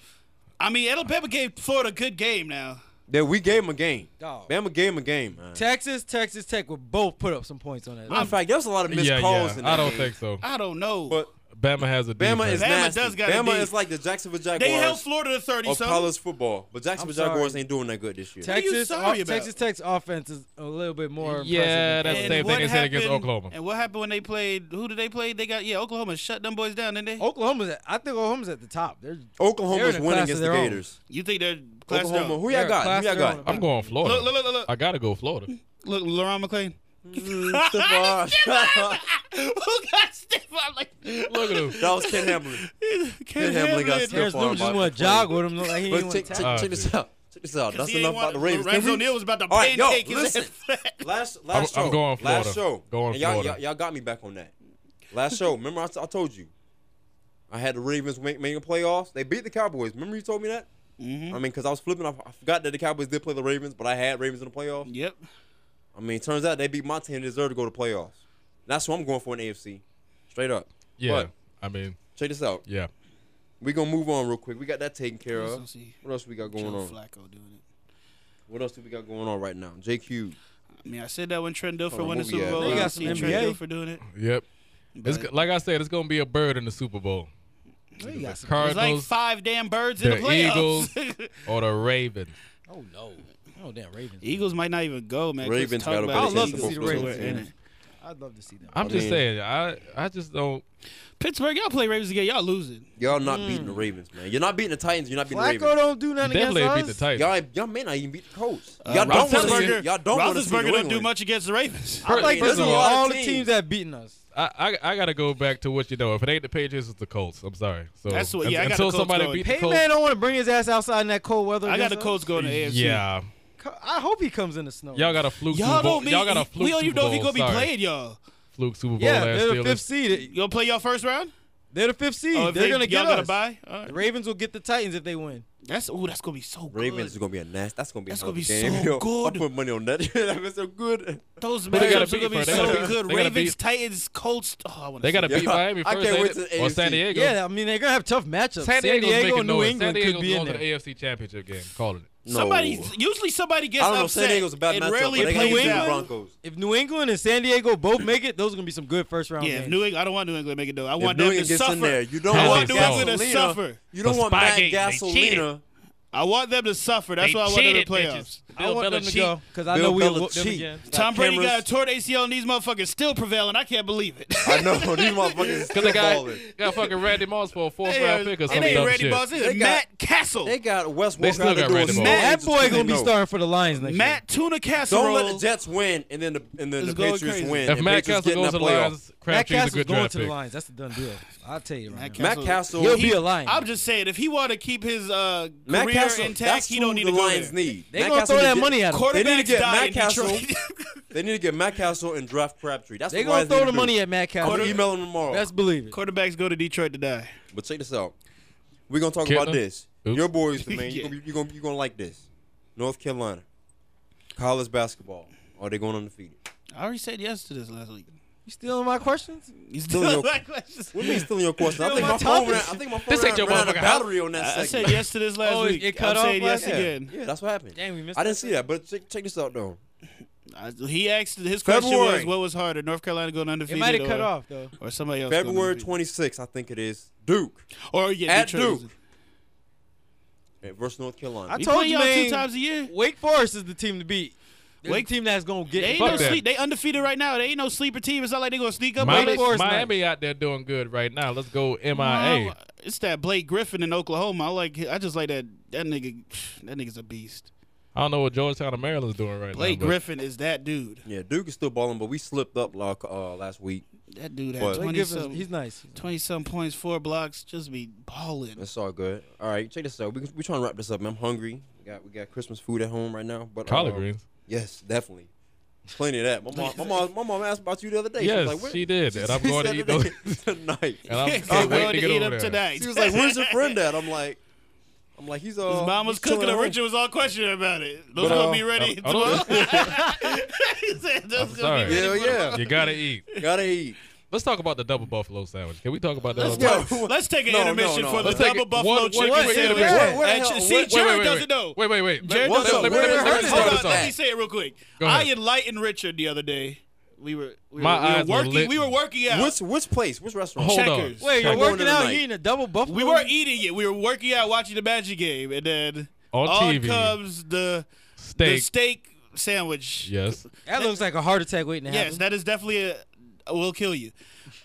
Speaker 2: I mean, Alabama gave Florida a good game now.
Speaker 3: That we gave him a game.
Speaker 1: Dog.
Speaker 3: Bama gave him a game. Man.
Speaker 1: Texas, Texas Tech would both put up some points on that.
Speaker 3: In fact, there was a lot of missed
Speaker 4: yeah,
Speaker 3: calls
Speaker 4: yeah.
Speaker 3: in that
Speaker 4: I don't
Speaker 3: game.
Speaker 4: think so.
Speaker 2: I don't know.
Speaker 3: But
Speaker 4: Bama has a
Speaker 3: Bama is
Speaker 4: defense.
Speaker 2: Bama
Speaker 3: nasty.
Speaker 2: does got a
Speaker 3: Bama
Speaker 2: D.
Speaker 3: is like the Jacksonville
Speaker 2: they held
Speaker 3: Jaguars
Speaker 2: Florida to thirty.
Speaker 3: of
Speaker 2: So
Speaker 3: college football, but Jacksonville
Speaker 1: I'm
Speaker 3: Jaguars
Speaker 1: sorry.
Speaker 3: ain't doing that good this year.
Speaker 2: Te- are you
Speaker 1: Texas,
Speaker 2: sorry about?
Speaker 1: Texas Tech's offense is a little bit more. impressive
Speaker 4: Yeah,
Speaker 1: than
Speaker 4: that's the
Speaker 1: Alabama.
Speaker 4: same thing
Speaker 2: what
Speaker 4: they said against
Speaker 2: happened-
Speaker 4: Oklahoma.
Speaker 2: And what happened when they played? Who did they play? They got yeah, Oklahoma shut them boys down, didn't
Speaker 4: Oh.
Speaker 2: they?
Speaker 1: Oklahoma's. At, I think Oklahoma's at the top. They're They're in
Speaker 3: Oklahoma's
Speaker 1: a
Speaker 3: winning
Speaker 1: class of
Speaker 3: against the
Speaker 1: their own.
Speaker 3: Gators.
Speaker 2: You think they're class
Speaker 3: Oklahoma, who
Speaker 1: They're
Speaker 3: y'all
Speaker 1: a
Speaker 3: got?
Speaker 1: class
Speaker 3: Who y'all
Speaker 1: of their own.
Speaker 3: got?
Speaker 4: I'm going Florida.
Speaker 2: Look, look, look, look.
Speaker 4: I gotta go Florida.
Speaker 2: Look, LaRon McClain.
Speaker 3: Stephon.
Speaker 2: who got stiff? I'm like,
Speaker 4: Look at him.
Speaker 3: that was Ken Hamlin.
Speaker 2: Ken
Speaker 3: Hamlin got
Speaker 2: Hamlin.
Speaker 3: stiff.
Speaker 1: Terrence Newman just
Speaker 3: Stephon
Speaker 1: want
Speaker 3: Botford.
Speaker 1: to jog with him. Like he ain't
Speaker 3: But
Speaker 1: wanna
Speaker 3: check,
Speaker 1: tackle
Speaker 3: check,
Speaker 4: tackle.
Speaker 3: check this out. Check this out. That's
Speaker 2: Oh, He ain't
Speaker 3: enough about
Speaker 2: want-
Speaker 3: the Ravens. Can
Speaker 2: Lorenzo
Speaker 3: we-
Speaker 2: Neal was about to
Speaker 3: All right, yo,
Speaker 2: pancake his
Speaker 3: listen.
Speaker 2: ass flat.
Speaker 3: Last last
Speaker 4: I'm-
Speaker 3: show.
Speaker 4: I'm going
Speaker 3: Last
Speaker 4: Florida.
Speaker 3: show.
Speaker 4: Going
Speaker 3: And y'all,
Speaker 4: Florida.
Speaker 3: Y'all, y'all got me back on that. Last show. Remember I, I told you. I had the Ravens make, making playoffs. They beat the Cowboys. Remember you told me that?
Speaker 2: Mm-hmm.
Speaker 3: I mean, because I was flipping. I, I forgot that the Cowboys did play the Ravens, but I had Ravens in the playoffs.
Speaker 2: Yep.
Speaker 3: I mean, it turns out they beat my team and deserve to go to playoffs. That's what I'm going for in the AFC. Straight up.
Speaker 4: Yeah.
Speaker 3: But
Speaker 4: I mean,
Speaker 3: check this out.
Speaker 4: yeah.
Speaker 3: We're going to move on real quick. We got that taken care
Speaker 2: Let's
Speaker 3: of.
Speaker 2: go see.
Speaker 3: What else we got going
Speaker 2: Joe
Speaker 3: on?
Speaker 2: Flacco doing it.
Speaker 3: What else do we got going on right now? JQ.
Speaker 2: I mean, I said that when Trent Dilfer
Speaker 3: on,
Speaker 2: won the
Speaker 3: who we
Speaker 2: Super
Speaker 3: at?
Speaker 2: Bowl.
Speaker 3: They
Speaker 2: I
Speaker 1: got
Speaker 2: don't
Speaker 1: some
Speaker 2: see Trent
Speaker 1: NBA.
Speaker 2: Dilfer doing it.
Speaker 4: Yep. It's, g- like I said, it's gonna be a bird in the Super Bowl.
Speaker 1: him. He got some-
Speaker 2: There's like
Speaker 4: Cardinals
Speaker 2: five damn birds in
Speaker 4: the
Speaker 2: the playoffs.
Speaker 4: or the Ravens.
Speaker 1: Oh no. Oh damn, Ravens.
Speaker 2: Eagles might not even go, man. 'cause
Speaker 3: Ravens
Speaker 2: talk
Speaker 3: gotta
Speaker 2: about
Speaker 1: play
Speaker 2: it.
Speaker 1: the Eagles. I love to
Speaker 2: Eagles
Speaker 1: see the
Speaker 2: were in
Speaker 1: Ravens.
Speaker 2: it.
Speaker 1: I'd love to see them.
Speaker 4: I'm just
Speaker 3: mean-
Speaker 4: saying, I I just don't.
Speaker 2: Pittsburgh, y'all play Ravens again, y'all losing.
Speaker 3: Y'all not beating the
Speaker 2: Hmm.
Speaker 3: Ravens, man. You're not beating the Titans. You're not beating the
Speaker 1: Flacco
Speaker 3: Ravens.
Speaker 1: don't do nothing
Speaker 4: Definitely
Speaker 1: against
Speaker 4: beat the
Speaker 1: us.
Speaker 4: Titans.
Speaker 3: Y'all, y'all may not even beat the Colts. Y'all don't want to
Speaker 2: Uh, Roethlisberger,
Speaker 3: see. Y'all don't want to see.
Speaker 2: Roethlisberger don't
Speaker 3: New
Speaker 2: do
Speaker 3: England.
Speaker 2: much against the Ravens.
Speaker 4: First-
Speaker 1: Like
Speaker 4: first
Speaker 1: this
Speaker 4: of
Speaker 1: is
Speaker 4: all,
Speaker 1: all the
Speaker 3: teams.
Speaker 1: teams that beaten us.
Speaker 4: I, I I gotta go back to what you know. If it ain't the Patriots, it's the Colts. I'm sorry. So
Speaker 2: That's what- yeah, I got
Speaker 4: until
Speaker 2: the Colts
Speaker 4: somebody
Speaker 2: going.
Speaker 4: beat the
Speaker 1: Hey
Speaker 4: Colts,
Speaker 1: man, don't want to bring his ass outside in that cold weather.
Speaker 2: I got the
Speaker 1: against us.
Speaker 2: Colts going to AFC.
Speaker 4: yeah,
Speaker 1: Co- I hope he comes in the snow.
Speaker 4: y'all got a fluke.
Speaker 2: Y'all
Speaker 4: Super Bowl.
Speaker 2: don't mean,
Speaker 4: y'all got a fluke.
Speaker 2: we don't even
Speaker 4: Super
Speaker 2: know if he's
Speaker 4: Bowl.
Speaker 2: going to be
Speaker 4: Sorry.
Speaker 2: playing y'all.
Speaker 4: Fluke Super Bowl
Speaker 1: Yeah,
Speaker 4: last
Speaker 1: they're the fifth
Speaker 4: Steelers.
Speaker 1: seed.
Speaker 2: You going to play y'all first round?
Speaker 1: They're the fifth seed.
Speaker 2: Oh, if
Speaker 1: they're
Speaker 2: they-
Speaker 1: gonna get
Speaker 2: y'all
Speaker 1: us.
Speaker 2: to buy? All right.
Speaker 1: The Ravens will get the Titans if they win.
Speaker 2: That's ooh, that's gonna be so
Speaker 3: Ravens is
Speaker 2: good.
Speaker 3: gonna be a nasty. That's gonna be. a
Speaker 2: That's
Speaker 3: hell of
Speaker 2: gonna
Speaker 3: a
Speaker 2: be
Speaker 3: game,
Speaker 2: so
Speaker 3: yo.
Speaker 2: good.
Speaker 3: I put money on that. That'd be so good.
Speaker 2: Those
Speaker 4: they gotta
Speaker 2: matchups are
Speaker 4: beat
Speaker 2: gonna be
Speaker 4: for that.
Speaker 2: so good.
Speaker 4: They gotta
Speaker 2: Ravens,
Speaker 4: beat-
Speaker 2: Titans, Colts. Oh, I want
Speaker 4: They got to
Speaker 3: Yeah,
Speaker 4: beat Miami
Speaker 3: I
Speaker 4: first.
Speaker 3: can't
Speaker 4: ain't
Speaker 3: wait
Speaker 4: it?
Speaker 3: to the
Speaker 4: or
Speaker 3: AFC.
Speaker 4: San Diego.
Speaker 1: Yeah, I mean they're gonna have tough matchups.
Speaker 4: San Diego's
Speaker 1: Diego
Speaker 4: making
Speaker 1: and New
Speaker 4: noise.
Speaker 1: England
Speaker 4: San Diego's
Speaker 1: could be in
Speaker 4: going to
Speaker 1: there.
Speaker 4: the AFC Championship game. Calling it.
Speaker 3: No.
Speaker 2: somebody. Usually somebody gets
Speaker 3: I don't know.
Speaker 2: upset.
Speaker 3: San Diego's a bad
Speaker 2: and
Speaker 3: matchup.
Speaker 2: rarely
Speaker 3: but they got
Speaker 2: plays
Speaker 3: New England
Speaker 2: out.
Speaker 3: Broncos.
Speaker 1: If New England and San Diego both make it, those are gonna be some good first round
Speaker 2: Yeah, if
Speaker 1: games.
Speaker 2: New England. I don't want New England to make it though. I
Speaker 3: If
Speaker 2: want
Speaker 3: New
Speaker 2: them
Speaker 3: England
Speaker 2: to
Speaker 3: gets
Speaker 2: suffer.
Speaker 3: in there, you don't
Speaker 2: I
Speaker 4: Hell
Speaker 2: want
Speaker 3: want
Speaker 2: New
Speaker 4: they
Speaker 2: England to
Speaker 3: Gasolina.
Speaker 2: suffer.
Speaker 3: You don't
Speaker 4: The
Speaker 3: want
Speaker 4: spy
Speaker 3: Matt
Speaker 4: game, they cheated.
Speaker 3: Gasolina.
Speaker 2: I want them to suffer. That's why I want them in the playoffs.
Speaker 1: I want them to go because I
Speaker 3: Bill
Speaker 1: know we'll
Speaker 3: Belichick.
Speaker 1: whoop them again.
Speaker 2: Tom Brady
Speaker 3: cameras.
Speaker 2: got a torn ACL and these motherfuckers still prevailing. I can't believe it.
Speaker 3: I know these motherfuckers
Speaker 4: Because they
Speaker 3: still
Speaker 4: got,
Speaker 3: balling.
Speaker 4: got fucking Randy Moss for a fourth
Speaker 2: They are-
Speaker 4: round pick or
Speaker 2: it
Speaker 4: some
Speaker 2: ain't
Speaker 4: dumb
Speaker 2: Randy
Speaker 4: shit.
Speaker 2: Moss. This
Speaker 3: They
Speaker 2: is
Speaker 3: got-
Speaker 2: Matt Castle.
Speaker 3: They got Wes
Speaker 4: They
Speaker 3: Walker.
Speaker 4: still
Speaker 3: out there
Speaker 4: got
Speaker 3: doing
Speaker 4: Randy Moss.
Speaker 3: smoke.
Speaker 1: That
Speaker 3: Just
Speaker 1: boy gonna
Speaker 3: kidding,
Speaker 1: be
Speaker 3: no.
Speaker 1: starting for the Lions next year.
Speaker 2: Matt Tuna Castle.
Speaker 3: Don't let the Jets win and then the and then the
Speaker 2: Let's go
Speaker 3: Patriots
Speaker 2: crazy.
Speaker 3: win.
Speaker 4: If Matt
Speaker 3: and Patriots
Speaker 4: Castle
Speaker 3: get in
Speaker 4: goes to
Speaker 3: that
Speaker 4: the
Speaker 3: playoff.
Speaker 4: Lions,
Speaker 1: Matt
Speaker 4: Crabtree's a
Speaker 1: Castle's
Speaker 4: good
Speaker 1: going
Speaker 4: draft
Speaker 1: to the
Speaker 4: pick.
Speaker 1: Lions. That's the done deal. I'll tell you right
Speaker 2: Matt
Speaker 1: now.
Speaker 3: Matt Castle,
Speaker 1: He'll
Speaker 3: he-
Speaker 1: be a Lion.
Speaker 2: I'm just saying, if he want to keep his uh,
Speaker 3: Matt
Speaker 2: career
Speaker 3: Castle.
Speaker 2: intact,
Speaker 3: that's
Speaker 2: he
Speaker 3: who
Speaker 2: don't need
Speaker 3: the
Speaker 2: to go
Speaker 3: Lions
Speaker 2: there.
Speaker 3: need.
Speaker 1: They
Speaker 3: Matt
Speaker 1: gonna
Speaker 3: Castle
Speaker 1: throw
Speaker 3: need
Speaker 1: that
Speaker 3: to get-
Speaker 1: money at him.
Speaker 3: They need to
Speaker 2: Quarterbacks
Speaker 3: get
Speaker 2: die
Speaker 3: Matt
Speaker 2: in
Speaker 3: Castle.
Speaker 2: Detroit.
Speaker 3: They need to get Matt Castle and draft Crabtree. That's
Speaker 1: They
Speaker 3: what
Speaker 1: gonna
Speaker 3: Lions
Speaker 1: throw
Speaker 3: need
Speaker 1: the
Speaker 3: to
Speaker 1: money
Speaker 3: do.
Speaker 1: at Matt
Speaker 3: I'm gonna
Speaker 1: Castle.
Speaker 3: email him tomorrow.
Speaker 1: Best believe it.
Speaker 2: Quarterbacks go to Detroit to die.
Speaker 3: But check this out. We're gonna talk
Speaker 4: Kittler?
Speaker 3: about this.
Speaker 4: Oops.
Speaker 3: Your boys, man. You're
Speaker 2: Yeah.
Speaker 3: gonna, you gonna, you gonna like this. North Carolina, college basketball. Are they going undefeated?
Speaker 2: I already said yes to this last week.
Speaker 1: You stealing my questions?
Speaker 2: You
Speaker 3: Still
Speaker 2: still
Speaker 3: your-
Speaker 2: like questions?
Speaker 3: What do you mean still in your question? I
Speaker 1: Still
Speaker 3: think
Speaker 1: my
Speaker 3: my phone.
Speaker 1: topic.
Speaker 3: Ran, I think my phone
Speaker 4: This
Speaker 3: ran,
Speaker 4: ain't your
Speaker 3: ran out of
Speaker 4: motherfucking
Speaker 3: battery on that.
Speaker 2: I I said
Speaker 3: segment.
Speaker 2: yes to this last
Speaker 1: Oh, it-
Speaker 2: week.
Speaker 1: it cut
Speaker 2: I'm
Speaker 1: off
Speaker 2: saying yes
Speaker 1: last-
Speaker 3: Yeah,
Speaker 2: again.
Speaker 3: yeah, that's what happened.
Speaker 1: Dang, we missed
Speaker 3: I
Speaker 1: that
Speaker 3: didn't see that, but check, check this out though.
Speaker 2: I- He asked. His question
Speaker 3: February.
Speaker 2: was, "What was harder, North Carolina going
Speaker 1: It
Speaker 2: undefeated,
Speaker 1: might have
Speaker 2: or,
Speaker 1: cut off though.
Speaker 2: or somebody else?" going
Speaker 3: February
Speaker 2: undefeated?
Speaker 3: 26th, I think it is. Duke
Speaker 2: or yeah,
Speaker 3: at
Speaker 2: Detroit
Speaker 3: Duke
Speaker 2: was-
Speaker 3: eh, versus North Carolina.
Speaker 1: I
Speaker 2: We
Speaker 1: told
Speaker 2: play
Speaker 1: you,
Speaker 2: y'all two
Speaker 1: man.
Speaker 2: times a year.
Speaker 1: Wake Forest is the team to beat. They're
Speaker 2: Wake-
Speaker 1: the team that's gonna get.
Speaker 2: They ain't
Speaker 1: Fuck
Speaker 2: no
Speaker 4: that.
Speaker 2: sleep. They undefeated right now. They ain't no sleeper team. It's not like they gonna sneak up on
Speaker 4: Miami,
Speaker 1: Wake Forest
Speaker 4: Miami out there doing good right now. Let's go MIA.
Speaker 2: Wow. It's that Blake Griffin in Oklahoma. I like. I just like that. That nigga. That nigga's a beast.
Speaker 4: I don't know what Georgetown and Maryland's doing right
Speaker 2: Blake
Speaker 4: now. but
Speaker 2: Griffin is that dude.
Speaker 3: yeah, Duke is still balling, but we slipped up like, uh, last week.
Speaker 2: That dude had
Speaker 3: What?
Speaker 1: Blake
Speaker 2: twenty
Speaker 1: Griffin's-
Speaker 2: some.
Speaker 1: He's nice.
Speaker 2: Twenty some points, four blocks. Just be balling.
Speaker 3: That's all good. All right, check this out. We we trying to wrap this up. Man. I'm hungry. We got we got Christmas food at home right now. But
Speaker 4: Collard
Speaker 3: uh,
Speaker 4: greens.
Speaker 3: Yes, definitely. Plenty of that. My mom, my mom, my mom asked about you the other day. She was
Speaker 4: Yes,
Speaker 3: like, where-
Speaker 4: she did, and I'm
Speaker 3: she
Speaker 4: going to
Speaker 3: said
Speaker 4: eat those.
Speaker 3: today- tonight.
Speaker 4: And I'm
Speaker 2: Yes,
Speaker 4: can't
Speaker 2: we're
Speaker 4: wait
Speaker 2: going
Speaker 4: to get
Speaker 2: eat
Speaker 4: over
Speaker 2: up
Speaker 4: there.
Speaker 2: tonight.
Speaker 3: She was like, "Where's your friend at?" I'm like, "I'm like he's uh."
Speaker 2: His mom was
Speaker 3: he's chilling
Speaker 2: cooking
Speaker 3: at
Speaker 2: and
Speaker 3: home."
Speaker 2: Richard was all questioning about it. Those
Speaker 3: But, uh,
Speaker 2: gonna be ready
Speaker 4: um, I- I don't-
Speaker 2: tomorrow. He said those
Speaker 4: I'm
Speaker 2: gonna be
Speaker 4: sorry.
Speaker 3: Hell
Speaker 2: ready.
Speaker 3: yeah,
Speaker 4: You gotta eat.
Speaker 3: gotta eat.
Speaker 4: Let's talk about the double buffalo sandwich. Can we talk about that?
Speaker 2: Let's,
Speaker 4: on the-
Speaker 3: go.
Speaker 2: talk- let's take an
Speaker 3: No, no,
Speaker 2: intermission
Speaker 3: no.
Speaker 2: for
Speaker 3: Let's
Speaker 2: the
Speaker 4: take
Speaker 2: double
Speaker 4: it-
Speaker 2: buffalo
Speaker 4: one- one
Speaker 2: chicken
Speaker 4: quick
Speaker 2: sandwich.
Speaker 4: intermission.
Speaker 3: What- what
Speaker 2: And
Speaker 3: hell-
Speaker 2: see,
Speaker 3: what-
Speaker 2: Jared
Speaker 4: wait, wait,
Speaker 2: doesn't know.
Speaker 4: Wait, wait, wait.
Speaker 2: Jared
Speaker 3: What's
Speaker 2: doesn't
Speaker 3: up?
Speaker 2: know.
Speaker 4: let me- let me-
Speaker 3: Where-
Speaker 4: let me
Speaker 3: where's
Speaker 4: start
Speaker 2: Hold
Speaker 3: the
Speaker 4: this
Speaker 2: on, let
Speaker 3: back?
Speaker 2: me say it real quick.
Speaker 4: Go
Speaker 2: I
Speaker 4: ahead.
Speaker 2: enlightened Richard the other day. We were we were,
Speaker 4: My
Speaker 2: we were
Speaker 4: eyes were
Speaker 2: working
Speaker 4: lit.
Speaker 2: we were working out.
Speaker 3: Which which place? Which restaurant?
Speaker 4: Hold on.
Speaker 2: Checkers.
Speaker 1: Wait, you're
Speaker 3: Check.
Speaker 1: working out.
Speaker 3: Tonight.
Speaker 1: You eating a double buffalo?
Speaker 2: we were eating it. We were working out watching the Magic game, and then
Speaker 4: On TV.
Speaker 2: comes the the
Speaker 4: Steak.
Speaker 2: steak sandwich.
Speaker 4: Yes.
Speaker 1: That looks like a heart attack waiting to happen.
Speaker 2: Yes, that is definitely a, a will kill you.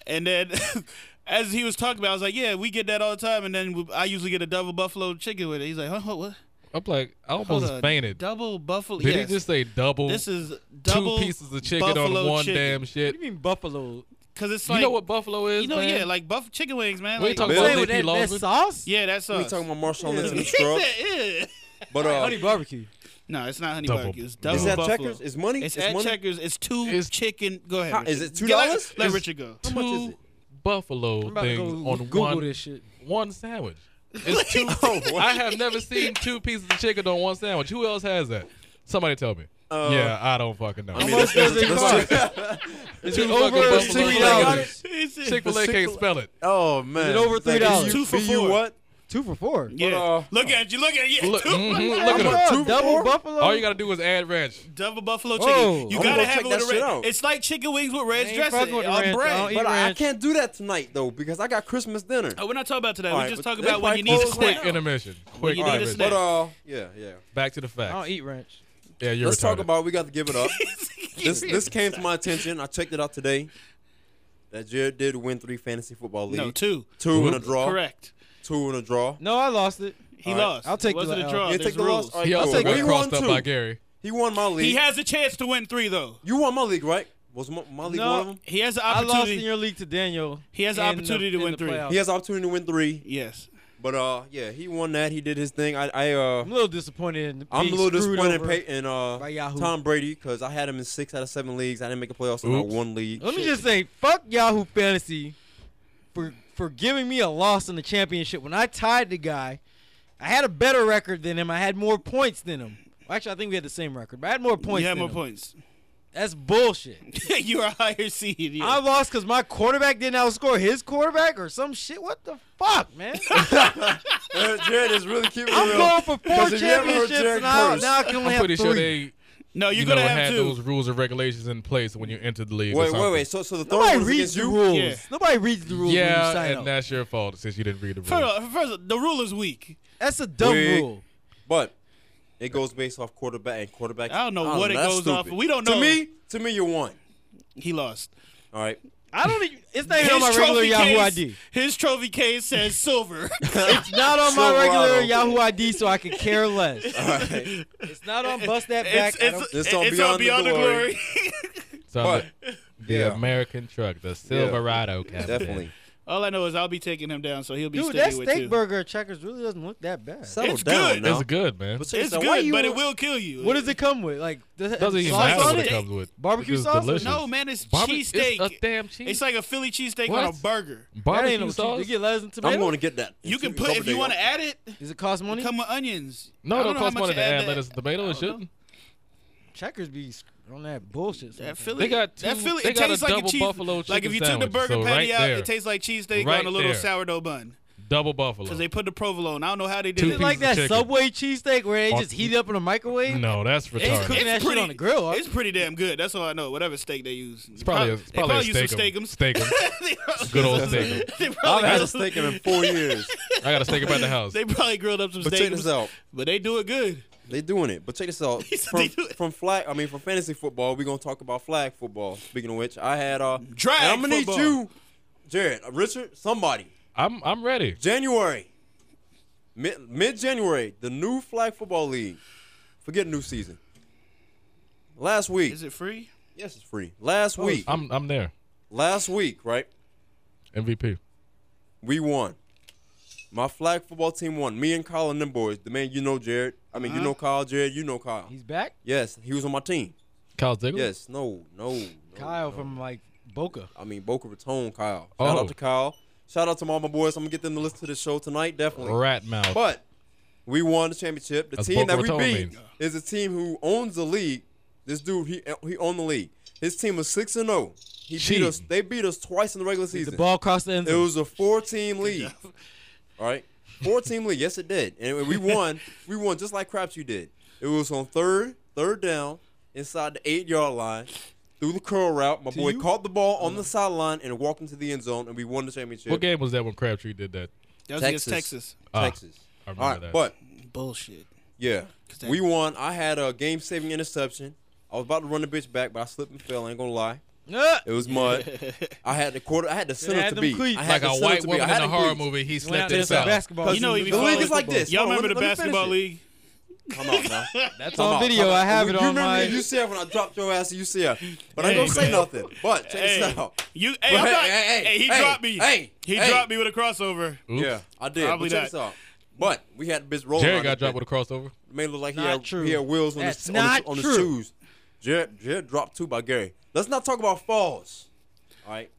Speaker 2: And then as he was talking about, I was like, yeah, we get that all the time. And then I usually get a double buffalo chicken with it. He's like, huh, huh, what?
Speaker 4: I'm like, I
Speaker 2: Hold
Speaker 4: almost
Speaker 2: on.
Speaker 4: fainted.
Speaker 2: Double buffalo.
Speaker 4: Did
Speaker 2: yes.
Speaker 4: he just say double?
Speaker 2: This is
Speaker 4: two
Speaker 2: double
Speaker 4: pieces of chicken on
Speaker 2: buffalo
Speaker 4: one
Speaker 2: chicken.
Speaker 4: damn shit.
Speaker 1: What do you mean buffalo?
Speaker 2: Cause it's
Speaker 4: You
Speaker 2: like
Speaker 4: know what buffalo is,
Speaker 2: you know,
Speaker 4: man?
Speaker 2: yeah, like buff chicken wings, man.
Speaker 4: We
Speaker 2: Like,
Speaker 4: ain't talking
Speaker 3: Bill?
Speaker 4: about
Speaker 3: Wait,
Speaker 1: With
Speaker 4: Lindsay
Speaker 1: that, that
Speaker 4: Lohan.
Speaker 1: sauce?
Speaker 2: yeah, that's
Speaker 3: We
Speaker 2: us.
Speaker 3: talking about Marshall
Speaker 1: Yeah.
Speaker 3: Lynch and the
Speaker 2: He
Speaker 3: scrub.
Speaker 2: said, "Ugh."
Speaker 3: But uh,
Speaker 1: Honey barbecue.
Speaker 2: no, it's not honey
Speaker 4: Double-
Speaker 2: barbecue. It's double
Speaker 4: Is
Speaker 3: is that
Speaker 2: buffalo.
Speaker 3: checkers? Is money?
Speaker 2: It's,
Speaker 3: is
Speaker 2: at
Speaker 3: money?
Speaker 2: checkers. It's two
Speaker 4: It's-
Speaker 2: chicken. Go ahead.
Speaker 3: How-
Speaker 2: Richard.
Speaker 3: is it
Speaker 2: Get- let-
Speaker 3: $2?
Speaker 2: Let
Speaker 4: It's-
Speaker 2: Richard go.
Speaker 3: How much is
Speaker 4: Two
Speaker 3: it?
Speaker 4: buffalo
Speaker 1: I'm about to go
Speaker 4: things on
Speaker 1: Google
Speaker 4: one
Speaker 1: this shit.
Speaker 4: one sandwich. It's two.
Speaker 3: Oh, what?
Speaker 4: I have never seen two pieces of chicken on one sandwich. Who else has that? Somebody tell me.
Speaker 3: Uh,
Speaker 4: yeah, I don't fucking know.
Speaker 3: I mean,
Speaker 1: much
Speaker 3: that's-
Speaker 1: does it
Speaker 3: that's-
Speaker 1: Is
Speaker 4: Two
Speaker 1: it
Speaker 4: fucking
Speaker 1: over
Speaker 4: buffalo
Speaker 1: three
Speaker 4: wings.
Speaker 1: dollars?
Speaker 2: He said-
Speaker 4: Chick Fil A can't spell it.
Speaker 3: Oh
Speaker 1: Is
Speaker 3: man,
Speaker 1: it over
Speaker 3: It's like,
Speaker 1: $3?
Speaker 3: you-
Speaker 2: Two for
Speaker 3: you
Speaker 2: four.
Speaker 3: What?
Speaker 1: Two for four.
Speaker 2: Yeah.
Speaker 3: Uh,
Speaker 2: look at you. Look at you.
Speaker 4: Look,
Speaker 3: mm.
Speaker 4: mhm,
Speaker 2: Double-
Speaker 4: look at
Speaker 1: Come
Speaker 4: her.
Speaker 1: on,
Speaker 3: Two for
Speaker 1: double
Speaker 3: four?
Speaker 1: buffalo.
Speaker 4: All you gotta do is add ranch.
Speaker 2: Double buffalo chicken.
Speaker 1: Whoa.
Speaker 2: you gotta
Speaker 3: I'm gonna
Speaker 2: have
Speaker 3: check
Speaker 2: it with
Speaker 3: that
Speaker 2: a
Speaker 3: shit
Speaker 2: red.
Speaker 3: out.
Speaker 2: It's like chicken wings with red
Speaker 1: ain't
Speaker 2: dressing
Speaker 1: fucking with the
Speaker 2: on
Speaker 1: ranch. I don't
Speaker 2: bread.
Speaker 1: eat-
Speaker 3: But I, I
Speaker 1: ranch.
Speaker 3: can't do that tonight though because I got Christmas dinner.
Speaker 2: Oh, we're not talking about today.
Speaker 3: All
Speaker 2: We're
Speaker 3: right,
Speaker 2: just
Speaker 3: but
Speaker 2: talking
Speaker 3: they
Speaker 2: about when you
Speaker 3: probably
Speaker 2: need to
Speaker 3: close right
Speaker 2: quit.
Speaker 3: now.
Speaker 4: Intermission.
Speaker 2: Well,
Speaker 4: Quick
Speaker 2: you need a
Speaker 4: intermission.
Speaker 2: snack.
Speaker 3: But uh, yeah, yeah.
Speaker 4: Back to the
Speaker 1: I don't
Speaker 4: facts.
Speaker 1: eat ranch.
Speaker 4: Yeah, you're
Speaker 3: Let's
Speaker 4: retarded.
Speaker 3: talk about. We got to give it up. this this came to my attention. I checked it out today. That Jared did win three fantasy football leagues.
Speaker 2: No, two.
Speaker 3: Two in a draw.
Speaker 2: Correct.
Speaker 3: Two in a draw.
Speaker 1: No, I lost it.
Speaker 2: He
Speaker 3: All right.
Speaker 2: lost.
Speaker 1: I'll take
Speaker 2: it wasn't
Speaker 1: the
Speaker 2: a
Speaker 1: L.
Speaker 2: draw.
Speaker 3: You
Speaker 2: There's
Speaker 3: take the loss?
Speaker 2: rules.
Speaker 3: All right,
Speaker 4: He also
Speaker 3: cool.
Speaker 4: got
Speaker 3: We
Speaker 4: crossed
Speaker 3: won
Speaker 4: up
Speaker 3: two.
Speaker 4: by Gary.
Speaker 3: He won my league.
Speaker 2: He has a chance to win three though.
Speaker 3: you won my league, right? Was my, my league
Speaker 1: No.
Speaker 3: one of them?
Speaker 2: He has an
Speaker 1: I lost in
Speaker 2: opportunity.
Speaker 1: your league to Daniel.
Speaker 2: He has an
Speaker 1: in the-
Speaker 2: opportunity to
Speaker 1: in
Speaker 2: win
Speaker 1: the
Speaker 2: three.
Speaker 1: playoffs.
Speaker 3: He has the opportunity to win three,
Speaker 2: Yes.
Speaker 3: but uh, yeah, he won that. He did his thing. I, I uh,
Speaker 1: I'm a little disappointed. In
Speaker 3: I'm a
Speaker 1: being
Speaker 3: little
Speaker 1: screwed
Speaker 3: disappointed in
Speaker 1: over.
Speaker 3: Pey- in uh,
Speaker 1: by Yahoo.
Speaker 3: Tom Brady because I had him in six out of seven leagues. I didn't make a playoffs in
Speaker 4: Oops.
Speaker 3: not one league.
Speaker 1: Let me just say, fuck Yahoo Fantasy for for giving me a loss in the championship when I tied the guy I had a better record than him. I had more points than him. Well, actually, I think we had the same record, but I had more points.
Speaker 2: you have
Speaker 1: than
Speaker 2: more
Speaker 1: him.
Speaker 2: points.
Speaker 1: That's bullshit.
Speaker 2: You're a higher seed. Yeah.
Speaker 1: I lost because my quarterback didn't outscore his quarterback or some shit. What the fuck, man?
Speaker 3: Uh, Jared is really keeping it
Speaker 1: I'm
Speaker 3: real.
Speaker 1: going for four
Speaker 3: 'Cause if you ever heard
Speaker 1: championships
Speaker 3: Jared
Speaker 1: and now,
Speaker 3: curse-
Speaker 1: now I can only
Speaker 4: I'm
Speaker 1: have
Speaker 4: pretty
Speaker 1: three.
Speaker 4: sure they
Speaker 2: no, you're
Speaker 4: you know,
Speaker 2: gonna have
Speaker 4: had
Speaker 2: to.
Speaker 4: those rules and regulations in place when you entered the league. or
Speaker 3: Wait, wait,
Speaker 4: something.
Speaker 3: wait. So, so the third
Speaker 1: Nobody
Speaker 3: one was
Speaker 1: reads
Speaker 3: against
Speaker 1: the
Speaker 3: you.
Speaker 1: rules.
Speaker 2: Yeah.
Speaker 1: Nobody reads the rules when you
Speaker 4: Yeah,
Speaker 1: sign
Speaker 4: and
Speaker 1: up.
Speaker 4: that's your fault since you didn't read the rules.
Speaker 2: First, first, the ruler's weak.
Speaker 1: that's a dumb
Speaker 3: Wig.
Speaker 1: rule.
Speaker 3: But it goes based off quarterback and quarterback. Oh,
Speaker 2: I don't know what it
Speaker 3: that's
Speaker 2: goes off.
Speaker 3: stupid.
Speaker 2: We don't know.
Speaker 3: To me, to me, you're one.
Speaker 2: He lost.
Speaker 3: All right.
Speaker 1: I don't. Even, it's not even on my regular Yahoo
Speaker 2: case,
Speaker 1: ID.
Speaker 2: His trophy case says silver.
Speaker 1: It's not on my
Speaker 3: Silverado.
Speaker 1: regular Yahoo ID, so I can care less.
Speaker 3: All right.
Speaker 1: It's not on bust that back.
Speaker 2: it's
Speaker 1: I don't-
Speaker 2: it's,
Speaker 3: This
Speaker 2: it's
Speaker 3: on
Speaker 2: on
Speaker 3: Beyond
Speaker 2: Beyond,
Speaker 3: the
Speaker 2: the
Speaker 3: Glory.
Speaker 2: Glory.
Speaker 4: So
Speaker 3: But
Speaker 4: the, the
Speaker 3: yeah.
Speaker 4: American truck, the Silverado, captain.
Speaker 3: definitely.
Speaker 2: All I know is I'll be taking him down, so he'll be
Speaker 1: Dude,
Speaker 2: steady
Speaker 1: that
Speaker 2: with
Speaker 1: steak
Speaker 2: you.
Speaker 1: burger at Checkers really doesn't look that bad.
Speaker 3: Settle
Speaker 2: It's
Speaker 3: down
Speaker 2: good.
Speaker 3: now.
Speaker 4: It's good, man.
Speaker 3: But so
Speaker 2: It's
Speaker 3: so why
Speaker 2: good,
Speaker 3: you
Speaker 2: but it
Speaker 3: want-
Speaker 2: will kill you.
Speaker 1: What does it come with? Like does it
Speaker 4: Doesn't even
Speaker 1: sauce
Speaker 4: matter
Speaker 1: on
Speaker 4: what it
Speaker 1: it?
Speaker 4: comes with.
Speaker 1: Barbecue
Speaker 4: It's
Speaker 1: sauce on it?
Speaker 4: Delicious.
Speaker 2: No, man, it's
Speaker 4: Barbe-
Speaker 2: cheesesteak.
Speaker 4: It's a damn cheese.
Speaker 2: It's like a Philly cheesesteak on
Speaker 4: What?
Speaker 2: a burger.
Speaker 1: That
Speaker 4: barbecue
Speaker 1: ain't no
Speaker 4: sauce.
Speaker 1: cheese. You get lettuce and tomatoes.
Speaker 3: I'm going to get that.
Speaker 2: You can put if you want to add it.
Speaker 1: Does it cost money?
Speaker 2: Come with onions.
Speaker 4: no,
Speaker 2: I
Speaker 4: it don't
Speaker 2: know how
Speaker 4: cost
Speaker 2: much
Speaker 4: money to add
Speaker 2: that-
Speaker 4: lettuce and tomato. It shouldn't.
Speaker 1: Checkers be sc- on that bullshit.
Speaker 2: That
Speaker 1: sometimes.
Speaker 2: Philly,
Speaker 4: They got
Speaker 2: that
Speaker 4: two-
Speaker 2: Philly,
Speaker 4: they
Speaker 2: it
Speaker 4: got a
Speaker 2: tastes like
Speaker 4: double
Speaker 2: a cheese.
Speaker 4: buffalo
Speaker 2: like
Speaker 4: chicken
Speaker 2: if you took
Speaker 4: sandwich,
Speaker 2: the burger
Speaker 4: so
Speaker 2: patty
Speaker 4: right
Speaker 2: out,
Speaker 4: there.
Speaker 2: it tastes like cheesesteak
Speaker 4: Right
Speaker 2: on a little
Speaker 4: there.
Speaker 2: sourdough bun.
Speaker 4: Double buffalo.
Speaker 2: Because they put the provolone. I don't know how they
Speaker 4: Two
Speaker 2: did
Speaker 1: Is
Speaker 2: it.
Speaker 1: it like
Speaker 4: pieces of
Speaker 1: that
Speaker 4: chicken.
Speaker 1: Subway cheesesteak where they
Speaker 4: Oh.
Speaker 1: just heat it up in a microwave?
Speaker 4: no, that's
Speaker 1: It's
Speaker 4: retarded.
Speaker 1: cooking that shit on the grill. huh?
Speaker 2: It's pretty damn good. That's all I know. Whatever steak they use,
Speaker 4: It's probably a, it's probably a
Speaker 2: they probably
Speaker 4: steakum.
Speaker 2: use some
Speaker 4: Steakum.
Speaker 2: steakum.
Speaker 4: Good old steakum.
Speaker 2: they
Speaker 3: I've
Speaker 2: probably
Speaker 3: had a
Speaker 2: grilled,
Speaker 3: steak in four years.
Speaker 4: I got a steak about the house.
Speaker 2: they probably grilled up some
Speaker 3: But check
Speaker 2: steak,
Speaker 3: this out.
Speaker 2: but they do it good.
Speaker 3: They doing it. But check this out.
Speaker 2: said
Speaker 3: From,
Speaker 2: they do it.
Speaker 3: from flag, I mean, from fantasy football, we're gonna talk about flag football. Speaking of which, I had uh,
Speaker 2: Drag
Speaker 3: and I'm gonna
Speaker 2: football.
Speaker 3: need you, Jared, uh, Richard, somebody.
Speaker 4: I'm I'm ready.
Speaker 3: January, mid mid January, the new flag football league. Forget new season. Last week,
Speaker 2: Is it Oh, free?
Speaker 3: yes, it's free. Last week,
Speaker 4: I'm I'm there.
Speaker 3: last week, right?
Speaker 4: MVP.
Speaker 3: We won. My flag football team won. Me and Kyle and them boys. The man you know, Jared. I mean, you
Speaker 2: Uh-huh.
Speaker 3: know Kyle, Jared. You know Kyle.
Speaker 1: He's back?
Speaker 3: Yes, he was on my team.
Speaker 4: Kyle Ziegler.
Speaker 3: Yes, no, no. no,
Speaker 1: Kyle
Speaker 3: no.
Speaker 1: from like Boca.
Speaker 3: I mean, Boca Raton, Kyle. Shout
Speaker 4: Oh.
Speaker 3: out to Kyle. Shout out to all my boys. I'm gonna get them to listen to the show tonight, definitely.
Speaker 4: Rat mouth.
Speaker 3: But we won the championship. The
Speaker 4: That's Boca
Speaker 3: team that we
Speaker 4: Raton
Speaker 3: beat
Speaker 4: means.
Speaker 3: is a team who owns the league. This dude, he he owned the league. His team was six and zero. He beat
Speaker 4: Cheating.
Speaker 3: us. They beat us twice in the regular
Speaker 1: The
Speaker 3: season.
Speaker 1: ball across the end
Speaker 3: It
Speaker 1: zone.
Speaker 3: was a four-team league. All right, four-team league. Yes, it did, and we won. We won just like Crapshoe did. It was on third, third down, inside the eight-yard line, through the curl route. My boy
Speaker 1: you?
Speaker 3: caught the ball on the sideline and walked into the end zone, and we won the championship.
Speaker 4: What game was that when Crabtree did that?
Speaker 2: That was against Texas.
Speaker 4: Ah,
Speaker 3: Texas.
Speaker 4: I remember
Speaker 3: All right,
Speaker 4: that.
Speaker 3: but
Speaker 2: Bullshit.
Speaker 3: yeah,
Speaker 2: that-
Speaker 3: we won. I had a game-saving interception. I was about to run the bitch back, but I slipped and fell. I ain't gonna lie,
Speaker 1: Ah!
Speaker 3: it was mud. I had the quarter. I had the center
Speaker 1: had
Speaker 3: to
Speaker 1: them
Speaker 3: beat.
Speaker 1: cleats.
Speaker 3: I had
Speaker 4: like
Speaker 3: the
Speaker 4: a
Speaker 3: center
Speaker 4: white
Speaker 3: to beat. I
Speaker 4: woman
Speaker 3: had
Speaker 4: in a
Speaker 3: the
Speaker 4: horror
Speaker 3: cleats.
Speaker 4: movie, he
Speaker 1: Went out
Speaker 4: slipped
Speaker 1: there
Speaker 4: this
Speaker 1: some
Speaker 4: out.
Speaker 1: basketball.
Speaker 2: You know he be
Speaker 3: The league
Speaker 2: following
Speaker 3: is like
Speaker 2: football.
Speaker 3: this.
Speaker 2: Y'all
Speaker 3: Hold on,
Speaker 2: remember the
Speaker 3: let me finish
Speaker 2: basketball
Speaker 3: it.
Speaker 2: league?
Speaker 3: Come out now.
Speaker 1: That's
Speaker 3: Come
Speaker 1: on
Speaker 3: out,
Speaker 1: video.
Speaker 3: come out.
Speaker 1: I have
Speaker 3: you
Speaker 1: it on
Speaker 3: remember
Speaker 1: my.
Speaker 3: me at UCF when I dropped your ass at UCF, but I
Speaker 2: Hey,
Speaker 3: don't say
Speaker 2: man.
Speaker 3: nothing. But check
Speaker 2: Hey,
Speaker 3: this out.
Speaker 2: you, hey,
Speaker 3: But
Speaker 2: I'm
Speaker 3: hey,
Speaker 2: not,
Speaker 3: hey,
Speaker 2: hey,
Speaker 3: hey,
Speaker 2: he
Speaker 3: hey,
Speaker 2: dropped me.
Speaker 3: hey,
Speaker 2: he
Speaker 3: hey.
Speaker 2: dropped me with a crossover.
Speaker 4: Oops.
Speaker 3: Yeah, I did.
Speaker 2: Probably
Speaker 3: but check
Speaker 2: not.
Speaker 3: this out. But we had this rolling.
Speaker 4: Jerry
Speaker 3: on
Speaker 4: got
Speaker 3: this
Speaker 4: dropped with a crossover.
Speaker 3: bitch. Made it look like he
Speaker 1: Not
Speaker 3: had,
Speaker 1: true.
Speaker 3: he had wheels on his,
Speaker 1: That's
Speaker 3: on his,
Speaker 1: not
Speaker 3: on his
Speaker 1: true.
Speaker 3: shoes. Jared, Jared dropped two by Gary. Let's not talk about falls. All right.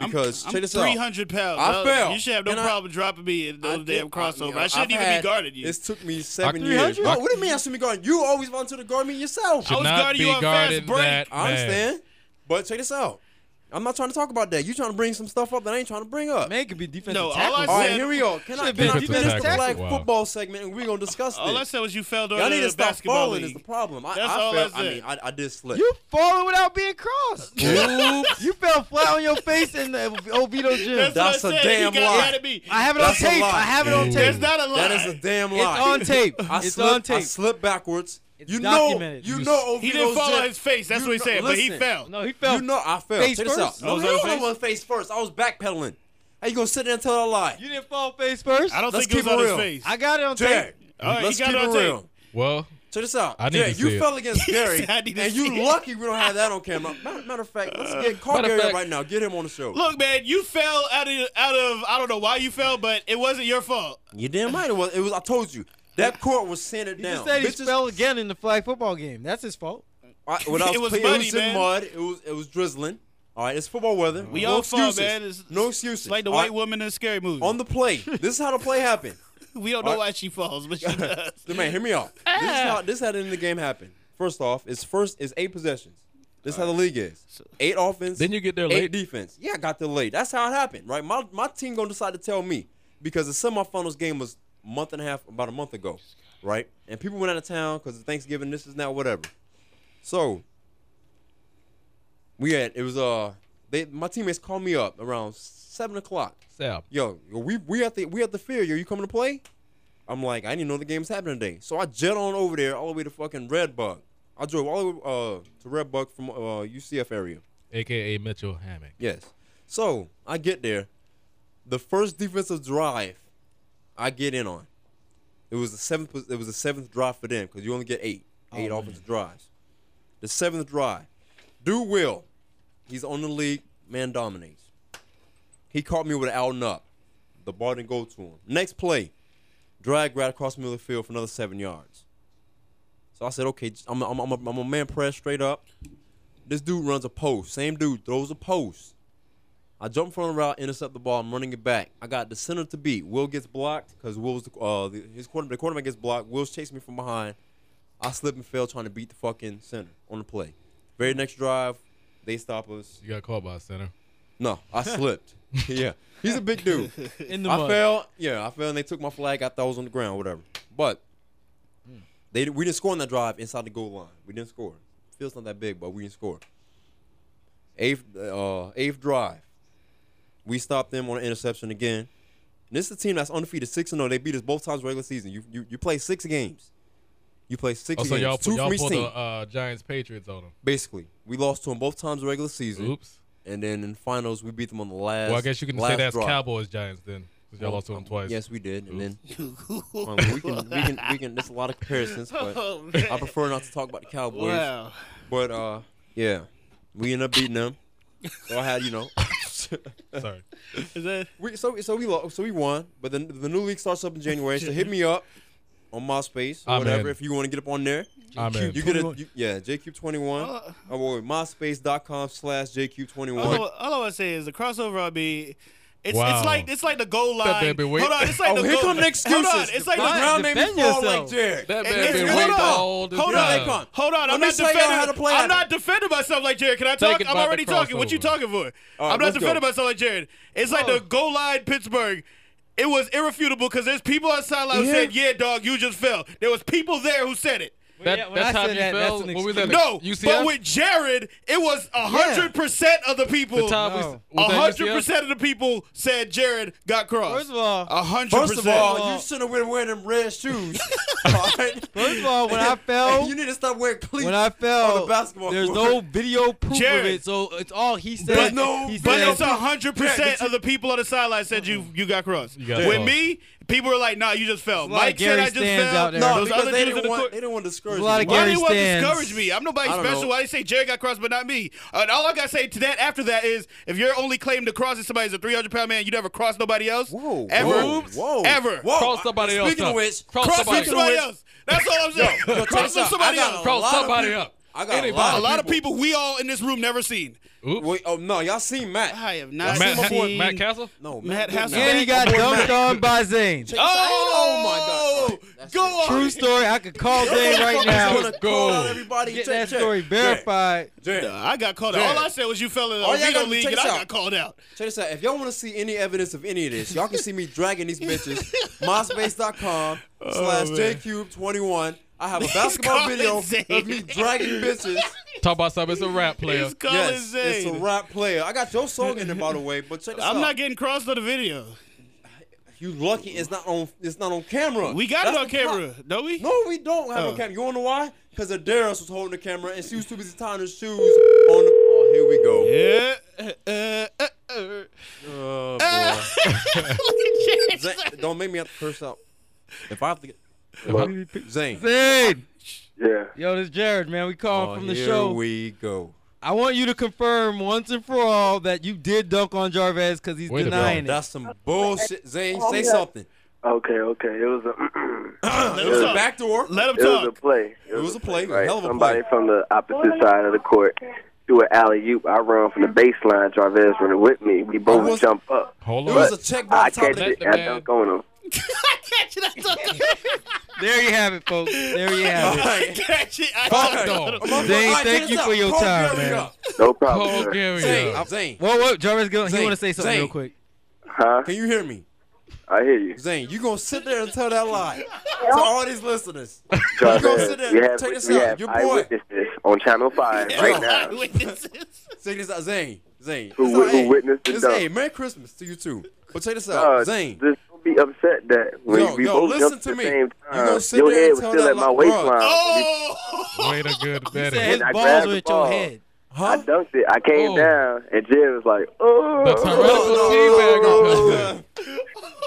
Speaker 2: I'm-
Speaker 3: Because
Speaker 2: I'm,
Speaker 3: check this out.
Speaker 2: 300 pounds.
Speaker 3: I
Speaker 2: Uh,
Speaker 3: fell.
Speaker 2: You should have no
Speaker 3: And I-
Speaker 2: problem dropping me in those
Speaker 3: did-
Speaker 2: damn crossover. I,
Speaker 3: mean,
Speaker 2: shouldn't
Speaker 3: I've
Speaker 2: even
Speaker 3: had-
Speaker 2: be guarding you.
Speaker 3: It took me seven
Speaker 4: I-
Speaker 3: years.
Speaker 1: 300?
Speaker 3: Bro, what do you mean I shouldn't be guarding? You always volunteer to guard me yourself.
Speaker 4: Should
Speaker 2: was
Speaker 4: not
Speaker 2: guarding
Speaker 4: be
Speaker 2: you on fast
Speaker 4: guarding
Speaker 2: break.
Speaker 4: that
Speaker 3: I
Speaker 4: man.
Speaker 3: understand. But check this out. I'm not trying to talk about that. You trying to bring some stuff up that I ain't trying to bring up.
Speaker 1: Man, it could be defensive
Speaker 2: No, all
Speaker 1: tackle.
Speaker 2: I
Speaker 3: All right,
Speaker 2: said-
Speaker 3: here we go. Can I,
Speaker 1: Should've
Speaker 3: can
Speaker 1: been
Speaker 3: I
Speaker 1: defensive
Speaker 3: finish the
Speaker 1: tackle.
Speaker 3: flag
Speaker 4: Wow.
Speaker 3: football segment and we're going to discuss this?
Speaker 2: All I said was you fell during
Speaker 3: Y'all need
Speaker 2: the
Speaker 3: to stop
Speaker 2: basketball
Speaker 3: falling is the
Speaker 2: league.
Speaker 3: problem. I,
Speaker 2: That's
Speaker 3: I,
Speaker 2: all I
Speaker 3: felt, I,
Speaker 2: said.
Speaker 3: mean, I, I did slip.
Speaker 1: You falling without being crossed.
Speaker 3: Oops.
Speaker 1: you fell flat on your face in the Oviedo gym.
Speaker 2: That's, what I
Speaker 3: That's a
Speaker 2: said.
Speaker 3: damn
Speaker 2: he got
Speaker 3: lie.
Speaker 2: mad at me.
Speaker 1: I have it on
Speaker 3: That's a
Speaker 1: tape.
Speaker 3: lie.
Speaker 1: I have it on
Speaker 4: Ooh.
Speaker 1: tape.
Speaker 2: That's not a lie.
Speaker 3: that is a damn lie.
Speaker 1: It's on tape.
Speaker 3: I
Speaker 1: it's
Speaker 3: slipped,
Speaker 1: on tape.
Speaker 3: I slipped backwards.
Speaker 1: It's
Speaker 3: you
Speaker 1: documented.
Speaker 3: know, you
Speaker 1: You-
Speaker 3: know, Oviedo's
Speaker 2: he didn't fall
Speaker 3: gym-
Speaker 2: on his face. That's
Speaker 3: you
Speaker 2: what he
Speaker 3: know-
Speaker 2: said, but he
Speaker 3: listen.
Speaker 2: fell.
Speaker 1: no, he fell.
Speaker 3: You know, I fell.
Speaker 1: Face
Speaker 3: Check this out.
Speaker 1: first?
Speaker 3: No,
Speaker 2: I was
Speaker 3: he
Speaker 2: on
Speaker 3: was
Speaker 2: face?
Speaker 3: on face first. I was backpedaling. How you gonna sit there and tell a lie?
Speaker 1: you didn't fall face first.
Speaker 2: I don't
Speaker 3: Let's
Speaker 2: think it was
Speaker 3: keep it
Speaker 2: on his
Speaker 3: real.
Speaker 2: face.
Speaker 1: I got it on
Speaker 3: Jared,
Speaker 1: tape.
Speaker 2: All right,
Speaker 3: let's
Speaker 2: you
Speaker 3: keep
Speaker 2: got it
Speaker 3: it
Speaker 2: on tape.
Speaker 3: real.
Speaker 4: Well,
Speaker 3: Check this out.
Speaker 4: I need
Speaker 3: Jared,
Speaker 4: to
Speaker 3: you
Speaker 4: see it.
Speaker 3: fell against Gary,
Speaker 2: I need to
Speaker 3: and
Speaker 2: see
Speaker 3: you
Speaker 2: it.
Speaker 3: lucky we don't have that on camera. Matter, matter of fact, let's get call
Speaker 4: Matter of
Speaker 3: Gary up
Speaker 4: fact-
Speaker 3: right now. Get him on the show.
Speaker 2: Look, man, you fell out of out of I don't know why you fell, but it wasn't your fault.
Speaker 3: you damn right it was. It was. I told you that court was sanded
Speaker 1: He just
Speaker 3: down.
Speaker 1: said he
Speaker 3: Bitches-
Speaker 1: fell again in the flag football game. That's his fault.
Speaker 3: I, when I was
Speaker 2: It was
Speaker 3: playing, it
Speaker 2: muddy,
Speaker 3: was in
Speaker 2: man.
Speaker 3: mud. It was it was drizzling. All right, it's football weather.
Speaker 2: We
Speaker 3: no
Speaker 2: all fall,
Speaker 3: excuses.
Speaker 2: man. It's-
Speaker 3: no excuses.
Speaker 2: Like the
Speaker 3: All
Speaker 2: white
Speaker 3: right,
Speaker 2: woman in a scary movie.
Speaker 3: on the play. This is how the play happened.
Speaker 2: We don't know why she falls, but she does.
Speaker 3: So, man, hear me out. This is how this is how the end of the game happened. First off, it's first is eight possessions. This is how the league is. Eight offense.
Speaker 4: Didn't you get there
Speaker 3: Eight
Speaker 4: late?
Speaker 3: defense. Yeah, I got there late. That's how it happened, right? My my team gonna decide to tell me because the semifinals game was a month and a half, about a month ago, right? And people went out of town because of Thanksgiving. This is now whatever. So we had it was uh they my teammates called me up around seven o'clock.
Speaker 4: Sal.
Speaker 3: Yo, yo, we we at the we at the field. Yo, you coming to play? I'm like, I didn't know the game's happening today. So I jet on over there all the way to fucking Red Bug. I drove all the way uh, to Red Bug from uh, UCF area.
Speaker 4: AKA Mitchell Hammock.
Speaker 3: Yes. So I get there. The first defensive drive, I get in on. It was the seventh. It was the seventh drive for them because you only get eight, eight offensive drives. The seventh drive, do will. He's on the league. Man dominates. He caught me with an out and up. The ball didn't go to him. Next play, drag right across the middle of the field for another seven yards. So I said, okay, j- I'm a, I'm a, I'm a man press straight up. This dude runs a post. Same dude throws a post. I jump from the route, intercept the ball. I'm running it back. I got the center to beat. Will gets blocked because Will's the, uh, the, his quarter, the quarterback gets blocked. Will's chasing me from behind. I slip and fail trying to beat the fucking center on the play. Very next drive, they stop us.
Speaker 4: You got caught by a center.
Speaker 3: No, I slipped. yeah, he's a big dude.
Speaker 1: in the
Speaker 3: I
Speaker 1: mud.
Speaker 3: fell. Yeah, I fell, and they took my flag. I thought I was on the ground, whatever. But
Speaker 4: Hmm.
Speaker 3: they we didn't score on that drive inside the goal line. We didn't score. Field's not that big, but we didn't score. Eighth uh, eighth drive, we stopped them on an interception again. And this is a team that's undefeated six and zero. They beat us both times regular season. You you, you play six games. You play six
Speaker 4: Oh, so
Speaker 3: games.
Speaker 4: y'all,
Speaker 3: 2
Speaker 4: pu- y'all
Speaker 3: from each
Speaker 4: pulled
Speaker 3: team.
Speaker 4: the uh, Giants Patriots on them.
Speaker 3: Basically, we lost to them both times regular season,
Speaker 4: Oops.
Speaker 3: and then in finals we beat them on the last.
Speaker 4: Well, I guess you can say
Speaker 3: last
Speaker 4: that's
Speaker 3: drive.
Speaker 4: Cowboys Giants then. 'cause y'all lost to them twice.
Speaker 3: Yes, we did, and then Well, we can we can we can. There's a lot of comparisons, but
Speaker 2: Oh,
Speaker 3: I
Speaker 2: man.
Speaker 3: prefer not to talk about the Cowboys.
Speaker 2: Wow.
Speaker 3: But uh, yeah, we end up beating them. So I had you know,
Speaker 4: Sorry.
Speaker 2: Is that
Speaker 3: we so so we lo- so we won. But then the new league starts up in January. So hit me up on MySpace or
Speaker 4: I'm
Speaker 3: whatever
Speaker 4: in.
Speaker 3: if you want to get up on there.
Speaker 4: I'm in.
Speaker 3: You get a
Speaker 1: 21.
Speaker 3: you, yeah JCube twenty one
Speaker 2: Uh.
Speaker 3: Oh, or MySpace.com slash JCube twenty
Speaker 2: all, I,
Speaker 3: one.
Speaker 2: wa- all I want to say is the crossover I be. It's,
Speaker 4: Wow.
Speaker 2: it's like it's like the goal
Speaker 4: That
Speaker 2: line.
Speaker 4: man been
Speaker 2: Hold
Speaker 4: waiting-
Speaker 2: on, it's like
Speaker 3: Oh,
Speaker 2: the
Speaker 3: here
Speaker 2: goal.
Speaker 3: come the excuses.
Speaker 2: Hold on, it's like
Speaker 1: Defend-
Speaker 2: the
Speaker 3: ground name
Speaker 1: defend
Speaker 3: me fall like
Speaker 1: yourself.
Speaker 3: Jared.
Speaker 4: That
Speaker 2: And
Speaker 4: man
Speaker 2: it's-
Speaker 4: been
Speaker 2: hold
Speaker 4: waiting
Speaker 2: on.
Speaker 4: all this
Speaker 2: Hold
Speaker 3: Here
Speaker 2: on.
Speaker 3: they come.
Speaker 4: time.
Speaker 2: Hold on,
Speaker 3: Let
Speaker 2: I'm
Speaker 3: me
Speaker 2: not
Speaker 3: show y'all
Speaker 2: defending.
Speaker 3: how to play at
Speaker 2: I'm
Speaker 3: it.
Speaker 2: not defending myself like Jared. Can I
Speaker 4: Take
Speaker 2: talk?
Speaker 4: it
Speaker 2: I'm
Speaker 4: by the
Speaker 2: already talking. What you
Speaker 4: crossover.
Speaker 2: talking for?
Speaker 3: All right,
Speaker 2: I'm not
Speaker 3: let's go. Oh.
Speaker 2: defending myself like Jared. It's like the goal line Pittsburgh. It was irrefutable because there's people on sideline who
Speaker 3: Yeah.
Speaker 2: said, "Yeah, dog, you just fell." There was people there who said it.
Speaker 4: That,
Speaker 1: Yeah, when I
Speaker 4: that's how
Speaker 1: said
Speaker 4: you
Speaker 1: that, that's
Speaker 4: felt.
Speaker 1: an
Speaker 4: What was that?
Speaker 2: No,
Speaker 4: UCF?
Speaker 2: but with Jared, it was hundred percent of the people.
Speaker 4: the time
Speaker 1: No.
Speaker 4: we, was that
Speaker 2: hundred
Speaker 4: UCF?
Speaker 2: percent of the people said Jared got crossed.
Speaker 1: First of all-
Speaker 2: hundred percent.
Speaker 3: First of all, you shouldn't have been wearing them red shoes. all right?
Speaker 1: First of all, when I fell,
Speaker 3: you need to stop wearing cleats.
Speaker 1: when I
Speaker 3: on
Speaker 1: fell,
Speaker 3: the basketball
Speaker 1: there's
Speaker 3: court.
Speaker 1: no video proof
Speaker 2: Jared.
Speaker 1: of it, so it's all he said.
Speaker 3: There's no-
Speaker 1: he
Speaker 2: But
Speaker 1: said,
Speaker 2: it's hundred percent of the people on the sideline said you you got crossed.
Speaker 4: You got
Speaker 2: With
Speaker 4: crossed.
Speaker 2: me, people were like, "Nah, you just fell."
Speaker 1: a lot of
Speaker 2: Mike said,
Speaker 1: Gary
Speaker 2: "I just
Speaker 1: Stans
Speaker 2: fell."
Speaker 1: out there.
Speaker 3: No,
Speaker 2: Those
Speaker 3: because
Speaker 2: other
Speaker 3: they
Speaker 2: dudes in
Speaker 3: didn't,
Speaker 2: the
Speaker 3: want,
Speaker 2: court.
Speaker 3: they didn't want to discourage
Speaker 1: There's a lot
Speaker 3: you.
Speaker 1: of
Speaker 3: Why
Speaker 2: Why
Speaker 1: Gary
Speaker 2: they want to
Speaker 1: Stans.
Speaker 2: discourage me? I'm nobody
Speaker 3: I don't
Speaker 2: special.
Speaker 3: know.
Speaker 2: Why they say Jared got crossed but not me? And all I gotta say to that after that is, if your only claim to crossing somebody is a 300 pound man, you never cross nobody else.
Speaker 3: Whoa.
Speaker 2: Ever.
Speaker 3: Whoa. Whoa.
Speaker 2: Ever.
Speaker 3: Whoa.
Speaker 4: Cross somebody
Speaker 3: Speaking
Speaker 4: else
Speaker 3: Speaking
Speaker 4: up.
Speaker 3: of which,
Speaker 4: Cross
Speaker 2: Cross
Speaker 4: somebody
Speaker 2: somebody,
Speaker 4: else.
Speaker 2: else. That's all I'm saying.
Speaker 3: yo, check
Speaker 2: cross
Speaker 3: this out.
Speaker 2: somebody
Speaker 3: I got
Speaker 2: else.
Speaker 3: a
Speaker 4: Cross
Speaker 3: lot of
Speaker 4: somebody
Speaker 3: people-
Speaker 4: up.
Speaker 3: I got
Speaker 4: Anybody.
Speaker 3: a lot
Speaker 2: A
Speaker 3: of
Speaker 2: lot of people we all in this room never seen.
Speaker 4: Oops.
Speaker 3: Wait, oh, no, y'all seen Matt.
Speaker 2: I have not
Speaker 4: Matt,
Speaker 2: seen.
Speaker 4: Ha- Matt Castle?
Speaker 3: No,
Speaker 2: Matt
Speaker 3: Goodman.
Speaker 2: Hasselbeck.
Speaker 1: and he got
Speaker 2: Oh, boy,
Speaker 1: dunked
Speaker 2: Mac.
Speaker 1: on by Zane.
Speaker 3: Check this out.
Speaker 2: Oh,
Speaker 3: Oh, my God. All right, that's
Speaker 2: go
Speaker 3: it.
Speaker 2: on.
Speaker 1: True story. I could call Zane right
Speaker 3: I'm
Speaker 1: now.
Speaker 3: gonna call out
Speaker 4: Go.
Speaker 3: everybody.
Speaker 1: Get
Speaker 3: Check,
Speaker 1: that
Speaker 3: check.
Speaker 1: story
Speaker 3: Check.
Speaker 1: verified.
Speaker 3: Check.
Speaker 2: Nah, I got called
Speaker 3: Yeah.
Speaker 2: out. All I said was you fell in the
Speaker 3: All y'all
Speaker 2: Oviedo
Speaker 3: gotta do-
Speaker 2: League
Speaker 3: check
Speaker 2: and
Speaker 3: this
Speaker 2: I
Speaker 3: out.
Speaker 2: got called out.
Speaker 3: Check this out. If y'all want to see any evidence of any of this, y'all can see me dragging these bitches. MySpace.com slash
Speaker 2: Oh, man.
Speaker 3: JCube21. I have a basketball
Speaker 2: Colin
Speaker 3: video
Speaker 2: Zane.
Speaker 3: of me dragging bitches.
Speaker 4: Talk about something. It's a rap player.
Speaker 2: It's Colin
Speaker 3: yes, it's a
Speaker 2: Zane.
Speaker 3: rap player. I got your song in there, by the way. But check this out.
Speaker 2: I'm not getting crossed on the video.
Speaker 3: You lucky it's not on. It's not on camera.
Speaker 2: We got
Speaker 3: That's
Speaker 2: it on
Speaker 3: the pro-
Speaker 2: camera, don't we?
Speaker 3: No, we don't have it on
Speaker 2: Oh.
Speaker 3: camera. You wanna know why? Because Adaris was holding the camera and she was too busy tying her shoes on the. Oh, here we go.
Speaker 2: Yeah. Uh, uh, uh.
Speaker 3: Oh, boy.
Speaker 2: Look at
Speaker 3: Zane, don't make me have to curse out. If I have to get. Zane.
Speaker 1: Zane.
Speaker 7: Yeah.
Speaker 1: Yo, this Jared, man. We calling
Speaker 3: Oh,
Speaker 1: from the
Speaker 3: here
Speaker 1: show.
Speaker 3: we go.
Speaker 1: I want you to confirm once and for all that you did dunk on Jarvez because he's
Speaker 4: Wait a minute.
Speaker 1: denying it.
Speaker 3: That's some bullshit. Zane, say
Speaker 7: yeah.
Speaker 3: something.
Speaker 7: Okay, okay. It was a
Speaker 3: It
Speaker 2: him
Speaker 3: was a
Speaker 2: talk.
Speaker 3: back door.
Speaker 2: Let him
Speaker 7: it was a
Speaker 2: talk.
Speaker 7: play.
Speaker 3: It was a play.
Speaker 7: Right.
Speaker 3: Hell of a
Speaker 7: Somebody
Speaker 3: play.
Speaker 7: from the opposite side of the court threw an alley oop. I run from the baseline. Jarvis run with me. We
Speaker 3: It
Speaker 7: both
Speaker 3: was-
Speaker 7: jump up.
Speaker 4: Hold
Speaker 3: It
Speaker 4: on.
Speaker 3: was a check by
Speaker 7: I
Speaker 3: the top of
Speaker 7: catch
Speaker 3: the
Speaker 4: Let
Speaker 7: it.
Speaker 4: the
Speaker 7: I
Speaker 4: man-
Speaker 7: dunk on him.
Speaker 2: I catch it. I thought
Speaker 1: There you have it, folks. There you have it.
Speaker 2: I catch it. I
Speaker 3: All
Speaker 2: thought
Speaker 3: right.
Speaker 2: that was-
Speaker 3: All right,
Speaker 1: Zane,
Speaker 3: check
Speaker 1: thank
Speaker 3: this
Speaker 1: you
Speaker 3: out.
Speaker 1: for your
Speaker 3: Paul
Speaker 1: time,
Speaker 3: Gary
Speaker 1: man.
Speaker 3: up.
Speaker 7: No problem.
Speaker 4: Paul
Speaker 7: sir.
Speaker 4: Gary. uh,
Speaker 3: Zane,
Speaker 4: up.
Speaker 3: Zane,
Speaker 1: Whoa, whoa, Jarvis, go,
Speaker 3: Zane,
Speaker 1: he want to say something
Speaker 3: Zane.
Speaker 1: real quick.
Speaker 7: Huh?
Speaker 3: can you hear me?
Speaker 7: I hear you.
Speaker 3: Zane, you gonna sit there and tell that lie to all these listeners?
Speaker 7: Jarvis,
Speaker 3: gonna sit there
Speaker 7: we
Speaker 3: and
Speaker 7: have,
Speaker 3: take this
Speaker 7: we
Speaker 3: out.
Speaker 7: have
Speaker 3: Your boy.
Speaker 7: eyewitnesses on Channel 5 right
Speaker 2: I
Speaker 7: now.
Speaker 2: witnessed this.
Speaker 3: Check this out, Zane. Zane,
Speaker 7: Who
Speaker 3: It's
Speaker 7: wi-
Speaker 3: all-
Speaker 7: who
Speaker 3: hey,
Speaker 7: witnessed the
Speaker 3: it's-
Speaker 7: dump.
Speaker 3: Hey, Merry Christmas to you too. But check this out,
Speaker 7: Uh,
Speaker 3: Oh, Zane.
Speaker 7: Just don't be upset that when
Speaker 3: Yo,
Speaker 7: we
Speaker 3: yo,
Speaker 7: both
Speaker 3: listen
Speaker 7: jumped
Speaker 3: to
Speaker 7: at the
Speaker 3: me.
Speaker 7: same
Speaker 3: You
Speaker 7: time,
Speaker 3: gonna sit
Speaker 7: your
Speaker 3: there and
Speaker 7: head was
Speaker 3: tell
Speaker 7: still
Speaker 3: that
Speaker 7: at my
Speaker 3: lie-
Speaker 7: waistline.
Speaker 2: Oh!
Speaker 4: Way to good
Speaker 1: He
Speaker 4: bet.
Speaker 1: said his
Speaker 7: I
Speaker 1: balls
Speaker 7: grabbed
Speaker 1: were
Speaker 7: the
Speaker 1: at your
Speaker 7: ball.
Speaker 1: head.
Speaker 7: I
Speaker 3: huh?
Speaker 7: dunked it. I came
Speaker 4: Oh.
Speaker 7: down, and Jim was like, oh.
Speaker 4: The tyrannical teabagger.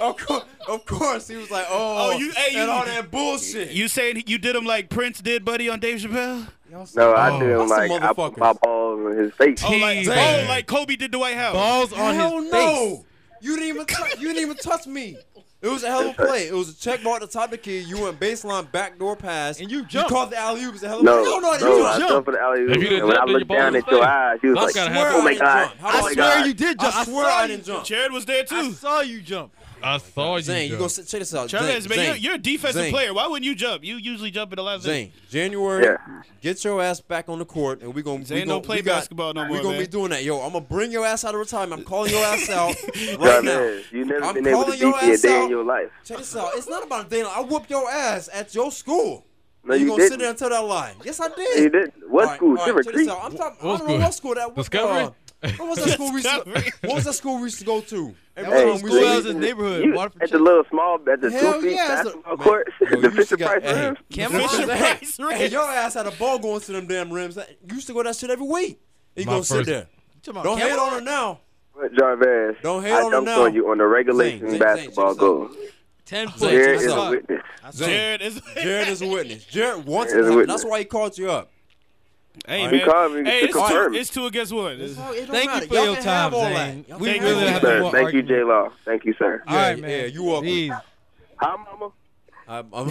Speaker 3: Of course, of course, he was like, "Oh,
Speaker 2: Oh, you- hey,
Speaker 3: and
Speaker 2: you-
Speaker 3: all that bullshit."
Speaker 2: You saying you did him like Prince did, buddy, on Dave Chappelle?
Speaker 7: No, I did
Speaker 3: Oh.
Speaker 7: him like,
Speaker 3: Some
Speaker 7: I put
Speaker 3: motherfuckers.
Speaker 7: my balls in his face.
Speaker 2: Oh, like,
Speaker 4: Teabagger.
Speaker 2: oh, like Kobe did Dwight Howard.
Speaker 1: Balls on
Speaker 3: Hell
Speaker 1: his
Speaker 3: no!
Speaker 1: face.
Speaker 3: You didn't even touch, you didn't even touch me. It was a hell of a play. It was a check ball at the top of the key. You went baseline backdoor pass,
Speaker 1: And you jumped.
Speaker 3: You caught the alley oop. It's a hell of a
Speaker 7: No,
Speaker 3: play.
Speaker 7: no,
Speaker 3: Hell no, I didn't
Speaker 7: I
Speaker 3: jump.
Speaker 7: jumped for the alley
Speaker 4: If you done
Speaker 7: and when I
Speaker 4: jumped, then
Speaker 7: looked
Speaker 4: your ball
Speaker 7: down
Speaker 4: was
Speaker 7: at your
Speaker 4: there.
Speaker 7: eyes, you
Speaker 4: That's
Speaker 7: was
Speaker 4: gotta
Speaker 7: like,
Speaker 4: happen.
Speaker 7: oh my
Speaker 3: I didn't
Speaker 7: god,
Speaker 3: jump.
Speaker 7: oh
Speaker 3: I
Speaker 7: my
Speaker 1: I
Speaker 7: god.
Speaker 1: swear you did jump.
Speaker 3: I swear I didn't jump.
Speaker 2: Jared was there
Speaker 1: I
Speaker 2: too.
Speaker 1: saw you jump.
Speaker 4: I saw you.
Speaker 3: Zane, you
Speaker 4: Joe.
Speaker 3: gonna sit, check this out.
Speaker 2: Jared,
Speaker 3: Zane,
Speaker 2: man,
Speaker 3: Zane,
Speaker 2: you're, you're a defensive
Speaker 3: Zane,
Speaker 2: player. Why wouldn't you jump? You usually jump in the last.
Speaker 3: Zane, January,
Speaker 7: Yeah.
Speaker 3: get your ass back on the court, and we gonna
Speaker 2: Zane
Speaker 3: we
Speaker 2: don't
Speaker 3: gonna-
Speaker 2: play
Speaker 3: we got-
Speaker 2: basketball no
Speaker 3: We
Speaker 2: more,
Speaker 3: gonna
Speaker 2: man.
Speaker 3: be doing that, yo. I'm gonna bring your ass out of retirement. I'm calling your ass out right now.
Speaker 7: Jarvis, you never
Speaker 3: I'm
Speaker 7: been able to
Speaker 3: calling
Speaker 7: beat
Speaker 3: your
Speaker 7: me a
Speaker 3: ass
Speaker 7: day
Speaker 3: out.
Speaker 7: in your life.
Speaker 3: Check this out. It's not about a day. I whooped your ass at your school.
Speaker 7: No,
Speaker 3: you
Speaker 7: you
Speaker 3: gonna sit there
Speaker 7: didn't.
Speaker 3: and tell that lie? Yes, I did.
Speaker 7: You didn't.
Speaker 3: All
Speaker 7: What
Speaker 3: right,
Speaker 7: school?
Speaker 3: all right,
Speaker 7: Silver
Speaker 3: check this
Speaker 7: Creek.
Speaker 3: out. I'm talking,
Speaker 4: What
Speaker 3: I don't know
Speaker 4: school?
Speaker 3: what school that was.
Speaker 4: Discovery?
Speaker 3: Uh, what was that school we used
Speaker 2: Discovery.
Speaker 3: to, What was that school we used to go to? Every
Speaker 7: Hey,
Speaker 3: time we
Speaker 1: school
Speaker 7: you-
Speaker 1: I
Speaker 3: used
Speaker 1: was in the neighborhood,
Speaker 7: you-
Speaker 1: Waterford
Speaker 7: at the
Speaker 1: Church.
Speaker 7: little small, at the
Speaker 3: Hell
Speaker 7: two feet
Speaker 3: yeah, it's a-
Speaker 7: basketball
Speaker 3: man,
Speaker 7: courts,
Speaker 3: yo, you
Speaker 7: the
Speaker 3: used to
Speaker 7: Fisher
Speaker 3: got-
Speaker 7: Price
Speaker 3: hey,
Speaker 7: rims.
Speaker 2: Cam
Speaker 3: Fisher
Speaker 2: Fisher
Speaker 3: Price
Speaker 2: Price
Speaker 3: rims. Hey,
Speaker 2: rims.
Speaker 3: your ass had a ball going to them damn rims. You used to go to that shit every week. You
Speaker 4: My
Speaker 3: gonna sit
Speaker 4: first-
Speaker 3: there?
Speaker 1: Come on,
Speaker 3: Don't
Speaker 1: Cam.
Speaker 3: hate on her now.
Speaker 7: But Jarvis,
Speaker 3: Don't hate
Speaker 7: I
Speaker 3: on him
Speaker 7: dumped
Speaker 3: now.
Speaker 7: on you on the
Speaker 3: Zane,
Speaker 7: regulation
Speaker 3: Zane,
Speaker 7: basketball
Speaker 3: Zane, check this
Speaker 7: goal.
Speaker 1: Ten
Speaker 4: Zane,
Speaker 7: Jared
Speaker 1: points.
Speaker 7: is
Speaker 3: this
Speaker 7: a
Speaker 3: out.
Speaker 7: witness.
Speaker 3: Jared,
Speaker 2: Jared is.
Speaker 3: Jared is a witness. Jared wants
Speaker 7: Jared
Speaker 3: it.
Speaker 7: is a
Speaker 3: to-
Speaker 7: witness.
Speaker 3: That's why he called you up.
Speaker 2: Hey
Speaker 7: He
Speaker 2: man.
Speaker 7: called me to
Speaker 2: Hey, it's
Speaker 7: confirm
Speaker 2: two,
Speaker 7: it.
Speaker 2: it's two against one. It's-
Speaker 1: Thank you for your time, Zane. We
Speaker 2: Thank
Speaker 1: really
Speaker 2: you.
Speaker 1: have
Speaker 7: Sir,
Speaker 1: no more
Speaker 7: Thank you, J
Speaker 1: argument.
Speaker 7: Law. Thank you, sir.
Speaker 1: All right,
Speaker 3: Yeah,
Speaker 1: man.
Speaker 3: yeah, you welcome.
Speaker 1: Jeez.
Speaker 7: Hi, Mama.
Speaker 3: I'm, I'm, all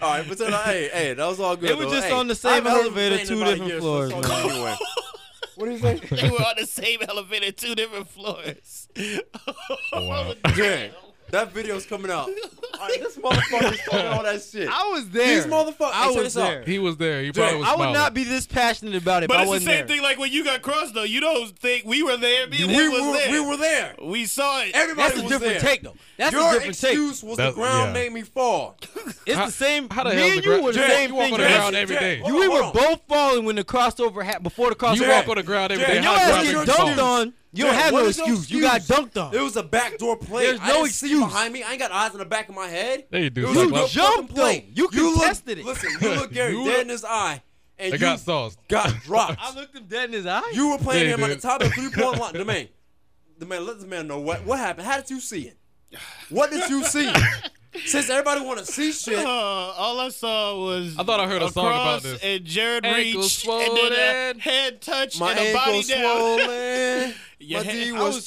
Speaker 3: right, but then, hey, hey, that was all good.
Speaker 1: They were
Speaker 3: though.
Speaker 1: just
Speaker 3: Hey,
Speaker 1: on the same
Speaker 3: I haven't
Speaker 1: elevator,
Speaker 3: complained
Speaker 1: two
Speaker 3: about it
Speaker 1: different
Speaker 3: yet,
Speaker 1: floors,
Speaker 3: so it's all good anyway.
Speaker 1: What is that?
Speaker 2: they were on the same elevator, two different floors.
Speaker 4: Wow.
Speaker 3: Jared, that video's coming out. All right, this motherfucker's talking all that shit.
Speaker 1: I was there.
Speaker 3: These motherfuckers.
Speaker 1: I
Speaker 3: Hey, check
Speaker 1: was
Speaker 3: this out.
Speaker 1: there.
Speaker 4: He was there. He
Speaker 3: Dude,
Speaker 4: probably was
Speaker 1: I
Speaker 4: smiling.
Speaker 1: would not be this passionate about it
Speaker 2: But
Speaker 1: if I
Speaker 2: it's the
Speaker 1: wasn't
Speaker 2: same
Speaker 1: there.
Speaker 2: thing like when you got crossed though. You don't think we were there, me
Speaker 3: We
Speaker 2: and
Speaker 3: were,
Speaker 2: him was there.
Speaker 3: we were there.
Speaker 2: We saw it.
Speaker 3: Everybody
Speaker 1: That's a
Speaker 3: was
Speaker 1: different
Speaker 3: there.
Speaker 1: take, though. That's
Speaker 3: Your
Speaker 1: a different
Speaker 3: excuse was
Speaker 4: That-
Speaker 3: the ground
Speaker 4: yeah.
Speaker 3: made me fall.
Speaker 1: take. It's
Speaker 4: How-
Speaker 1: the same.
Speaker 4: how the hell's
Speaker 1: me
Speaker 4: the
Speaker 1: and
Speaker 4: gra-
Speaker 1: you were the
Speaker 4: Jared,
Speaker 1: same
Speaker 4: you walk
Speaker 1: thing.
Speaker 4: on the
Speaker 1: Jared.
Speaker 4: ground every day.
Speaker 1: You- we
Speaker 3: Hold
Speaker 1: were
Speaker 3: on.
Speaker 1: both falling when the crossover happened before the crossover.
Speaker 4: You walk
Speaker 3: Jared.
Speaker 4: on the ground every day.
Speaker 3: Jared,
Speaker 1: When
Speaker 3: And
Speaker 1: your
Speaker 4: How
Speaker 1: ass
Speaker 4: do
Speaker 1: get
Speaker 4: I drop
Speaker 1: dunked
Speaker 4: the ball?
Speaker 1: on. You don't
Speaker 3: Jared,
Speaker 1: have
Speaker 3: what
Speaker 1: no
Speaker 3: is your
Speaker 1: excuse. You got dunked on.
Speaker 3: It was a backdoor play.
Speaker 1: There's
Speaker 3: I
Speaker 1: no
Speaker 3: didn't see
Speaker 1: excuse.
Speaker 3: behind me. I ain't got eyes in the back of my head.
Speaker 4: There you do,
Speaker 3: It was
Speaker 4: You
Speaker 3: a no
Speaker 1: jumped,
Speaker 3: fucking play.
Speaker 1: though. You
Speaker 3: look-
Speaker 1: contested it.
Speaker 3: Listen, you look Gary
Speaker 4: You
Speaker 3: dead
Speaker 4: look-
Speaker 3: in his eye, and
Speaker 4: They
Speaker 3: you
Speaker 4: got sauced.
Speaker 3: got dropped.
Speaker 1: I looked him dead in his eye.
Speaker 3: You were playing
Speaker 4: Yeah,
Speaker 3: him at
Speaker 4: dude.
Speaker 3: the top of three point line. The man, the man, let the man know what what happened. How did you see it? What did you see? Since everybody want to see shit,
Speaker 2: Uh, all I saw was
Speaker 4: I thought I heard a song about
Speaker 2: cross
Speaker 4: this.
Speaker 2: And Jared
Speaker 4: Ankle
Speaker 2: reached and then
Speaker 4: swollen.
Speaker 2: a head touch
Speaker 3: my
Speaker 2: and a body
Speaker 3: ankle
Speaker 2: down.
Speaker 3: swollen.
Speaker 2: Your
Speaker 3: my
Speaker 2: head-
Speaker 3: D
Speaker 2: I
Speaker 3: was,
Speaker 2: was-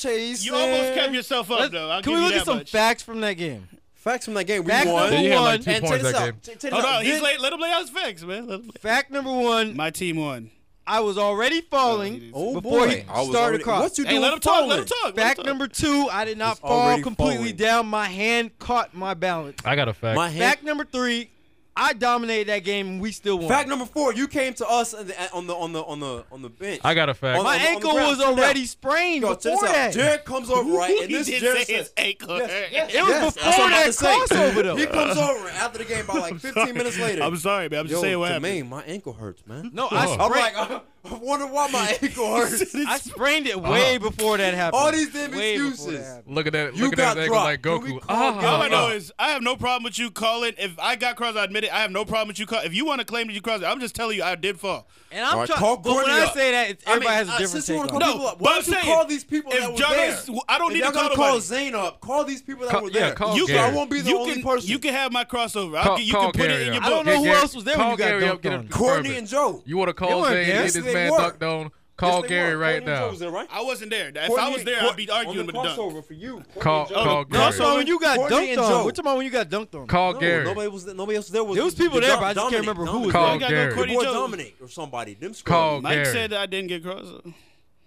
Speaker 3: chasing.
Speaker 2: You almost kept yourself up
Speaker 1: Let's-
Speaker 2: though. I'll
Speaker 1: Can
Speaker 2: give
Speaker 1: we
Speaker 2: you
Speaker 1: look
Speaker 2: that
Speaker 1: at some
Speaker 2: much.
Speaker 1: facts from that game?
Speaker 3: Facts from that game. We
Speaker 1: Fact
Speaker 3: won.
Speaker 1: number
Speaker 4: Yeah, you had like
Speaker 1: one.
Speaker 4: two
Speaker 3: And check
Speaker 4: points
Speaker 3: this
Speaker 4: that
Speaker 3: out.
Speaker 4: game.
Speaker 3: Check check this
Speaker 2: Hold
Speaker 3: out.
Speaker 2: on, he's
Speaker 3: Then-
Speaker 2: late. Let him lay out his facts, man. Let him play.
Speaker 1: Fact number one.
Speaker 2: My team won.
Speaker 1: I was already falling
Speaker 3: Oh
Speaker 1: before
Speaker 3: boy,
Speaker 1: he
Speaker 3: I was
Speaker 1: started
Speaker 3: already,
Speaker 1: cross.
Speaker 3: What you
Speaker 2: Hey,
Speaker 3: doing?
Speaker 2: let him talk. Let
Speaker 3: falling?
Speaker 2: him talk. let him
Speaker 1: Fact
Speaker 2: talk.
Speaker 1: number two, I did not
Speaker 3: Was
Speaker 1: fall
Speaker 3: already
Speaker 1: completely
Speaker 3: falling.
Speaker 1: down. My hand caught my balance.
Speaker 4: I got a fact.
Speaker 3: My hand.
Speaker 1: Fact number three, I dominated that game and we still won.
Speaker 3: Fact number four, you came to us on the on the on the on the, on the bench.
Speaker 4: I got a fact.
Speaker 3: On
Speaker 1: my
Speaker 3: the- on the
Speaker 1: ankle
Speaker 3: ground.
Speaker 1: was
Speaker 3: Sit down.
Speaker 1: already sprained
Speaker 3: Yo, check
Speaker 1: before
Speaker 3: this out.
Speaker 1: that.
Speaker 3: Jared comes over right, and
Speaker 2: He
Speaker 3: this
Speaker 2: did
Speaker 3: Jared
Speaker 2: say his
Speaker 3: says,
Speaker 2: ankle hurt.
Speaker 1: it was
Speaker 3: Yes, that's
Speaker 1: before
Speaker 3: what I'm
Speaker 1: that
Speaker 3: about to say.
Speaker 1: crossover though.
Speaker 3: He comes over after the game about like 15 minutes later.
Speaker 2: I'm sorry, man. I'm just
Speaker 3: Yo,
Speaker 2: saying what
Speaker 3: Jermaine,
Speaker 2: happened.
Speaker 3: my ankle hurts, man.
Speaker 1: No, I
Speaker 4: Oh.
Speaker 1: sprained,
Speaker 3: I'm like, I wonder why my ankle hurts.
Speaker 1: I sprained it way
Speaker 4: Uh-huh.
Speaker 1: before that happened.
Speaker 3: All these damn
Speaker 1: Way before
Speaker 3: excuses.
Speaker 1: that happened.
Speaker 4: Look at that.
Speaker 3: You
Speaker 4: Look
Speaker 3: got
Speaker 4: at that ankle
Speaker 3: dropped.
Speaker 4: like
Speaker 3: Can we
Speaker 4: Goku.
Speaker 3: call
Speaker 4: Ah,
Speaker 3: Goku?
Speaker 2: All I
Speaker 3: Uh,
Speaker 2: know
Speaker 3: uh.
Speaker 2: is I have no problem with you calling. If I got crossed, I admit it. I have no problem with you calling. If you want to claim that you crossed, I'm just telling you I did fall.
Speaker 1: And
Speaker 3: All
Speaker 1: I'm
Speaker 3: right,
Speaker 1: trying.
Speaker 3: call
Speaker 1: But when
Speaker 3: Courtney
Speaker 1: I
Speaker 3: up.
Speaker 1: say that, it's,
Speaker 3: I mean,
Speaker 1: everybody
Speaker 3: uh,
Speaker 1: has a
Speaker 3: since you
Speaker 1: different
Speaker 3: wanna
Speaker 1: take on it.
Speaker 3: call
Speaker 2: No,
Speaker 3: people up,
Speaker 2: but
Speaker 3: why
Speaker 2: I'm
Speaker 3: don't you
Speaker 2: saying,
Speaker 3: call these people
Speaker 2: if
Speaker 3: that were
Speaker 2: Jarvis-
Speaker 3: there?
Speaker 2: I don't
Speaker 3: If
Speaker 2: need to
Speaker 3: y'all
Speaker 2: call
Speaker 3: gonna call
Speaker 2: nobody.
Speaker 3: Zane up. Call these people that
Speaker 4: Call-
Speaker 3: were
Speaker 4: yeah,
Speaker 3: there.
Speaker 4: call
Speaker 3: you,
Speaker 4: Gary.
Speaker 3: I won't be the
Speaker 2: you
Speaker 3: only
Speaker 2: can,
Speaker 3: person.
Speaker 2: You can have my crossover. I'll
Speaker 4: Call,
Speaker 2: get, you can
Speaker 4: call
Speaker 2: put
Speaker 4: Gary
Speaker 2: it in your
Speaker 4: up.
Speaker 1: I don't
Speaker 2: book.
Speaker 1: know
Speaker 4: Get
Speaker 1: who
Speaker 4: Gary-
Speaker 1: else was there when
Speaker 4: call
Speaker 1: you got
Speaker 4: Gary up,
Speaker 1: dunked
Speaker 4: get
Speaker 1: on.
Speaker 4: him
Speaker 3: Courtney
Speaker 4: further.
Speaker 3: and Joe.
Speaker 4: You want to
Speaker 1: They
Speaker 4: call
Speaker 1: weren't
Speaker 4: Zane
Speaker 1: there.
Speaker 4: and
Speaker 1: Yes,
Speaker 4: get
Speaker 3: they
Speaker 4: this man
Speaker 3: were.
Speaker 4: dunked on? Call
Speaker 3: Yes, they
Speaker 4: Gary
Speaker 3: were.
Speaker 4: right
Speaker 3: Courtney and Joe
Speaker 4: now.
Speaker 3: was there, right?
Speaker 2: I wasn't there. If I
Speaker 3: Courtney-
Speaker 2: was there,
Speaker 3: Court-
Speaker 2: I'd be
Speaker 3: on
Speaker 2: arguing with
Speaker 3: the
Speaker 2: Dunk.
Speaker 3: crossover for you. Courtney
Speaker 4: Call,
Speaker 3: and Joe.
Speaker 4: call
Speaker 1: No, I'm
Speaker 4: Gary.
Speaker 2: Gary.
Speaker 1: talking about when you got
Speaker 3: Courtney
Speaker 1: dunked
Speaker 3: and
Speaker 1: on.
Speaker 3: Joe.
Speaker 1: We're talking about when you got dunked on.
Speaker 4: Call
Speaker 3: No,
Speaker 4: Gary.
Speaker 3: Nobody was. Nobody else there was.
Speaker 1: There was people
Speaker 3: the
Speaker 1: there,
Speaker 3: Dom-
Speaker 1: but I just can't
Speaker 3: Dominic,
Speaker 1: remember who was
Speaker 3: Dominic,
Speaker 4: Call
Speaker 2: I ain't got no
Speaker 4: Gary.
Speaker 2: Courtney
Speaker 3: Boy,
Speaker 2: Joe.
Speaker 3: Dominic or somebody. Them
Speaker 4: Call
Speaker 3: squad.
Speaker 2: Mike
Speaker 4: Gary.
Speaker 2: said that I didn't get crossover.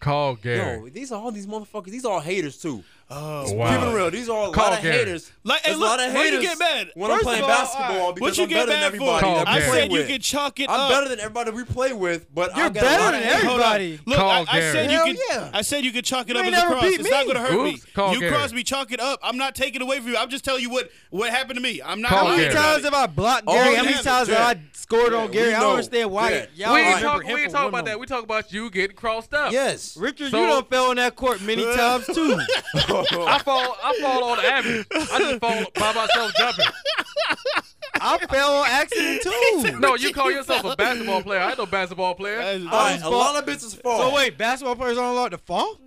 Speaker 4: Call Gary.
Speaker 3: Yo, these are all these motherfuckers. These are all haters too.
Speaker 2: Oh,
Speaker 4: Wow.
Speaker 3: Keep it real. These are a
Speaker 4: Call
Speaker 3: lot of
Speaker 4: Gary.
Speaker 3: haters.
Speaker 2: Like, hey,
Speaker 3: There's
Speaker 2: look,
Speaker 3: a lot of
Speaker 2: why you
Speaker 3: haters
Speaker 2: get mad?
Speaker 3: when
Speaker 2: First
Speaker 3: I'm playing
Speaker 2: of all, all
Speaker 3: basketball
Speaker 2: right,
Speaker 3: because
Speaker 2: what you
Speaker 3: I'm
Speaker 2: get
Speaker 3: better
Speaker 2: mad
Speaker 3: than
Speaker 2: for?
Speaker 3: everybody.
Speaker 4: Call
Speaker 3: that we
Speaker 2: I
Speaker 4: Gary.
Speaker 3: play
Speaker 2: said you
Speaker 3: with.
Speaker 2: could chalk it up.
Speaker 3: I'm better than everybody we play with, but
Speaker 1: You're
Speaker 3: I got a
Speaker 1: better
Speaker 3: lot
Speaker 1: than
Speaker 3: of
Speaker 1: everybody.
Speaker 2: Hold on.
Speaker 3: haters.
Speaker 2: Look,
Speaker 4: Call
Speaker 2: I, I
Speaker 4: Gary.
Speaker 2: said you
Speaker 1: Hell
Speaker 2: could.
Speaker 1: yeah.
Speaker 2: I said you could chalk it
Speaker 1: You
Speaker 2: up
Speaker 1: ain't
Speaker 2: as a
Speaker 1: never
Speaker 2: cross.
Speaker 1: beat
Speaker 2: It's not
Speaker 1: me.
Speaker 2: gonna hurt
Speaker 4: Oops,
Speaker 2: me.
Speaker 4: call
Speaker 2: you
Speaker 4: Gary.
Speaker 2: cross me, chalk it up. I'm not taking away from you. I'm just telling you what what happened to me. I'm not.
Speaker 4: Call
Speaker 1: How many
Speaker 4: Gary.
Speaker 1: times have I blocked Gary?
Speaker 3: Oh,
Speaker 1: How many
Speaker 2: yeah,
Speaker 1: times have I
Speaker 3: yeah.
Speaker 1: scored
Speaker 3: Yeah,
Speaker 1: on
Speaker 3: we
Speaker 1: Gary? I
Speaker 3: know.
Speaker 1: don't understand why
Speaker 3: Yeah.
Speaker 1: y'all
Speaker 4: we
Speaker 1: remember
Speaker 4: ain't talking.
Speaker 1: him
Speaker 4: We ain't
Speaker 1: for
Speaker 4: talking
Speaker 1: one
Speaker 4: about that.
Speaker 1: moment.
Speaker 4: We talk about you getting crossed up.
Speaker 3: Yes.
Speaker 1: Richard,
Speaker 4: So-
Speaker 1: you don't fell on that court many times too.
Speaker 4: I fall. I fall on average. I just fall by myself jumping.
Speaker 1: I fell on accident too.
Speaker 4: No, you call yourself a basketball player. I ain't no basketball player.
Speaker 2: As-
Speaker 3: All right,
Speaker 1: was
Speaker 3: a
Speaker 1: ball-
Speaker 3: lot of bitches fall.
Speaker 1: So wait, basketball players aren't allowed to fall?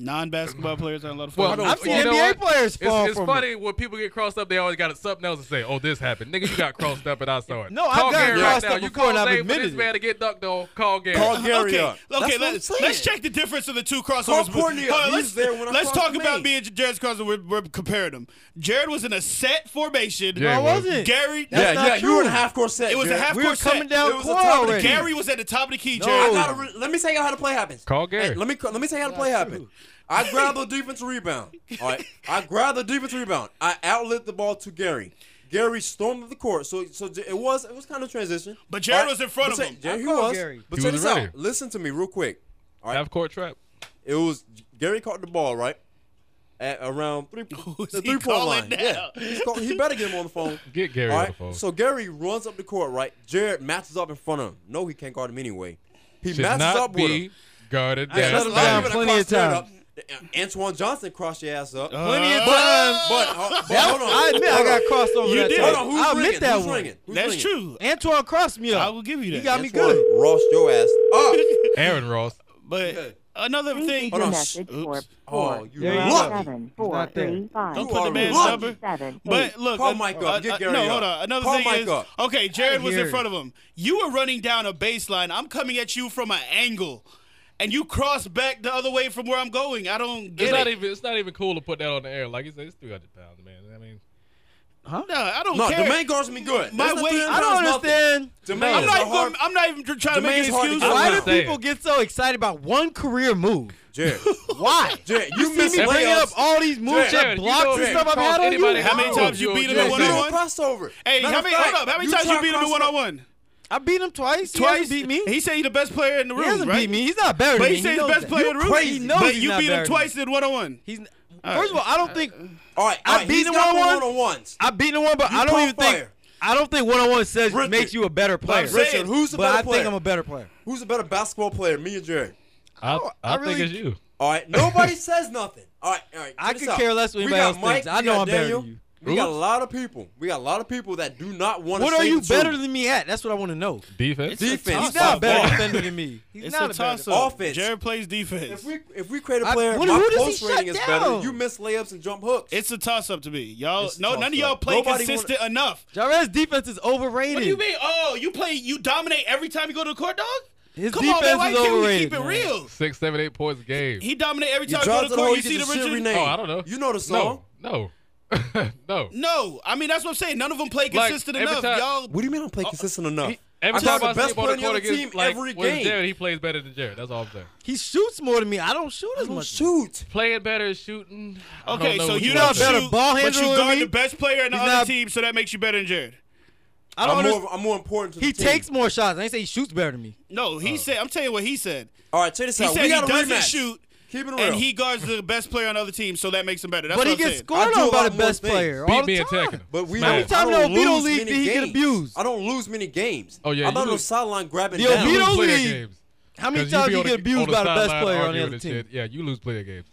Speaker 2: Non-basketball players aren't allowed to
Speaker 4: Well,
Speaker 2: fuck.
Speaker 1: I've seen
Speaker 4: you know
Speaker 1: NBA
Speaker 4: what?
Speaker 1: players
Speaker 4: It's,
Speaker 1: fall
Speaker 4: it's
Speaker 1: from
Speaker 4: funny when people get crossed up. They always got something else to say. Oh, this happened, nigga. You got crossed up, and I saw it.
Speaker 1: No, I've
Speaker 4: call
Speaker 1: gotten
Speaker 4: Gary
Speaker 1: crossed
Speaker 4: right now.
Speaker 1: up
Speaker 4: you
Speaker 1: before,
Speaker 4: call
Speaker 1: and I've
Speaker 4: name for this
Speaker 1: admitted it.
Speaker 4: man to get ducked on. Call Gary.
Speaker 3: Call Gary
Speaker 2: Okay,
Speaker 3: up.
Speaker 2: okay.
Speaker 3: That's what I'm
Speaker 2: Let's
Speaker 3: saying.
Speaker 2: let's check the difference of the two
Speaker 3: Call
Speaker 2: crossovers.
Speaker 3: Courtney up.
Speaker 2: Hold on,
Speaker 3: He
Speaker 2: let's
Speaker 3: was there when I
Speaker 2: let's
Speaker 3: crossed
Speaker 2: talk
Speaker 3: the
Speaker 2: about
Speaker 3: lane.
Speaker 2: me and Jared's crossover. We're, we're comparing them. Jared was in a set formation.
Speaker 4: Yeah, he
Speaker 1: I
Speaker 4: was.
Speaker 1: wasn't.
Speaker 2: Gary.
Speaker 3: yeah,
Speaker 1: That's not
Speaker 3: yeah, you were in a
Speaker 1: true.
Speaker 3: half court set.
Speaker 2: It was a
Speaker 3: Jared.
Speaker 2: half
Speaker 1: We were
Speaker 2: court set.
Speaker 1: coming down
Speaker 3: It was a
Speaker 1: court
Speaker 3: top of the
Speaker 1: already.
Speaker 2: Gary was at the top of the key.
Speaker 1: No.
Speaker 2: Jared.
Speaker 3: I gotta re- let me tell you how the play happens.
Speaker 4: Call Gary.
Speaker 3: Hey, let me let me tell you how the play happened. I grab the defensive rebound. All right, I grab the defensive rebound. I outlet the ball to Gary. Gary stormed the court, so so j- it was it was kind of transition.
Speaker 2: But Jared
Speaker 3: All
Speaker 2: was in front
Speaker 3: but
Speaker 2: of
Speaker 3: say-
Speaker 2: him.
Speaker 3: Jared,
Speaker 1: I
Speaker 3: he
Speaker 1: called
Speaker 3: was.
Speaker 1: Gary.
Speaker 3: But
Speaker 4: He
Speaker 3: check
Speaker 4: was
Speaker 3: this
Speaker 4: ready.
Speaker 3: out. Listen to me real quick. All right,
Speaker 4: Half court trap.
Speaker 3: it was Gary caught the ball right at around three
Speaker 2: is
Speaker 3: the
Speaker 2: he
Speaker 3: three point
Speaker 2: calling
Speaker 3: line.
Speaker 2: now?
Speaker 3: Yeah, He's call- he better get him on the phone.
Speaker 4: Get Gary
Speaker 3: All
Speaker 4: on
Speaker 3: right,
Speaker 4: the phone.
Speaker 3: So Gary runs up the court, right? Jared matches up in front of him. No, he can't guard him anyway. He
Speaker 4: Should
Speaker 3: matches
Speaker 4: not
Speaker 3: up
Speaker 4: be
Speaker 3: with him.
Speaker 4: guarded.
Speaker 3: Yeah,
Speaker 1: let him
Speaker 4: down
Speaker 3: that's what
Speaker 1: down
Speaker 3: happened. I
Speaker 1: plenty of
Speaker 3: crossed Jared
Speaker 1: times.
Speaker 3: up. Antoine Johnson crossed your ass up.
Speaker 1: Plenty of
Speaker 2: Uh,
Speaker 1: times.
Speaker 3: But, uh, but
Speaker 1: That-
Speaker 3: hold on.
Speaker 1: I admit I
Speaker 3: Hold
Speaker 1: got
Speaker 3: on.
Speaker 1: crossed over
Speaker 2: You
Speaker 1: that
Speaker 2: did.
Speaker 1: time.
Speaker 3: Hold on. Who's
Speaker 1: I admit
Speaker 3: ringing?
Speaker 1: that
Speaker 3: Who's
Speaker 1: one.
Speaker 3: ringing? Who's
Speaker 2: That's
Speaker 3: ringing?
Speaker 2: true.
Speaker 1: Antoine crossed me up.
Speaker 2: I will give you that.
Speaker 1: He got me
Speaker 3: Antoine
Speaker 1: good.
Speaker 3: Ross your ass up.
Speaker 4: Aaron Ross.
Speaker 2: But another thing.
Speaker 3: Hold on.
Speaker 2: Oops.
Speaker 3: Oh, you
Speaker 1: There you
Speaker 3: look.
Speaker 1: go. not there.
Speaker 2: Don't
Speaker 3: You
Speaker 2: put
Speaker 3: are
Speaker 2: the man's
Speaker 3: lucky.
Speaker 2: number. But look,
Speaker 3: Call
Speaker 2: uh,
Speaker 3: Mike up.
Speaker 2: uh,
Speaker 3: Get
Speaker 2: uh,
Speaker 3: Gary
Speaker 2: no,
Speaker 3: up.
Speaker 2: hold on. Another
Speaker 3: Call
Speaker 2: thing
Speaker 3: Mike
Speaker 2: is,
Speaker 3: up.
Speaker 2: okay, Jared was
Speaker 1: hear
Speaker 2: in
Speaker 1: it.
Speaker 2: front of him. You were running down a baseline. I'm coming at you from an angle, and you cross back the other way from where I'm going. I don't
Speaker 4: It's
Speaker 2: get
Speaker 4: not
Speaker 2: it.
Speaker 4: even. It's not even cool to put that on the air. Like you said, it's 300 pounds, man. I mean,
Speaker 2: No, I don't
Speaker 3: No,
Speaker 2: care.
Speaker 3: the man guards me good.
Speaker 2: My
Speaker 3: That's
Speaker 2: weight-
Speaker 3: nothing-
Speaker 1: I don't
Speaker 3: that's nothing.
Speaker 1: understand.
Speaker 3: Jermaine
Speaker 2: I'm
Speaker 3: is
Speaker 2: not.
Speaker 3: a
Speaker 2: even
Speaker 3: hard-
Speaker 2: gonna- I'm not even trying to make
Speaker 3: Jermaine's
Speaker 2: an
Speaker 3: hard to
Speaker 2: excuse.
Speaker 3: get
Speaker 1: Why
Speaker 3: I'm
Speaker 1: do
Speaker 3: not
Speaker 4: saying.
Speaker 1: people get so excited about one career move?
Speaker 3: Jared,
Speaker 1: Why?
Speaker 3: Jared, you,
Speaker 1: See
Speaker 3: miss
Speaker 1: me bringing up
Speaker 3: layups.
Speaker 1: all these moves,
Speaker 3: Jared,
Speaker 1: and
Speaker 4: you
Speaker 1: blocks
Speaker 4: know
Speaker 1: and
Speaker 4: if
Speaker 1: stuff
Speaker 4: you
Speaker 1: I've
Speaker 4: cross
Speaker 1: had on
Speaker 4: anybody-
Speaker 1: you.
Speaker 4: How many
Speaker 1: No.
Speaker 4: times
Speaker 2: you
Speaker 4: you-
Speaker 2: beat him
Speaker 4: you
Speaker 2: in
Speaker 3: Jared,
Speaker 2: one
Speaker 3: you
Speaker 2: on
Speaker 3: do a
Speaker 2: one?
Speaker 3: crossover.
Speaker 2: Hey,
Speaker 3: Matter
Speaker 2: how
Speaker 3: of
Speaker 2: many?
Speaker 3: fact,
Speaker 2: Hold up. How many times you
Speaker 3: tried
Speaker 2: beat him in
Speaker 3: cross-
Speaker 2: one on one?
Speaker 1: I beat him twice.
Speaker 2: Twice.
Speaker 1: He hasn't beat me.
Speaker 2: He said he the best player in the
Speaker 1: He
Speaker 2: room.
Speaker 1: hasn't
Speaker 2: right?
Speaker 1: beat me. He's not better
Speaker 2: But
Speaker 1: than
Speaker 2: he
Speaker 1: me.
Speaker 2: said he's
Speaker 1: knows
Speaker 2: the best
Speaker 1: that.
Speaker 2: player
Speaker 1: You
Speaker 2: in the room.
Speaker 1: Crazy. He knows
Speaker 2: but
Speaker 1: he's
Speaker 2: you
Speaker 1: not
Speaker 2: beat
Speaker 1: better
Speaker 2: him
Speaker 1: than
Speaker 2: twice in one on one.
Speaker 1: He's n- first of all, I don't think
Speaker 3: All right,
Speaker 1: I
Speaker 3: all right,
Speaker 1: beat
Speaker 3: he's
Speaker 1: him
Speaker 3: got
Speaker 1: one-on-one.
Speaker 3: one on ones.
Speaker 1: I beat him one, but
Speaker 3: You
Speaker 1: I don't
Speaker 3: caught
Speaker 1: even think
Speaker 3: fire.
Speaker 1: I don't think one on one says
Speaker 3: Richard.
Speaker 1: makes you a better player.
Speaker 2: saying, Richard,
Speaker 3: who's the
Speaker 1: but
Speaker 3: better
Speaker 1: I
Speaker 3: player?
Speaker 1: think I'm a better player.
Speaker 3: Who's a better basketball player, me or Jared?
Speaker 4: I, I,
Speaker 1: really-
Speaker 4: think it's you.
Speaker 3: All right, nobody says nothing. All right, all right.
Speaker 1: I
Speaker 3: check
Speaker 1: could
Speaker 3: this out.
Speaker 1: care less what
Speaker 3: We
Speaker 1: anybody
Speaker 3: got
Speaker 1: else
Speaker 3: Mike,
Speaker 1: thinks. I
Speaker 3: we
Speaker 1: know
Speaker 3: got
Speaker 1: I'm better than
Speaker 3: Daniel.
Speaker 1: you.
Speaker 3: We got a lot of people. We got a lot of people that do not want to.
Speaker 1: What are you
Speaker 3: the
Speaker 1: better
Speaker 3: truth.
Speaker 1: than me at? That's what I want to know.
Speaker 4: Defense.
Speaker 3: Defense.
Speaker 1: He's not a
Speaker 3: by
Speaker 1: better
Speaker 3: far.
Speaker 1: defender than me. He's
Speaker 2: It's
Speaker 1: not
Speaker 2: a
Speaker 1: a better.
Speaker 2: toss
Speaker 1: defender.
Speaker 2: up.
Speaker 3: Offense.
Speaker 2: Jared plays defense.
Speaker 3: If we if we create a
Speaker 1: I-
Speaker 3: player,
Speaker 1: what-
Speaker 3: my
Speaker 1: who does he
Speaker 3: post
Speaker 1: shut
Speaker 3: rating is better.
Speaker 1: down?
Speaker 3: You miss layups and jump hooks.
Speaker 2: It's a toss up to me. Y'all,
Speaker 3: It's a
Speaker 2: no, none
Speaker 3: toss-up.
Speaker 2: of y'all play
Speaker 3: Nobody
Speaker 2: consistent enough.
Speaker 1: Jarez defense is overrated.
Speaker 2: What do you mean? Oh, you play, you dominate every time you go to the court, dog.
Speaker 1: His
Speaker 2: Come on,
Speaker 1: defense
Speaker 2: man, why
Speaker 1: is
Speaker 2: can't
Speaker 1: overrated.
Speaker 2: we keep it
Speaker 1: man.
Speaker 2: real?
Speaker 4: Six, seven, eight points a game.
Speaker 2: He dominate every
Speaker 3: you
Speaker 2: time you
Speaker 3: drive
Speaker 2: go to
Speaker 3: to
Speaker 2: the
Speaker 3: the hole,
Speaker 2: court. You
Speaker 3: you
Speaker 2: see
Speaker 3: get
Speaker 2: the
Speaker 3: the shit
Speaker 2: Richard?
Speaker 3: renamed.
Speaker 4: Oh, I don't know.
Speaker 3: You know the song.
Speaker 4: No, no, no.
Speaker 2: No, I mean that's what I'm saying. None of them play
Speaker 4: Like,
Speaker 2: consistent
Speaker 4: every
Speaker 2: enough,
Speaker 4: time-
Speaker 2: y'all.
Speaker 3: What do you mean I don't play consistent enough?
Speaker 4: He- every
Speaker 3: I
Speaker 4: time
Speaker 3: got
Speaker 4: I
Speaker 3: the
Speaker 4: see
Speaker 3: best
Speaker 4: him on
Speaker 3: player
Speaker 4: the
Speaker 3: on the
Speaker 4: court
Speaker 3: other
Speaker 4: against
Speaker 3: team
Speaker 4: like
Speaker 3: every
Speaker 4: with Jared,
Speaker 3: game.
Speaker 4: he plays better than Jared. That's all I'm saying.
Speaker 1: He shoots more than me. I don't shoot as
Speaker 3: Don't
Speaker 1: much.
Speaker 3: Shoot.
Speaker 4: Playing better, shooting. I don't
Speaker 2: Okay,
Speaker 4: know
Speaker 2: so
Speaker 4: what
Speaker 2: you
Speaker 1: not a
Speaker 2: don't
Speaker 4: want to do.
Speaker 1: better
Speaker 2: shoot,
Speaker 1: ball
Speaker 2: but
Speaker 1: handler
Speaker 2: you
Speaker 1: than
Speaker 2: guard
Speaker 1: me?
Speaker 2: the best player in the
Speaker 1: He's
Speaker 2: other
Speaker 1: not-
Speaker 2: team, so that makes you better than Jared.
Speaker 1: I don't
Speaker 3: I'm
Speaker 1: understand.
Speaker 3: more, I'm more important to the
Speaker 1: He
Speaker 3: team.
Speaker 1: takes more shots. I ain't say he shoots better than me.
Speaker 2: No, he said. I'm telling you what he said.
Speaker 3: All right, check this
Speaker 2: He
Speaker 3: out.
Speaker 2: said
Speaker 3: we
Speaker 2: he
Speaker 3: got a
Speaker 2: doesn't
Speaker 3: rematch.
Speaker 2: shoot,
Speaker 3: Keep it real.
Speaker 2: and he guards the best player on other team, so that makes him better. That's
Speaker 1: but
Speaker 2: what
Speaker 1: he
Speaker 2: I'm
Speaker 1: gets
Speaker 2: saying.
Speaker 1: scored
Speaker 3: I do
Speaker 1: on
Speaker 3: a
Speaker 1: by
Speaker 3: lot
Speaker 1: the
Speaker 3: more
Speaker 1: best
Speaker 3: things.
Speaker 1: player. all
Speaker 4: Beat
Speaker 1: the
Speaker 4: me in
Speaker 1: time.
Speaker 4: tackle.
Speaker 3: But we
Speaker 1: How many
Speaker 3: don't-
Speaker 1: times
Speaker 3: I don't
Speaker 1: in Oviedo
Speaker 3: lose
Speaker 1: League
Speaker 3: many
Speaker 1: did he get
Speaker 3: games.
Speaker 1: abused?
Speaker 3: I don't lose many games.
Speaker 4: Oh, yeah,
Speaker 3: I'm
Speaker 4: you
Speaker 3: not on the
Speaker 4: lose-
Speaker 3: sideline grabbing
Speaker 1: The
Speaker 3: down.
Speaker 1: Oviedo
Speaker 4: lose player
Speaker 1: League.
Speaker 4: games.
Speaker 1: How many
Speaker 4: 'Cause
Speaker 1: times
Speaker 4: be
Speaker 1: you
Speaker 4: on
Speaker 1: get abused
Speaker 4: on
Speaker 1: by the best
Speaker 4: sideline
Speaker 1: player on the
Speaker 4: arguing
Speaker 1: other
Speaker 4: and
Speaker 1: team?
Speaker 4: shit. Yeah, you lose player games.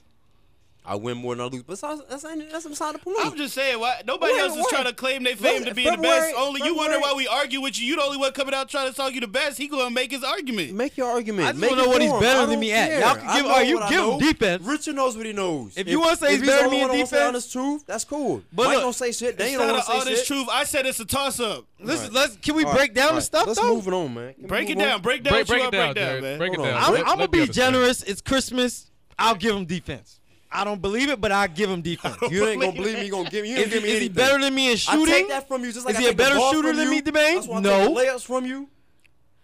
Speaker 3: I win more than I lose. But that's that's, that's beside the point.
Speaker 2: I'm just saying, why nobody
Speaker 3: Wait,
Speaker 2: else is
Speaker 3: wait.
Speaker 2: trying to claim they fame
Speaker 3: Wait,
Speaker 2: to be the
Speaker 3: February-
Speaker 2: best. Only you wonder
Speaker 3: February-
Speaker 2: why we argue with you. You the only one coming out trying to talk you the best. He gonna make his argument.
Speaker 3: Make your argument.
Speaker 1: I just
Speaker 3: Make
Speaker 1: wanna
Speaker 3: it
Speaker 1: know what he's
Speaker 3: for him.
Speaker 1: better
Speaker 3: I
Speaker 1: than
Speaker 3: don't
Speaker 1: me at.
Speaker 3: care.
Speaker 1: Y'all can
Speaker 3: I
Speaker 1: give-
Speaker 3: know
Speaker 1: all right, you
Speaker 3: what I
Speaker 1: give him
Speaker 3: know.
Speaker 1: defense.
Speaker 3: Richard knows what he knows.
Speaker 1: If you wanna say he's better than me in
Speaker 3: If he's the only one that wanna say
Speaker 1: defense-
Speaker 3: honest truth, that's cool.
Speaker 1: But
Speaker 3: Mike
Speaker 1: look,
Speaker 3: don't say shit.
Speaker 2: It's
Speaker 3: Daniel
Speaker 2: not
Speaker 3: don't
Speaker 2: an
Speaker 3: want to say
Speaker 2: honest
Speaker 3: shit.
Speaker 2: truth. I said it's a toss up.
Speaker 1: Listen, let's can we
Speaker 3: All right,
Speaker 1: break down
Speaker 3: all
Speaker 1: the
Speaker 3: right,
Speaker 1: stuff
Speaker 3: Let's
Speaker 1: though?
Speaker 3: move it on, man. Can we
Speaker 2: Break it
Speaker 3: move on?
Speaker 2: down. Break down.
Speaker 4: Break, break
Speaker 2: what
Speaker 4: it
Speaker 2: you
Speaker 4: down,
Speaker 2: want to break down,
Speaker 4: Jared.
Speaker 2: man.
Speaker 4: Break it
Speaker 3: Hold on.
Speaker 4: down.
Speaker 1: I'm,
Speaker 4: Let-
Speaker 1: I'm gonna
Speaker 4: let me
Speaker 1: be
Speaker 4: understand.
Speaker 1: generous. It's Christmas. I'll give him defense. I don't believe it, but I give him defense.
Speaker 3: You ain't gonna believe me. You gonna give me? You
Speaker 1: Is
Speaker 3: ain't
Speaker 1: he,
Speaker 3: give me
Speaker 1: is he
Speaker 3: anything.
Speaker 1: better than me in shooting?
Speaker 3: I take that from you. Just like
Speaker 1: Is
Speaker 3: I
Speaker 1: he a
Speaker 3: take the
Speaker 1: better
Speaker 3: ball
Speaker 1: shooter
Speaker 3: from
Speaker 1: than
Speaker 3: you.
Speaker 1: me, Demain?
Speaker 3: That's why I
Speaker 1: No.
Speaker 3: take layups from you.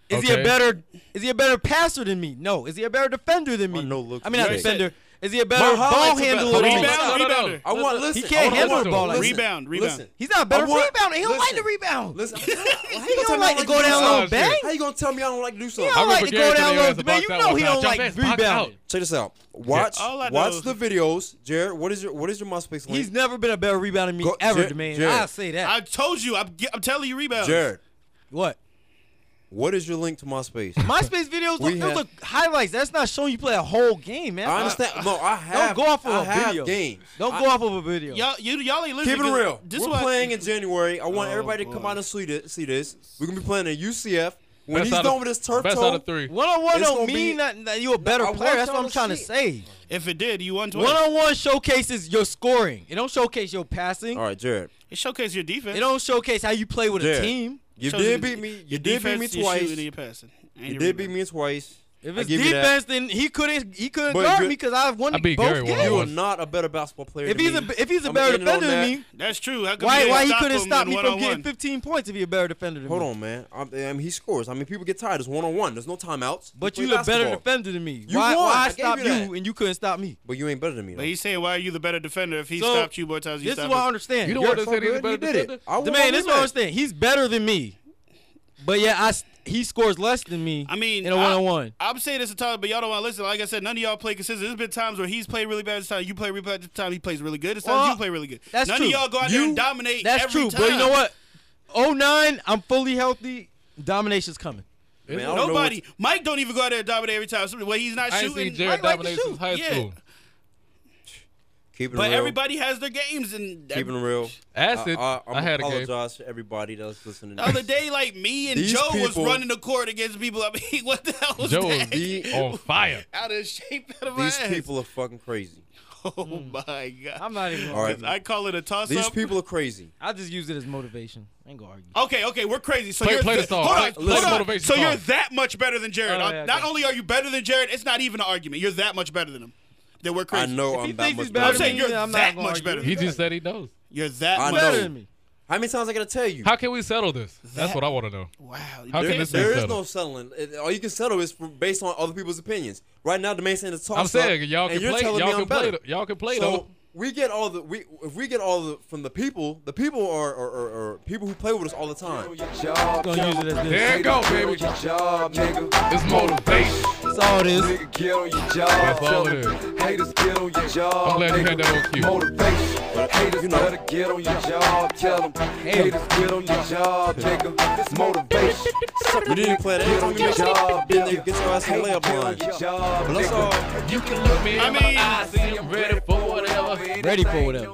Speaker 1: Is he a
Speaker 4: Okay.
Speaker 1: better? Is he a better passer than me? No. Is he a better defender than me?
Speaker 3: Oh, no look
Speaker 1: I mean, not
Speaker 3: today.
Speaker 1: defender. Is he a better
Speaker 3: My
Speaker 1: ball
Speaker 3: highlights are
Speaker 1: handler?
Speaker 3: better.
Speaker 1: than
Speaker 2: Rebound,
Speaker 1: Mike?
Speaker 2: rebound.
Speaker 3: I want listen.
Speaker 1: He can't
Speaker 3: I
Speaker 1: handle
Speaker 3: want-
Speaker 1: the ball like
Speaker 3: listen,
Speaker 1: that.
Speaker 2: Rebound,
Speaker 3: listen,
Speaker 2: rebound.
Speaker 1: He's not a better
Speaker 3: I want-
Speaker 1: rebounder. He don't like
Speaker 3: listen.
Speaker 1: to rebound.
Speaker 3: Listen, how you
Speaker 1: don't
Speaker 3: gonna tell me
Speaker 1: like
Speaker 3: I
Speaker 1: to go down
Speaker 3: do
Speaker 1: low
Speaker 3: something?
Speaker 1: bank?
Speaker 3: How you gonna tell me I don't like to do
Speaker 1: He
Speaker 3: something?
Speaker 1: don't like to go down
Speaker 4: Gary Taylor
Speaker 1: low.
Speaker 4: has a
Speaker 1: Man,
Speaker 4: box
Speaker 1: you
Speaker 4: out
Speaker 1: know
Speaker 4: one
Speaker 1: he
Speaker 4: time.
Speaker 1: don't
Speaker 4: Jump
Speaker 1: like
Speaker 4: in, box out.
Speaker 1: rebound.
Speaker 3: Check this out. Watch,
Speaker 2: All I know
Speaker 3: watch
Speaker 2: is-
Speaker 3: the videos, Jared. What is your what is your MySpace link?
Speaker 1: He's never been a better rebounder than me
Speaker 3: Go-
Speaker 1: ever,
Speaker 3: Jer-
Speaker 1: man.
Speaker 3: Jer-
Speaker 1: I say that.
Speaker 2: I told you. I'm, ge- I'm telling you, rebound.
Speaker 3: Jared.
Speaker 1: what?
Speaker 3: What is your link to MySpace?
Speaker 1: MySpace videos,
Speaker 3: We
Speaker 1: those those
Speaker 3: have-
Speaker 1: are highlights. That's not showing you play a whole game, man.
Speaker 3: I understand. No, I have.
Speaker 1: go off of
Speaker 3: I
Speaker 1: a
Speaker 3: have
Speaker 1: video.
Speaker 3: games.
Speaker 1: Don't
Speaker 3: I-
Speaker 1: go off of a video.
Speaker 2: Y'all, you, y'all ain't listening.
Speaker 3: Keep it
Speaker 2: 'cause
Speaker 3: real.
Speaker 2: This
Speaker 3: We're
Speaker 2: is why-
Speaker 3: playing in January. I want
Speaker 2: Oh,
Speaker 3: everybody to come
Speaker 2: boy.
Speaker 3: out and see this. See this. We're gonna be playing at UCF. When
Speaker 4: Best
Speaker 3: he's
Speaker 4: out
Speaker 3: done
Speaker 4: of-
Speaker 3: with his turf
Speaker 4: Best
Speaker 3: toe,
Speaker 4: out of three.
Speaker 1: One on one
Speaker 3: It's
Speaker 1: don't
Speaker 3: gonna be-
Speaker 1: mean that, that you're a better
Speaker 3: I want
Speaker 1: player. That's
Speaker 3: y'all
Speaker 1: what I'm
Speaker 3: to
Speaker 1: trying to
Speaker 3: see it.
Speaker 1: say.
Speaker 2: If it did, you won twice.
Speaker 1: One on one showcases your scoring. It don't showcase your passing.
Speaker 3: All right, Jared.
Speaker 2: It showcases your defense.
Speaker 1: It don't showcase how you play with
Speaker 3: Jared,
Speaker 1: a team.
Speaker 3: You
Speaker 2: Shows your-
Speaker 3: did beat me. You
Speaker 2: your
Speaker 3: did beat me
Speaker 2: defense, your
Speaker 3: twice.
Speaker 2: shooting, and your passing, and
Speaker 3: You
Speaker 2: your
Speaker 3: did beat
Speaker 2: rebound.
Speaker 3: me twice.
Speaker 1: If
Speaker 3: I
Speaker 1: it's
Speaker 3: give you that.
Speaker 1: defense, then he couldn't he couldn't
Speaker 3: But
Speaker 1: guard
Speaker 3: you-
Speaker 1: me because I've won
Speaker 4: I beat
Speaker 1: both
Speaker 4: Gary one on
Speaker 1: games.
Speaker 3: You
Speaker 4: one.
Speaker 3: are not a better basketball player.
Speaker 1: Oh, If
Speaker 3: than
Speaker 1: he's a
Speaker 3: me.
Speaker 1: if he's a
Speaker 3: I'm
Speaker 1: better
Speaker 3: ending on
Speaker 1: defender than
Speaker 3: that.
Speaker 1: me,
Speaker 2: That's true. How come
Speaker 1: why
Speaker 2: you
Speaker 1: why he
Speaker 2: stop
Speaker 1: couldn't
Speaker 2: him
Speaker 1: stop
Speaker 2: in
Speaker 1: me from
Speaker 2: one-on-one?
Speaker 1: getting 15 points if he a better defender than
Speaker 3: Hold
Speaker 1: me?
Speaker 3: on, man. I, I mean, he scores. I mean, people get tired. It's one on one. There's no timeouts.
Speaker 1: But
Speaker 3: We
Speaker 1: you
Speaker 3: play
Speaker 1: look better
Speaker 3: basketball.
Speaker 1: defender than me.
Speaker 3: You
Speaker 1: why
Speaker 3: won.
Speaker 1: why
Speaker 3: I
Speaker 1: I
Speaker 3: gave
Speaker 1: stopped
Speaker 3: you that.
Speaker 1: you and you couldn't stop me?
Speaker 3: But you ain't better than me.
Speaker 2: But
Speaker 3: though.
Speaker 2: he's saying, why are you the better defender if he
Speaker 1: So,
Speaker 2: stopped you more times than you
Speaker 1: This is
Speaker 2: stopped
Speaker 1: what I
Speaker 2: him?
Speaker 1: understand.
Speaker 4: You don't
Speaker 1: You're-
Speaker 4: want to say he's a
Speaker 3: Good,
Speaker 4: better
Speaker 3: you did
Speaker 4: defender.
Speaker 3: it.
Speaker 2: Oh,
Speaker 3: I
Speaker 1: The
Speaker 3: won
Speaker 1: man,
Speaker 3: my
Speaker 1: this is what I
Speaker 3: rematch.
Speaker 1: understand. He's better than me, but yeah, I s- he scores less than me.
Speaker 2: I mean,
Speaker 1: in a
Speaker 2: I-
Speaker 1: one on one.
Speaker 2: I'm saying this a time, but y'all don't want to listen. Like I said, none of y'all play consistent. There's been times where he's played really bad. This time you play really bad. This time he plays really good. This time
Speaker 1: Well,
Speaker 2: you play really good.
Speaker 1: that's
Speaker 2: none
Speaker 1: true.
Speaker 2: of y'all go out there
Speaker 3: You-
Speaker 2: and dominate.
Speaker 1: That's
Speaker 2: every
Speaker 1: true,
Speaker 2: time.
Speaker 1: but you know what? 09, I'm fully healthy. Domination's coming.
Speaker 3: Man, I don't know what
Speaker 2: Nobody. Mike don't even go out there and dominate every time. Somebody- When he's not
Speaker 4: I ain't
Speaker 2: shooting,
Speaker 4: seen
Speaker 2: Mike
Speaker 4: Jared
Speaker 2: like to
Speaker 4: dominate since
Speaker 2: shoot.
Speaker 4: high
Speaker 2: Yeah.
Speaker 4: school.
Speaker 3: to- Keeping it
Speaker 2: But
Speaker 3: real.
Speaker 2: everybody has their games, and that-
Speaker 3: Keeping it real.
Speaker 4: Acid.
Speaker 3: I, I, I'm
Speaker 4: I had a game.
Speaker 3: apologize to everybody that's listening.
Speaker 2: the other day, like me and
Speaker 3: These
Speaker 2: Joe was
Speaker 3: people-
Speaker 2: running the court against people. I mean, what the hell was
Speaker 4: Joe was
Speaker 2: that?
Speaker 3: the-
Speaker 4: on fire.
Speaker 2: out of shape, out of my
Speaker 3: These
Speaker 2: ass.
Speaker 3: people are fucking crazy.
Speaker 2: Oh my god!
Speaker 1: I'm not even.
Speaker 3: All right.
Speaker 2: I call it a toss
Speaker 3: These
Speaker 2: up.
Speaker 3: people are crazy.
Speaker 1: I just use it as motivation. I ain't gonna argue.
Speaker 2: Okay, okay, we're crazy. So
Speaker 4: Play-
Speaker 2: you're
Speaker 4: play the
Speaker 2: th-
Speaker 4: song.
Speaker 2: Hold
Speaker 4: Play-
Speaker 2: on,
Speaker 4: play the
Speaker 2: hold on.
Speaker 4: motivation
Speaker 2: So
Speaker 4: song.
Speaker 2: you're that much better than Jared. Uh,
Speaker 1: Oh, yeah,
Speaker 2: Not
Speaker 1: okay.
Speaker 2: only are you better than Jared, it's not even an argument. You're that much better than him. Then we're
Speaker 3: I
Speaker 2: crazy.
Speaker 3: know
Speaker 1: If he
Speaker 3: I'm that
Speaker 1: thinks he's better
Speaker 3: much better.
Speaker 2: I'm
Speaker 1: than
Speaker 2: saying
Speaker 3: than
Speaker 1: me,
Speaker 3: you.
Speaker 2: you're
Speaker 1: I'm not
Speaker 2: that
Speaker 1: gonna
Speaker 2: much
Speaker 1: argue.
Speaker 2: better.
Speaker 4: He
Speaker 2: Than
Speaker 4: just said he knows.
Speaker 2: You're that
Speaker 3: I
Speaker 1: He's
Speaker 2: much.
Speaker 3: know.
Speaker 1: better than me.
Speaker 3: How many times I gotta tell you?
Speaker 4: How can we settle this? That's what I want to know.
Speaker 2: Wow.
Speaker 4: How
Speaker 3: There,
Speaker 4: can this be
Speaker 3: there is
Speaker 4: settled?
Speaker 3: no settling. It- all you can settle is from, based on other people's opinions. Right now, the main saying is toss
Speaker 4: I'm saying
Speaker 3: up,
Speaker 4: y'all
Speaker 3: and
Speaker 4: can
Speaker 3: you're
Speaker 4: play.
Speaker 3: telling
Speaker 4: Y'all
Speaker 3: me
Speaker 4: can
Speaker 3: I'm
Speaker 4: play.
Speaker 3: better.
Speaker 4: Y'all can play.
Speaker 3: So
Speaker 4: though.
Speaker 3: we get all the we if we get all the from the people. The people are are, are, are people who play with us all the time.
Speaker 7: Job,
Speaker 1: Gonna use it as this.
Speaker 4: There you go, baby.
Speaker 7: your job, nigga.
Speaker 4: It's motivation.
Speaker 1: That's all it is.
Speaker 7: Nigga, get on your job.
Speaker 4: That's all it is.
Speaker 7: Haters, get on your job.
Speaker 4: I'm glad you had that on cue.
Speaker 7: Motivation. Haters,
Speaker 3: You know-
Speaker 7: better get on your job. Tell them. Haters, get on your job, nigga. It's motivation.
Speaker 3: You didn't play that. Every time you make a shot, then you get your ass in the
Speaker 7: Haters,
Speaker 3: layup
Speaker 7: get on
Speaker 3: line.
Speaker 7: your job,
Speaker 3: But that's all.
Speaker 4: You can look me
Speaker 2: I
Speaker 4: in
Speaker 2: mean-
Speaker 4: my eyes and I'm ready for whatever.
Speaker 1: Ready for whatever.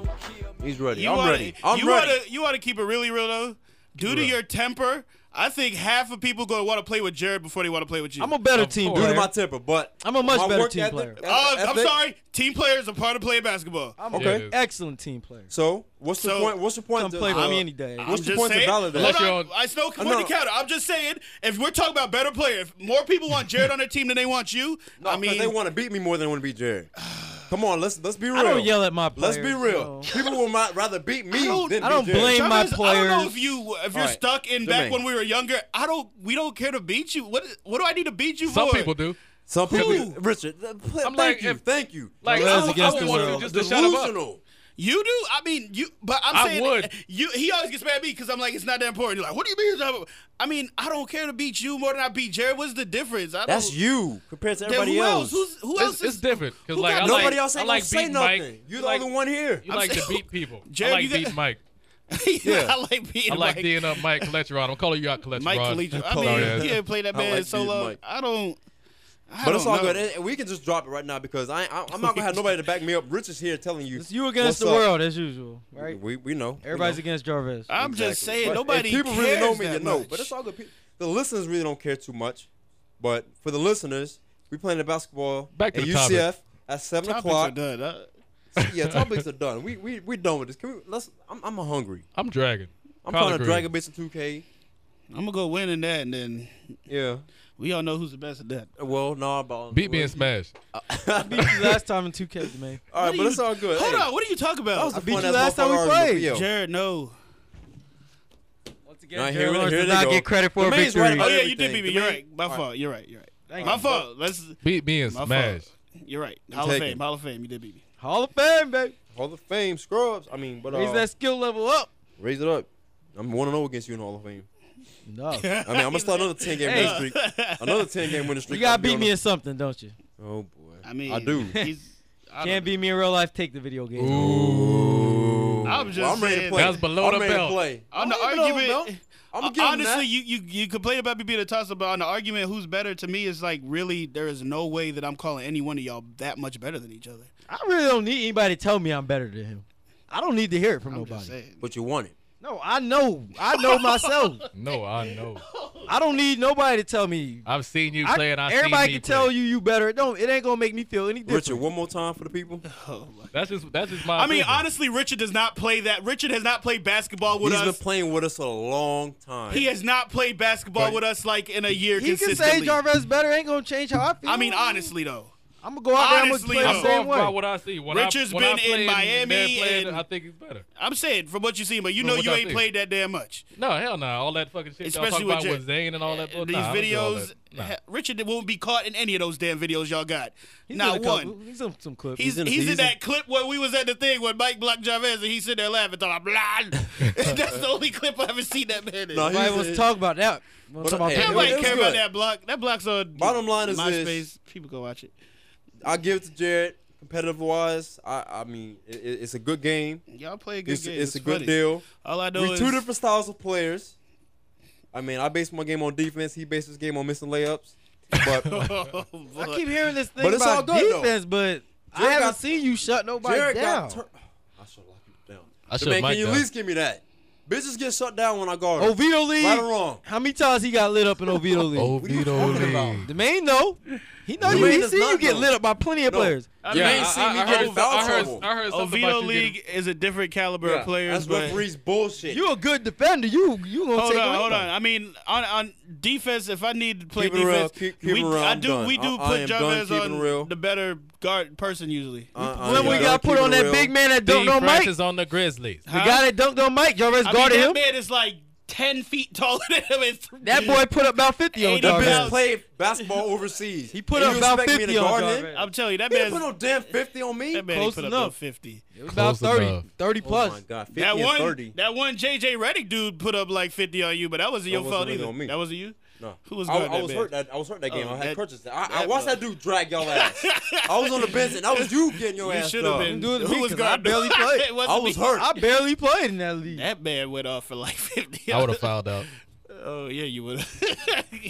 Speaker 3: He's ready.
Speaker 2: You
Speaker 3: I'm
Speaker 2: wanna,
Speaker 3: ready. I'm
Speaker 2: you
Speaker 3: ready.
Speaker 2: Wanna, you want to keep it really real though. Due to your temper, I think half of people going to want to play with Jared before they want to play with you.
Speaker 1: I'm a better
Speaker 4: Of
Speaker 1: team
Speaker 4: course.
Speaker 3: Due
Speaker 1: player.
Speaker 3: to my temper, but
Speaker 1: I'm a much
Speaker 3: my
Speaker 1: better
Speaker 3: work
Speaker 1: team
Speaker 3: ethic-
Speaker 1: player.
Speaker 2: Uh, I'm
Speaker 3: ethic-
Speaker 2: sorry. Team players are part of playing basketball.
Speaker 1: I'm
Speaker 4: Yeah, it
Speaker 1: an
Speaker 4: is.
Speaker 1: excellent team player.
Speaker 3: So what's the
Speaker 2: So,
Speaker 3: point? What's the point?
Speaker 1: Come
Speaker 3: to-
Speaker 1: play with
Speaker 3: uh,
Speaker 1: me any day.
Speaker 2: I'm
Speaker 3: What's the
Speaker 2: just
Speaker 3: point to
Speaker 2: saying.
Speaker 3: validate?
Speaker 2: Hold
Speaker 4: Unless you're
Speaker 2: on,
Speaker 4: on-
Speaker 2: I still point
Speaker 3: No.
Speaker 2: to counter. I'm just saying, if we're talking about better player, if more people want Jared on their team than they want you,
Speaker 3: No,
Speaker 2: I
Speaker 3: 'cause
Speaker 2: mean,
Speaker 3: they want to beat me more than they want to beat Jared. Come on, let's let's be real.
Speaker 1: I don't yell at my players.
Speaker 3: Let's be real.
Speaker 1: so-
Speaker 3: People would might rather beat me
Speaker 2: I don't-
Speaker 3: than
Speaker 1: I don't
Speaker 3: beat Jared.
Speaker 1: blame- my
Speaker 2: Chavez, I don't know
Speaker 1: players.
Speaker 2: if you if you're
Speaker 3: All right.
Speaker 2: stuck in back
Speaker 3: Jermaine.
Speaker 2: when we were younger. I don't. We don't care to beat you. What what do I need to beat you
Speaker 4: Some
Speaker 2: for?
Speaker 4: people do.
Speaker 3: Some people,
Speaker 2: Who?
Speaker 3: Richard. th- pl-
Speaker 4: I'm
Speaker 3: thank
Speaker 4: like,
Speaker 3: you,
Speaker 4: if-
Speaker 3: thank you.
Speaker 4: Like,
Speaker 1: Well,
Speaker 4: I,
Speaker 1: that's
Speaker 4: would- I
Speaker 1: against
Speaker 4: would
Speaker 1: the
Speaker 4: want
Speaker 1: world.
Speaker 4: you just to shut him up.
Speaker 3: Delusional.
Speaker 2: You do. I mean, you. But I'm
Speaker 4: I
Speaker 2: saying
Speaker 4: would.
Speaker 2: you. He always gets mad at me because I'm like, it's not that important. You're like, what do you mean? It's not important? I mean, I don't care to beat you more than I beat Jared. What's the difference? I don't,
Speaker 3: That's you compared to
Speaker 2: Then
Speaker 3: everybody
Speaker 2: who else?
Speaker 3: else.
Speaker 2: Who's, who
Speaker 4: It's-
Speaker 2: else
Speaker 4: It's,
Speaker 2: is
Speaker 4: different because
Speaker 2: who
Speaker 4: like
Speaker 2: got-
Speaker 4: I
Speaker 3: Nobody
Speaker 4: like,
Speaker 3: else
Speaker 4: I
Speaker 3: ain't
Speaker 4: like
Speaker 3: gonna say
Speaker 4: beating
Speaker 3: nothing.
Speaker 4: Mike. You
Speaker 3: You're the
Speaker 4: like,
Speaker 3: only one here.
Speaker 4: You like to
Speaker 2: saying-
Speaker 4: beat people.
Speaker 2: Jared,
Speaker 4: I like
Speaker 2: you got-
Speaker 4: beating Mike.
Speaker 2: yeah.
Speaker 3: Yeah.
Speaker 2: I like being
Speaker 4: I like
Speaker 2: Mike,
Speaker 4: being up Mike Coletron. I'm calling you out Coletron.
Speaker 2: Mike Collegiate. I mean,
Speaker 4: Sorry, yeah.
Speaker 2: he ain't played that
Speaker 3: I
Speaker 2: man
Speaker 3: like
Speaker 2: in so
Speaker 3: being
Speaker 2: long.
Speaker 3: Mike.
Speaker 2: I don't. I
Speaker 3: But it's
Speaker 2: don't
Speaker 3: all
Speaker 2: know.
Speaker 3: good. And- and we can just drop it right now because I, I I'm not gonna have nobody to back me up. Rich is here telling you.
Speaker 1: It's you against
Speaker 3: what's
Speaker 1: the
Speaker 3: up.
Speaker 1: world as usual, right?
Speaker 3: We we know.
Speaker 1: Everybody's
Speaker 3: we know.
Speaker 1: against Jarvis.
Speaker 2: I'm just
Speaker 3: Exactly.
Speaker 2: saying,
Speaker 3: But if
Speaker 2: nobody
Speaker 3: people
Speaker 2: cares
Speaker 3: really know me,
Speaker 2: that
Speaker 3: you know.
Speaker 2: much.
Speaker 3: But it's all good. Pe- The listeners really don't care too much. But for the listeners, we playing the basketball
Speaker 4: Back to
Speaker 3: at
Speaker 4: the
Speaker 3: UCF
Speaker 4: topic.
Speaker 3: at seven
Speaker 2: Topics are
Speaker 3: o'clock.
Speaker 2: done. Uh,
Speaker 3: yeah, topics are done. We we we done with this. Can we? Let's. I'm I'm hungry.
Speaker 4: I'm dragging.
Speaker 3: I'm
Speaker 4: Collard
Speaker 3: trying to drag a
Speaker 4: greens.
Speaker 3: bitch in 2K.
Speaker 2: I'm gonna go win in that, and then
Speaker 3: Yeah.
Speaker 2: we all know who's the best at that.
Speaker 3: Well, no, but
Speaker 4: Beat me and smash.
Speaker 1: I beat you last time in 2K, man.
Speaker 3: All
Speaker 2: What
Speaker 3: right,
Speaker 2: are
Speaker 3: but
Speaker 2: you-
Speaker 3: it's all good.
Speaker 2: Hold
Speaker 3: Hey,
Speaker 2: on, what are you talking about?
Speaker 3: I
Speaker 1: beat
Speaker 3: fun
Speaker 1: you
Speaker 3: ass
Speaker 1: last time we
Speaker 3: motherfucker argued with
Speaker 1: played.
Speaker 3: Yo.
Speaker 2: Jared, no.
Speaker 1: Once
Speaker 3: Now,
Speaker 1: again,
Speaker 3: here-
Speaker 1: Jerry Lawrence
Speaker 3: here
Speaker 1: does
Speaker 3: they
Speaker 1: not
Speaker 3: go.
Speaker 1: get credit for
Speaker 3: The
Speaker 1: a
Speaker 3: man's right
Speaker 1: victory.
Speaker 2: Oh
Speaker 3: about
Speaker 2: yeah, you did
Speaker 3: everything.
Speaker 2: beat me.
Speaker 3: The
Speaker 2: You're
Speaker 3: main-
Speaker 2: right. My
Speaker 3: All right.
Speaker 2: fault. You're right. You're right.
Speaker 1: Thank
Speaker 2: My
Speaker 1: you.
Speaker 2: fault. Let's.
Speaker 4: Beat me and
Speaker 2: My fault.
Speaker 4: smash.
Speaker 2: You're right. Hall of
Speaker 3: taking.
Speaker 2: Fame. Hall of Fame. You did beat me.
Speaker 1: Hall of Fame, baby.
Speaker 3: Hall of Fame, scrubs. I mean,
Speaker 7: Oh.
Speaker 3: but uh,
Speaker 1: Raise that skill level up.
Speaker 3: raise it up. I'm one and zero against you in Hall of Fame.
Speaker 1: No.
Speaker 3: I mean, I'm gonna start another ten game
Speaker 1: Hey.
Speaker 3: winning streak. Another ten game winning
Speaker 1: You
Speaker 3: streak.
Speaker 1: gotta
Speaker 3: I'll be
Speaker 1: beat
Speaker 3: on
Speaker 1: me
Speaker 3: the-
Speaker 1: in something, don't you?
Speaker 3: Oh boy.
Speaker 2: I mean,
Speaker 3: I do.
Speaker 2: He's, I
Speaker 1: Can't
Speaker 2: don't-
Speaker 1: beat me in real life. Take the video game.
Speaker 3: Ooh.
Speaker 2: I'm just
Speaker 3: I'm ready to
Speaker 2: saying
Speaker 3: play.
Speaker 2: that-
Speaker 4: That's below
Speaker 3: I'm
Speaker 4: the
Speaker 3: ready
Speaker 4: belt.
Speaker 3: To play.
Speaker 2: On the
Speaker 3: I'm ready to play,
Speaker 2: argument, uh,
Speaker 3: bro. I'm giving
Speaker 2: honestly,
Speaker 3: that.
Speaker 2: you you you complain about me being a toss up, but on the argument who's better to me is like really there is no way that I'm calling any one of y'all that much better than each other.
Speaker 1: I really don't need anybody to tell me I'm better than him. I don't need to hear it from
Speaker 2: I'm
Speaker 1: nobody.
Speaker 2: just saying.
Speaker 3: But you want it.
Speaker 1: No, I know. I know myself.
Speaker 4: No, I know.
Speaker 1: I don't need nobody to tell me.
Speaker 4: I've seen you
Speaker 1: I-
Speaker 4: play, and I've
Speaker 1: everybody
Speaker 4: seen me
Speaker 1: can tell
Speaker 4: play.
Speaker 1: you you better. It Don't. It ain't gonna make me feel any different.
Speaker 3: Richard, one more time for the people.
Speaker 4: That's just that's just
Speaker 2: I
Speaker 4: my.
Speaker 2: mean,
Speaker 4: opinion.
Speaker 2: honestly, Richard does not play that. Richard has not played basketball with
Speaker 3: He's been
Speaker 2: us.
Speaker 3: playing with us a long time.
Speaker 2: He has not played basketball
Speaker 3: But-
Speaker 2: with us like in a year
Speaker 1: he can
Speaker 2: consistently.
Speaker 1: say Jarvis better. Ain't gonna change how I feel.
Speaker 2: I mean, honestly though,
Speaker 1: I'm gonna go out there. I'm gonna
Speaker 2: honestly,
Speaker 1: play the
Speaker 4: I'm
Speaker 2: though.
Speaker 1: same
Speaker 4: going by
Speaker 1: way.
Speaker 4: what I see. When
Speaker 2: Richard's
Speaker 4: I, when I
Speaker 2: been in
Speaker 4: played and they're
Speaker 2: Miami
Speaker 4: playing,
Speaker 2: and-
Speaker 4: I think he's better.
Speaker 2: I'm saying from what you seen, but you
Speaker 4: From
Speaker 2: know
Speaker 4: what
Speaker 2: you
Speaker 4: I
Speaker 2: ain't
Speaker 4: see.
Speaker 2: played that damn much.
Speaker 4: No, hell no. All that fucking shit y'all
Speaker 2: Especially
Speaker 4: talking
Speaker 2: with
Speaker 4: about
Speaker 2: Ja-
Speaker 4: with Zane and all that. bull-
Speaker 2: These
Speaker 4: nah, I don't do all
Speaker 2: videos,
Speaker 4: that. Nah.
Speaker 2: ha- Richard won't be caught in any of those damn videos y'all got.
Speaker 1: He's in
Speaker 2: not
Speaker 1: a couple-
Speaker 2: one.
Speaker 1: He's in some clips.
Speaker 2: He's, he's,
Speaker 3: in
Speaker 2: in,
Speaker 3: a season.
Speaker 2: that clip where we was at the thing when Mike blocked Javez and he sit there laughing, thought I'm blind. That's the only clip I ever seen that man in.
Speaker 3: No, he-
Speaker 1: Nobody wants to talk about that. Wanna
Speaker 3: But,
Speaker 1: talk about
Speaker 3: hey,
Speaker 1: that?
Speaker 3: it was-
Speaker 2: Nobody
Speaker 3: it was
Speaker 2: care about
Speaker 3: good.
Speaker 2: that block. That block's on
Speaker 3: Bottom line is
Speaker 2: MySpace.
Speaker 3: this.
Speaker 2: People go watch it.
Speaker 3: I give it to Jared. Competitive wise, I I mean, it, it- it's a good game.
Speaker 2: Y'all play a good
Speaker 3: It's,
Speaker 2: game.
Speaker 3: it's a good
Speaker 2: funny.
Speaker 3: deal.
Speaker 2: All I know
Speaker 3: We
Speaker 2: is
Speaker 3: two different styles of players. I mean, I base my game on defense. He bases his game on missing layups. But
Speaker 2: Oh, boy.
Speaker 1: I keep hearing this thing
Speaker 3: But it's all
Speaker 1: about
Speaker 3: good, though.
Speaker 1: defense, but I
Speaker 3: Jared
Speaker 1: haven't
Speaker 3: got-
Speaker 1: seen you shut nobody
Speaker 3: Jared
Speaker 1: down.
Speaker 3: got. Tur- I should lock you down.
Speaker 4: I
Speaker 3: The
Speaker 4: shut
Speaker 3: man,
Speaker 4: Mike
Speaker 3: can you at
Speaker 4: down.
Speaker 3: least give me that? Bitches get shut down when I guard. them.
Speaker 1: Oviedo League.
Speaker 3: Right or wrong?
Speaker 1: How many times he got lit up in Oviedo League?
Speaker 3: are you talking about?
Speaker 1: The man know. He know
Speaker 3: The
Speaker 1: you.
Speaker 3: man
Speaker 1: He
Speaker 3: does
Speaker 1: see you
Speaker 3: not
Speaker 1: get
Speaker 3: know.
Speaker 1: lit up by plenty of
Speaker 3: No.
Speaker 1: players.
Speaker 4: I
Speaker 3: Yeah,
Speaker 4: mean,
Speaker 3: I- I- I
Speaker 4: I
Speaker 3: heard
Speaker 4: heard,
Speaker 3: foul
Speaker 4: I heard,
Speaker 3: trouble.
Speaker 4: I heard something
Speaker 2: Oviedo
Speaker 4: about you
Speaker 2: League
Speaker 4: getting-
Speaker 2: is a different caliber
Speaker 3: Yeah,
Speaker 2: of players.
Speaker 3: That's
Speaker 2: but
Speaker 3: referees bullshit.
Speaker 1: You a good defender. You you gonna
Speaker 2: hold
Speaker 1: take
Speaker 2: on,
Speaker 1: away
Speaker 2: hold
Speaker 1: from
Speaker 2: on. I mean, on, on defense, if I need to play
Speaker 3: Keep it real,
Speaker 2: defense,
Speaker 3: keep- keep
Speaker 2: we,
Speaker 3: it real,
Speaker 2: I
Speaker 3: I'm
Speaker 2: do
Speaker 3: done.
Speaker 2: we do
Speaker 3: I- I
Speaker 2: put
Speaker 3: am done
Speaker 2: Javez
Speaker 3: keeping
Speaker 2: on
Speaker 3: real.
Speaker 2: the better guard person usually.
Speaker 3: Uh, uh,
Speaker 1: When
Speaker 3: yeah,
Speaker 1: we
Speaker 3: gotta
Speaker 1: got put
Speaker 3: keep
Speaker 1: on
Speaker 3: it
Speaker 1: that
Speaker 3: real.
Speaker 1: big man that don't
Speaker 4: Dean
Speaker 1: know Mike,
Speaker 4: Francis on the Grizzlies.
Speaker 1: the guy that don't know Mike, Jarvis
Speaker 2: I mean,
Speaker 1: guarded
Speaker 2: that
Speaker 1: him.
Speaker 2: man is like ten feet taller than him. It's-
Speaker 1: that boy put up about fifty on
Speaker 2: Eighty That bitch
Speaker 3: That bitch
Speaker 1: Jarvis.
Speaker 2: pounds.
Speaker 3: played basketball overseas. He
Speaker 1: put up about 50 on Jarvis.
Speaker 2: I'm telling you, that
Speaker 3: He didn't put
Speaker 2: man,
Speaker 3: no damn 50 on me.
Speaker 2: that man
Speaker 1: close
Speaker 2: put up
Speaker 1: enough.
Speaker 2: no fifty.
Speaker 1: It was about
Speaker 4: Close
Speaker 1: 30,
Speaker 4: enough.
Speaker 1: 30
Speaker 3: Oh my
Speaker 1: plus.
Speaker 3: god, 50
Speaker 2: That
Speaker 3: and
Speaker 2: one,
Speaker 3: 30.
Speaker 2: that one JJ Redick dude put up like fifty on you, but that wasn't
Speaker 3: That
Speaker 2: your
Speaker 3: wasn't
Speaker 2: fault
Speaker 3: really
Speaker 2: either.
Speaker 3: on me.
Speaker 2: That wasn't you.
Speaker 3: no.
Speaker 2: Who was
Speaker 3: I,
Speaker 2: guarding
Speaker 3: I
Speaker 2: that
Speaker 3: was
Speaker 2: man?
Speaker 3: hurt. That, I was hurt that game.
Speaker 2: Oh,
Speaker 3: I had
Speaker 2: that-
Speaker 3: crutches. I, I
Speaker 2: that was-
Speaker 3: watched that dude drag y'all ass. I was on the bench and that was you getting your
Speaker 2: You
Speaker 3: ass
Speaker 2: should have
Speaker 3: up.
Speaker 2: been.
Speaker 1: Do it to
Speaker 2: Who
Speaker 1: me,
Speaker 2: was
Speaker 1: 'cause I
Speaker 2: guarding?
Speaker 1: barely played.
Speaker 2: It wasn't
Speaker 3: I was
Speaker 2: me.
Speaker 3: hurt.
Speaker 1: I barely played in that league.
Speaker 2: That man went off for like fifty.
Speaker 4: I would have fouled out.
Speaker 2: Oh yeah, you would.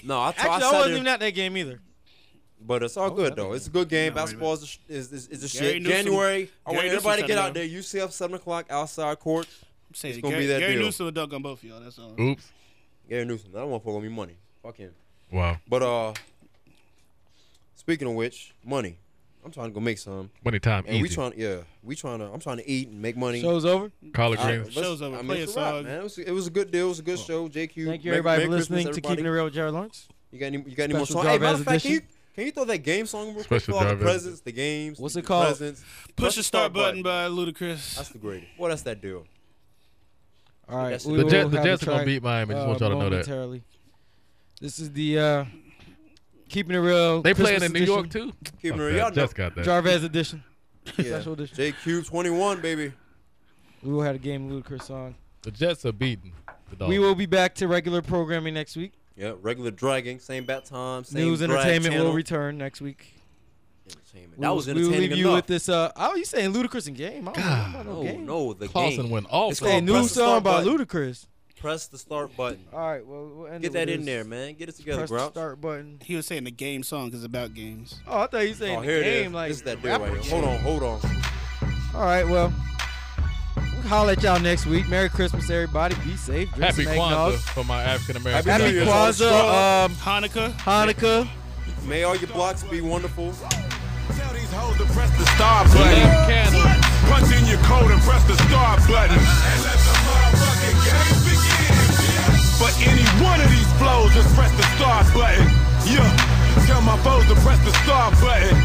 Speaker 3: no,
Speaker 1: Actually, I
Speaker 3: I, t- I sat
Speaker 1: wasn't
Speaker 3: there,
Speaker 1: even at that game either.
Speaker 3: but it's
Speaker 2: Oh,
Speaker 3: all good though. It's a good game. Basketball is the, sh- is, is, is the
Speaker 2: Gary
Speaker 3: shit.
Speaker 2: Newsom-
Speaker 3: January, I
Speaker 2: Gary
Speaker 3: want
Speaker 2: Newsom
Speaker 3: everybody to
Speaker 2: shut
Speaker 3: get
Speaker 2: it down.
Speaker 3: out there. UCF seven o'clock outside court.
Speaker 2: it's
Speaker 3: gonna be that
Speaker 2: Gary
Speaker 3: deal.
Speaker 2: Newsom will dunk on both of y'all. That's all.
Speaker 4: Oops.
Speaker 3: Gary Newsom, that one for me money. Fuck him.
Speaker 4: Wow.
Speaker 3: But uh, speaking of which, money. I'm trying to go make some.
Speaker 4: Money time.
Speaker 3: And
Speaker 4: easy.
Speaker 3: we trying, yeah, we trying to. I'm trying to eat and make money.
Speaker 1: Show's over. Oh.
Speaker 4: Collard
Speaker 3: All right,
Speaker 4: greens.
Speaker 3: let's-
Speaker 2: Show's over.
Speaker 3: I mean,
Speaker 2: Play
Speaker 3: it's
Speaker 2: a
Speaker 3: a wrap,
Speaker 2: song.
Speaker 3: man. It was, it was a good deal. It was a good show. JQ,
Speaker 1: Thank you
Speaker 3: Merry-
Speaker 1: everybody for
Speaker 3: Merry Christmas,
Speaker 1: listening to
Speaker 3: everybody.
Speaker 1: Keeping It Real with Jared Lawrence.
Speaker 3: You got any? You got any more
Speaker 1: Special
Speaker 3: songs? Hey,
Speaker 1: Jarvis
Speaker 3: matter of fact, can you,
Speaker 1: edition.
Speaker 3: can you throw that game song real quick
Speaker 4: Special
Speaker 3: for all the
Speaker 4: Jarvis.
Speaker 3: presents, the games?
Speaker 1: What's
Speaker 3: the
Speaker 1: it called?
Speaker 3: Presents.
Speaker 2: Push the start button by Ludacris.
Speaker 3: That's the greatest. What else that deal?
Speaker 1: All right,
Speaker 3: That's
Speaker 1: we
Speaker 3: it.
Speaker 4: The
Speaker 1: will
Speaker 4: Jets, the
Speaker 1: have a
Speaker 4: Jets are gonna
Speaker 1: track,
Speaker 4: beat Miami. Just
Speaker 1: uh,
Speaker 4: want y'all to know that.
Speaker 1: momentarily. This is the uh, keeping it real.
Speaker 4: They playing in
Speaker 1: Christmas
Speaker 4: New York
Speaker 1: edition,
Speaker 4: too.
Speaker 3: Keep it
Speaker 4: Fuck
Speaker 3: real.
Speaker 4: that.
Speaker 3: Y'all know.
Speaker 4: Jets got that.
Speaker 1: Jarvis edition.
Speaker 3: Yeah.
Speaker 1: Special edition.
Speaker 3: JQ 21, baby.
Speaker 1: We will have a game ludicrous song.
Speaker 4: The Jets are beating. The Dolphins.
Speaker 1: We will be back to regular programming next week.
Speaker 3: Yeah, regular dragging, same bat time, same
Speaker 1: News
Speaker 3: drag
Speaker 1: entertainment
Speaker 3: channel.
Speaker 1: will return next week.
Speaker 3: Entertainment.
Speaker 1: We
Speaker 3: That
Speaker 1: will-
Speaker 3: was
Speaker 1: We will
Speaker 3: entertaining
Speaker 1: leave you
Speaker 3: enough.
Speaker 1: with this. Uh, oh, you saying ludicrous and game? I don't know about no
Speaker 3: no,
Speaker 1: game.
Speaker 3: no, the
Speaker 4: Clausen
Speaker 3: game.
Speaker 4: went off.
Speaker 3: It's
Speaker 1: Hey,
Speaker 3: called
Speaker 1: new
Speaker 3: Press the
Speaker 1: song
Speaker 3: Start
Speaker 1: by
Speaker 3: Button.
Speaker 1: ludicrous.
Speaker 3: Press the start button.
Speaker 1: All right, well, we'll end
Speaker 3: Get
Speaker 1: it
Speaker 3: that
Speaker 1: with
Speaker 3: in
Speaker 1: this.
Speaker 3: there, man. Get it together,
Speaker 1: Press the
Speaker 3: Grouch.
Speaker 1: start button.
Speaker 2: He was saying the game song because about games.
Speaker 1: Oh, I thought you saying
Speaker 3: Oh,
Speaker 1: the
Speaker 3: here it
Speaker 1: game
Speaker 3: is.
Speaker 1: like
Speaker 3: this is that dude
Speaker 1: rapper game.
Speaker 3: right here. Hold on, hold on.
Speaker 1: All right, well, we'll holler at y'all next week. Merry Christmas, everybody. Be safe. Drink
Speaker 4: Happy
Speaker 1: some eggnog.
Speaker 4: Kwanzaa for my African
Speaker 3: Happy
Speaker 4: American.
Speaker 1: Happy
Speaker 3: New Year's.
Speaker 1: Kwanzaa, um,
Speaker 2: Hanukkah.
Speaker 1: Hanukkah.
Speaker 3: May all your blocks be wonderful.
Speaker 8: Tell these hoes to press the star button.
Speaker 4: Candle.
Speaker 8: Punch in your coat and press the star button. And let the motherfucking game begin. For any one of these flows, just press the star button. Yeah. Tell my foes to press the star button.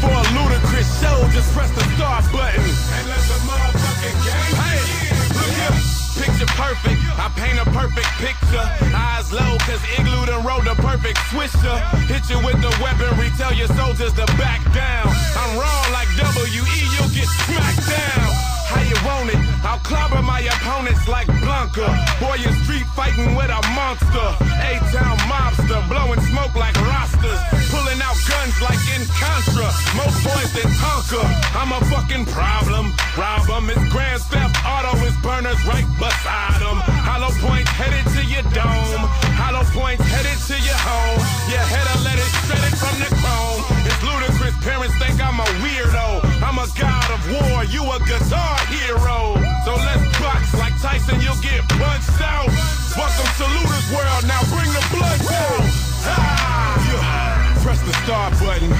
Speaker 8: For a ludicrous show, just press the star button. And let the motherfucking game begin. Look here. Picture perfect. I paint a perfect picture. Eyes low, cause Igloo done wrote the
Speaker 2: the perfect swisher. Hit you with the weaponry, tell your soldiers to back down. I'm wrong like WE, you'll get smacked down. How you want it? I'll clobber my opponents like Blanca. Boy, you street fighting with a monster. A-town mobster, blowing smoke like rosters. Pulling out guns like in Contra. More boys than Tonka. I'm a fucking problem. Rob 'em. It's Grand Theft Auto. It's burners right beside 'em. Hollow points headed to your dome. Hollow points headed to your home. Your header let it shredded from the chrome. It's ludicrous. Parents think I'm a weirdo. I'm a god of war. You a guitar hero. So let's box like Tyson. You'll get punched out. Welcome to Luda's world. Now bring the blood down. Ah! Yeah. Press the start button.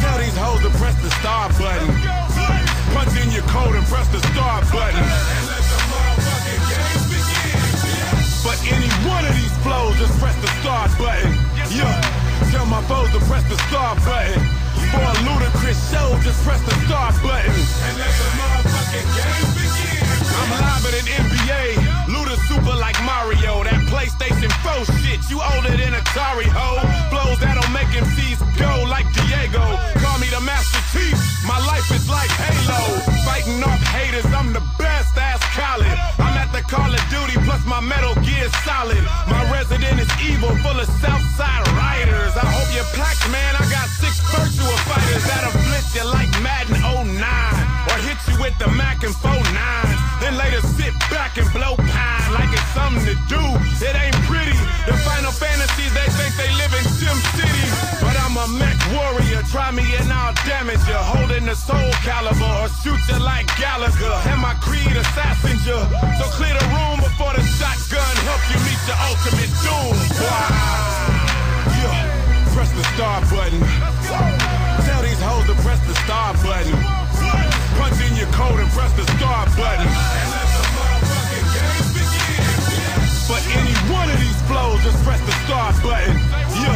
Speaker 2: Tell these hoes to press the start button. Punch in your code and press the start button. But any one of these flows, just press the start button. Yeah. Tell my foes to press the start button. For a ludicrous show, just press the start button. And let the motherfucking game begin. I'm live at an NBA. Luda super like Mario. That PlayStation 4 shit, you older than Atari ho. Blows that'll make MCs go like Diego. Call me the Master Chief, my life is like Halo. Fighting off haters, I'm the best ass Colin. I'm at the Call of Duty, plus my Metal Gear solid. My resident is evil, full of Southside riders. I hope you're packed, man. I got six virtual fighters that'll blitz you like Madden 09 or hit you with the Mac and 49. Then later sit back and blow pine like it's something to do. It ain't pretty. The Final Fantasies, they think they live in Sim City. But I'm a mech warrior. Try me and I'll damage you. Holding the soul caliber or shoot you like Gallagher. And my creed assassins you. So clear the room before the shotgun help you meet your ultimate doom. Wow. Yeah. Press the star button. Tell these hoes to press the star button. Punch in your code and press the star button. But any one of these flows, just press the star button. Yeah.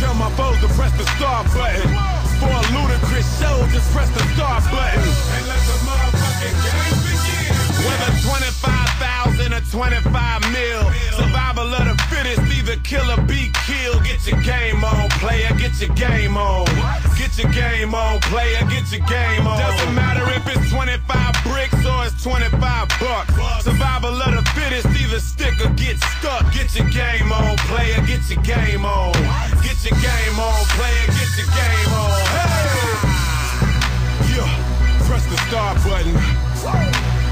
Speaker 2: Tell my foes to press the star button. For a ludicrous show, just press the star button. And let the motherfucking game begin. Whether 25,000 or 25 mil. Survival of the fittest, either kill or be killed. Get your game on, player, get your game on. Get your game on, player, get your game on. Doesn't matter if it's 25 bricks or it's 25 bucks. Survival of the fittest, either stick or get stuck. Get your game on, player, get your game on. Get your game on, player, get your game on. Hey! Yeah, press the star button.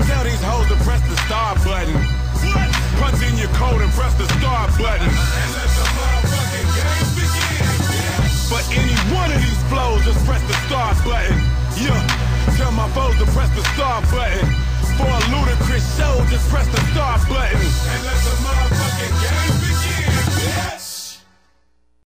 Speaker 2: Tell these hoes to press the star button. Punch in your code and press the star button. But any one of these flows, just press the star button. Yeah. Tell my foes to press the star button. For a ludicrous show, just press the star button. And let the motherfucking game begin.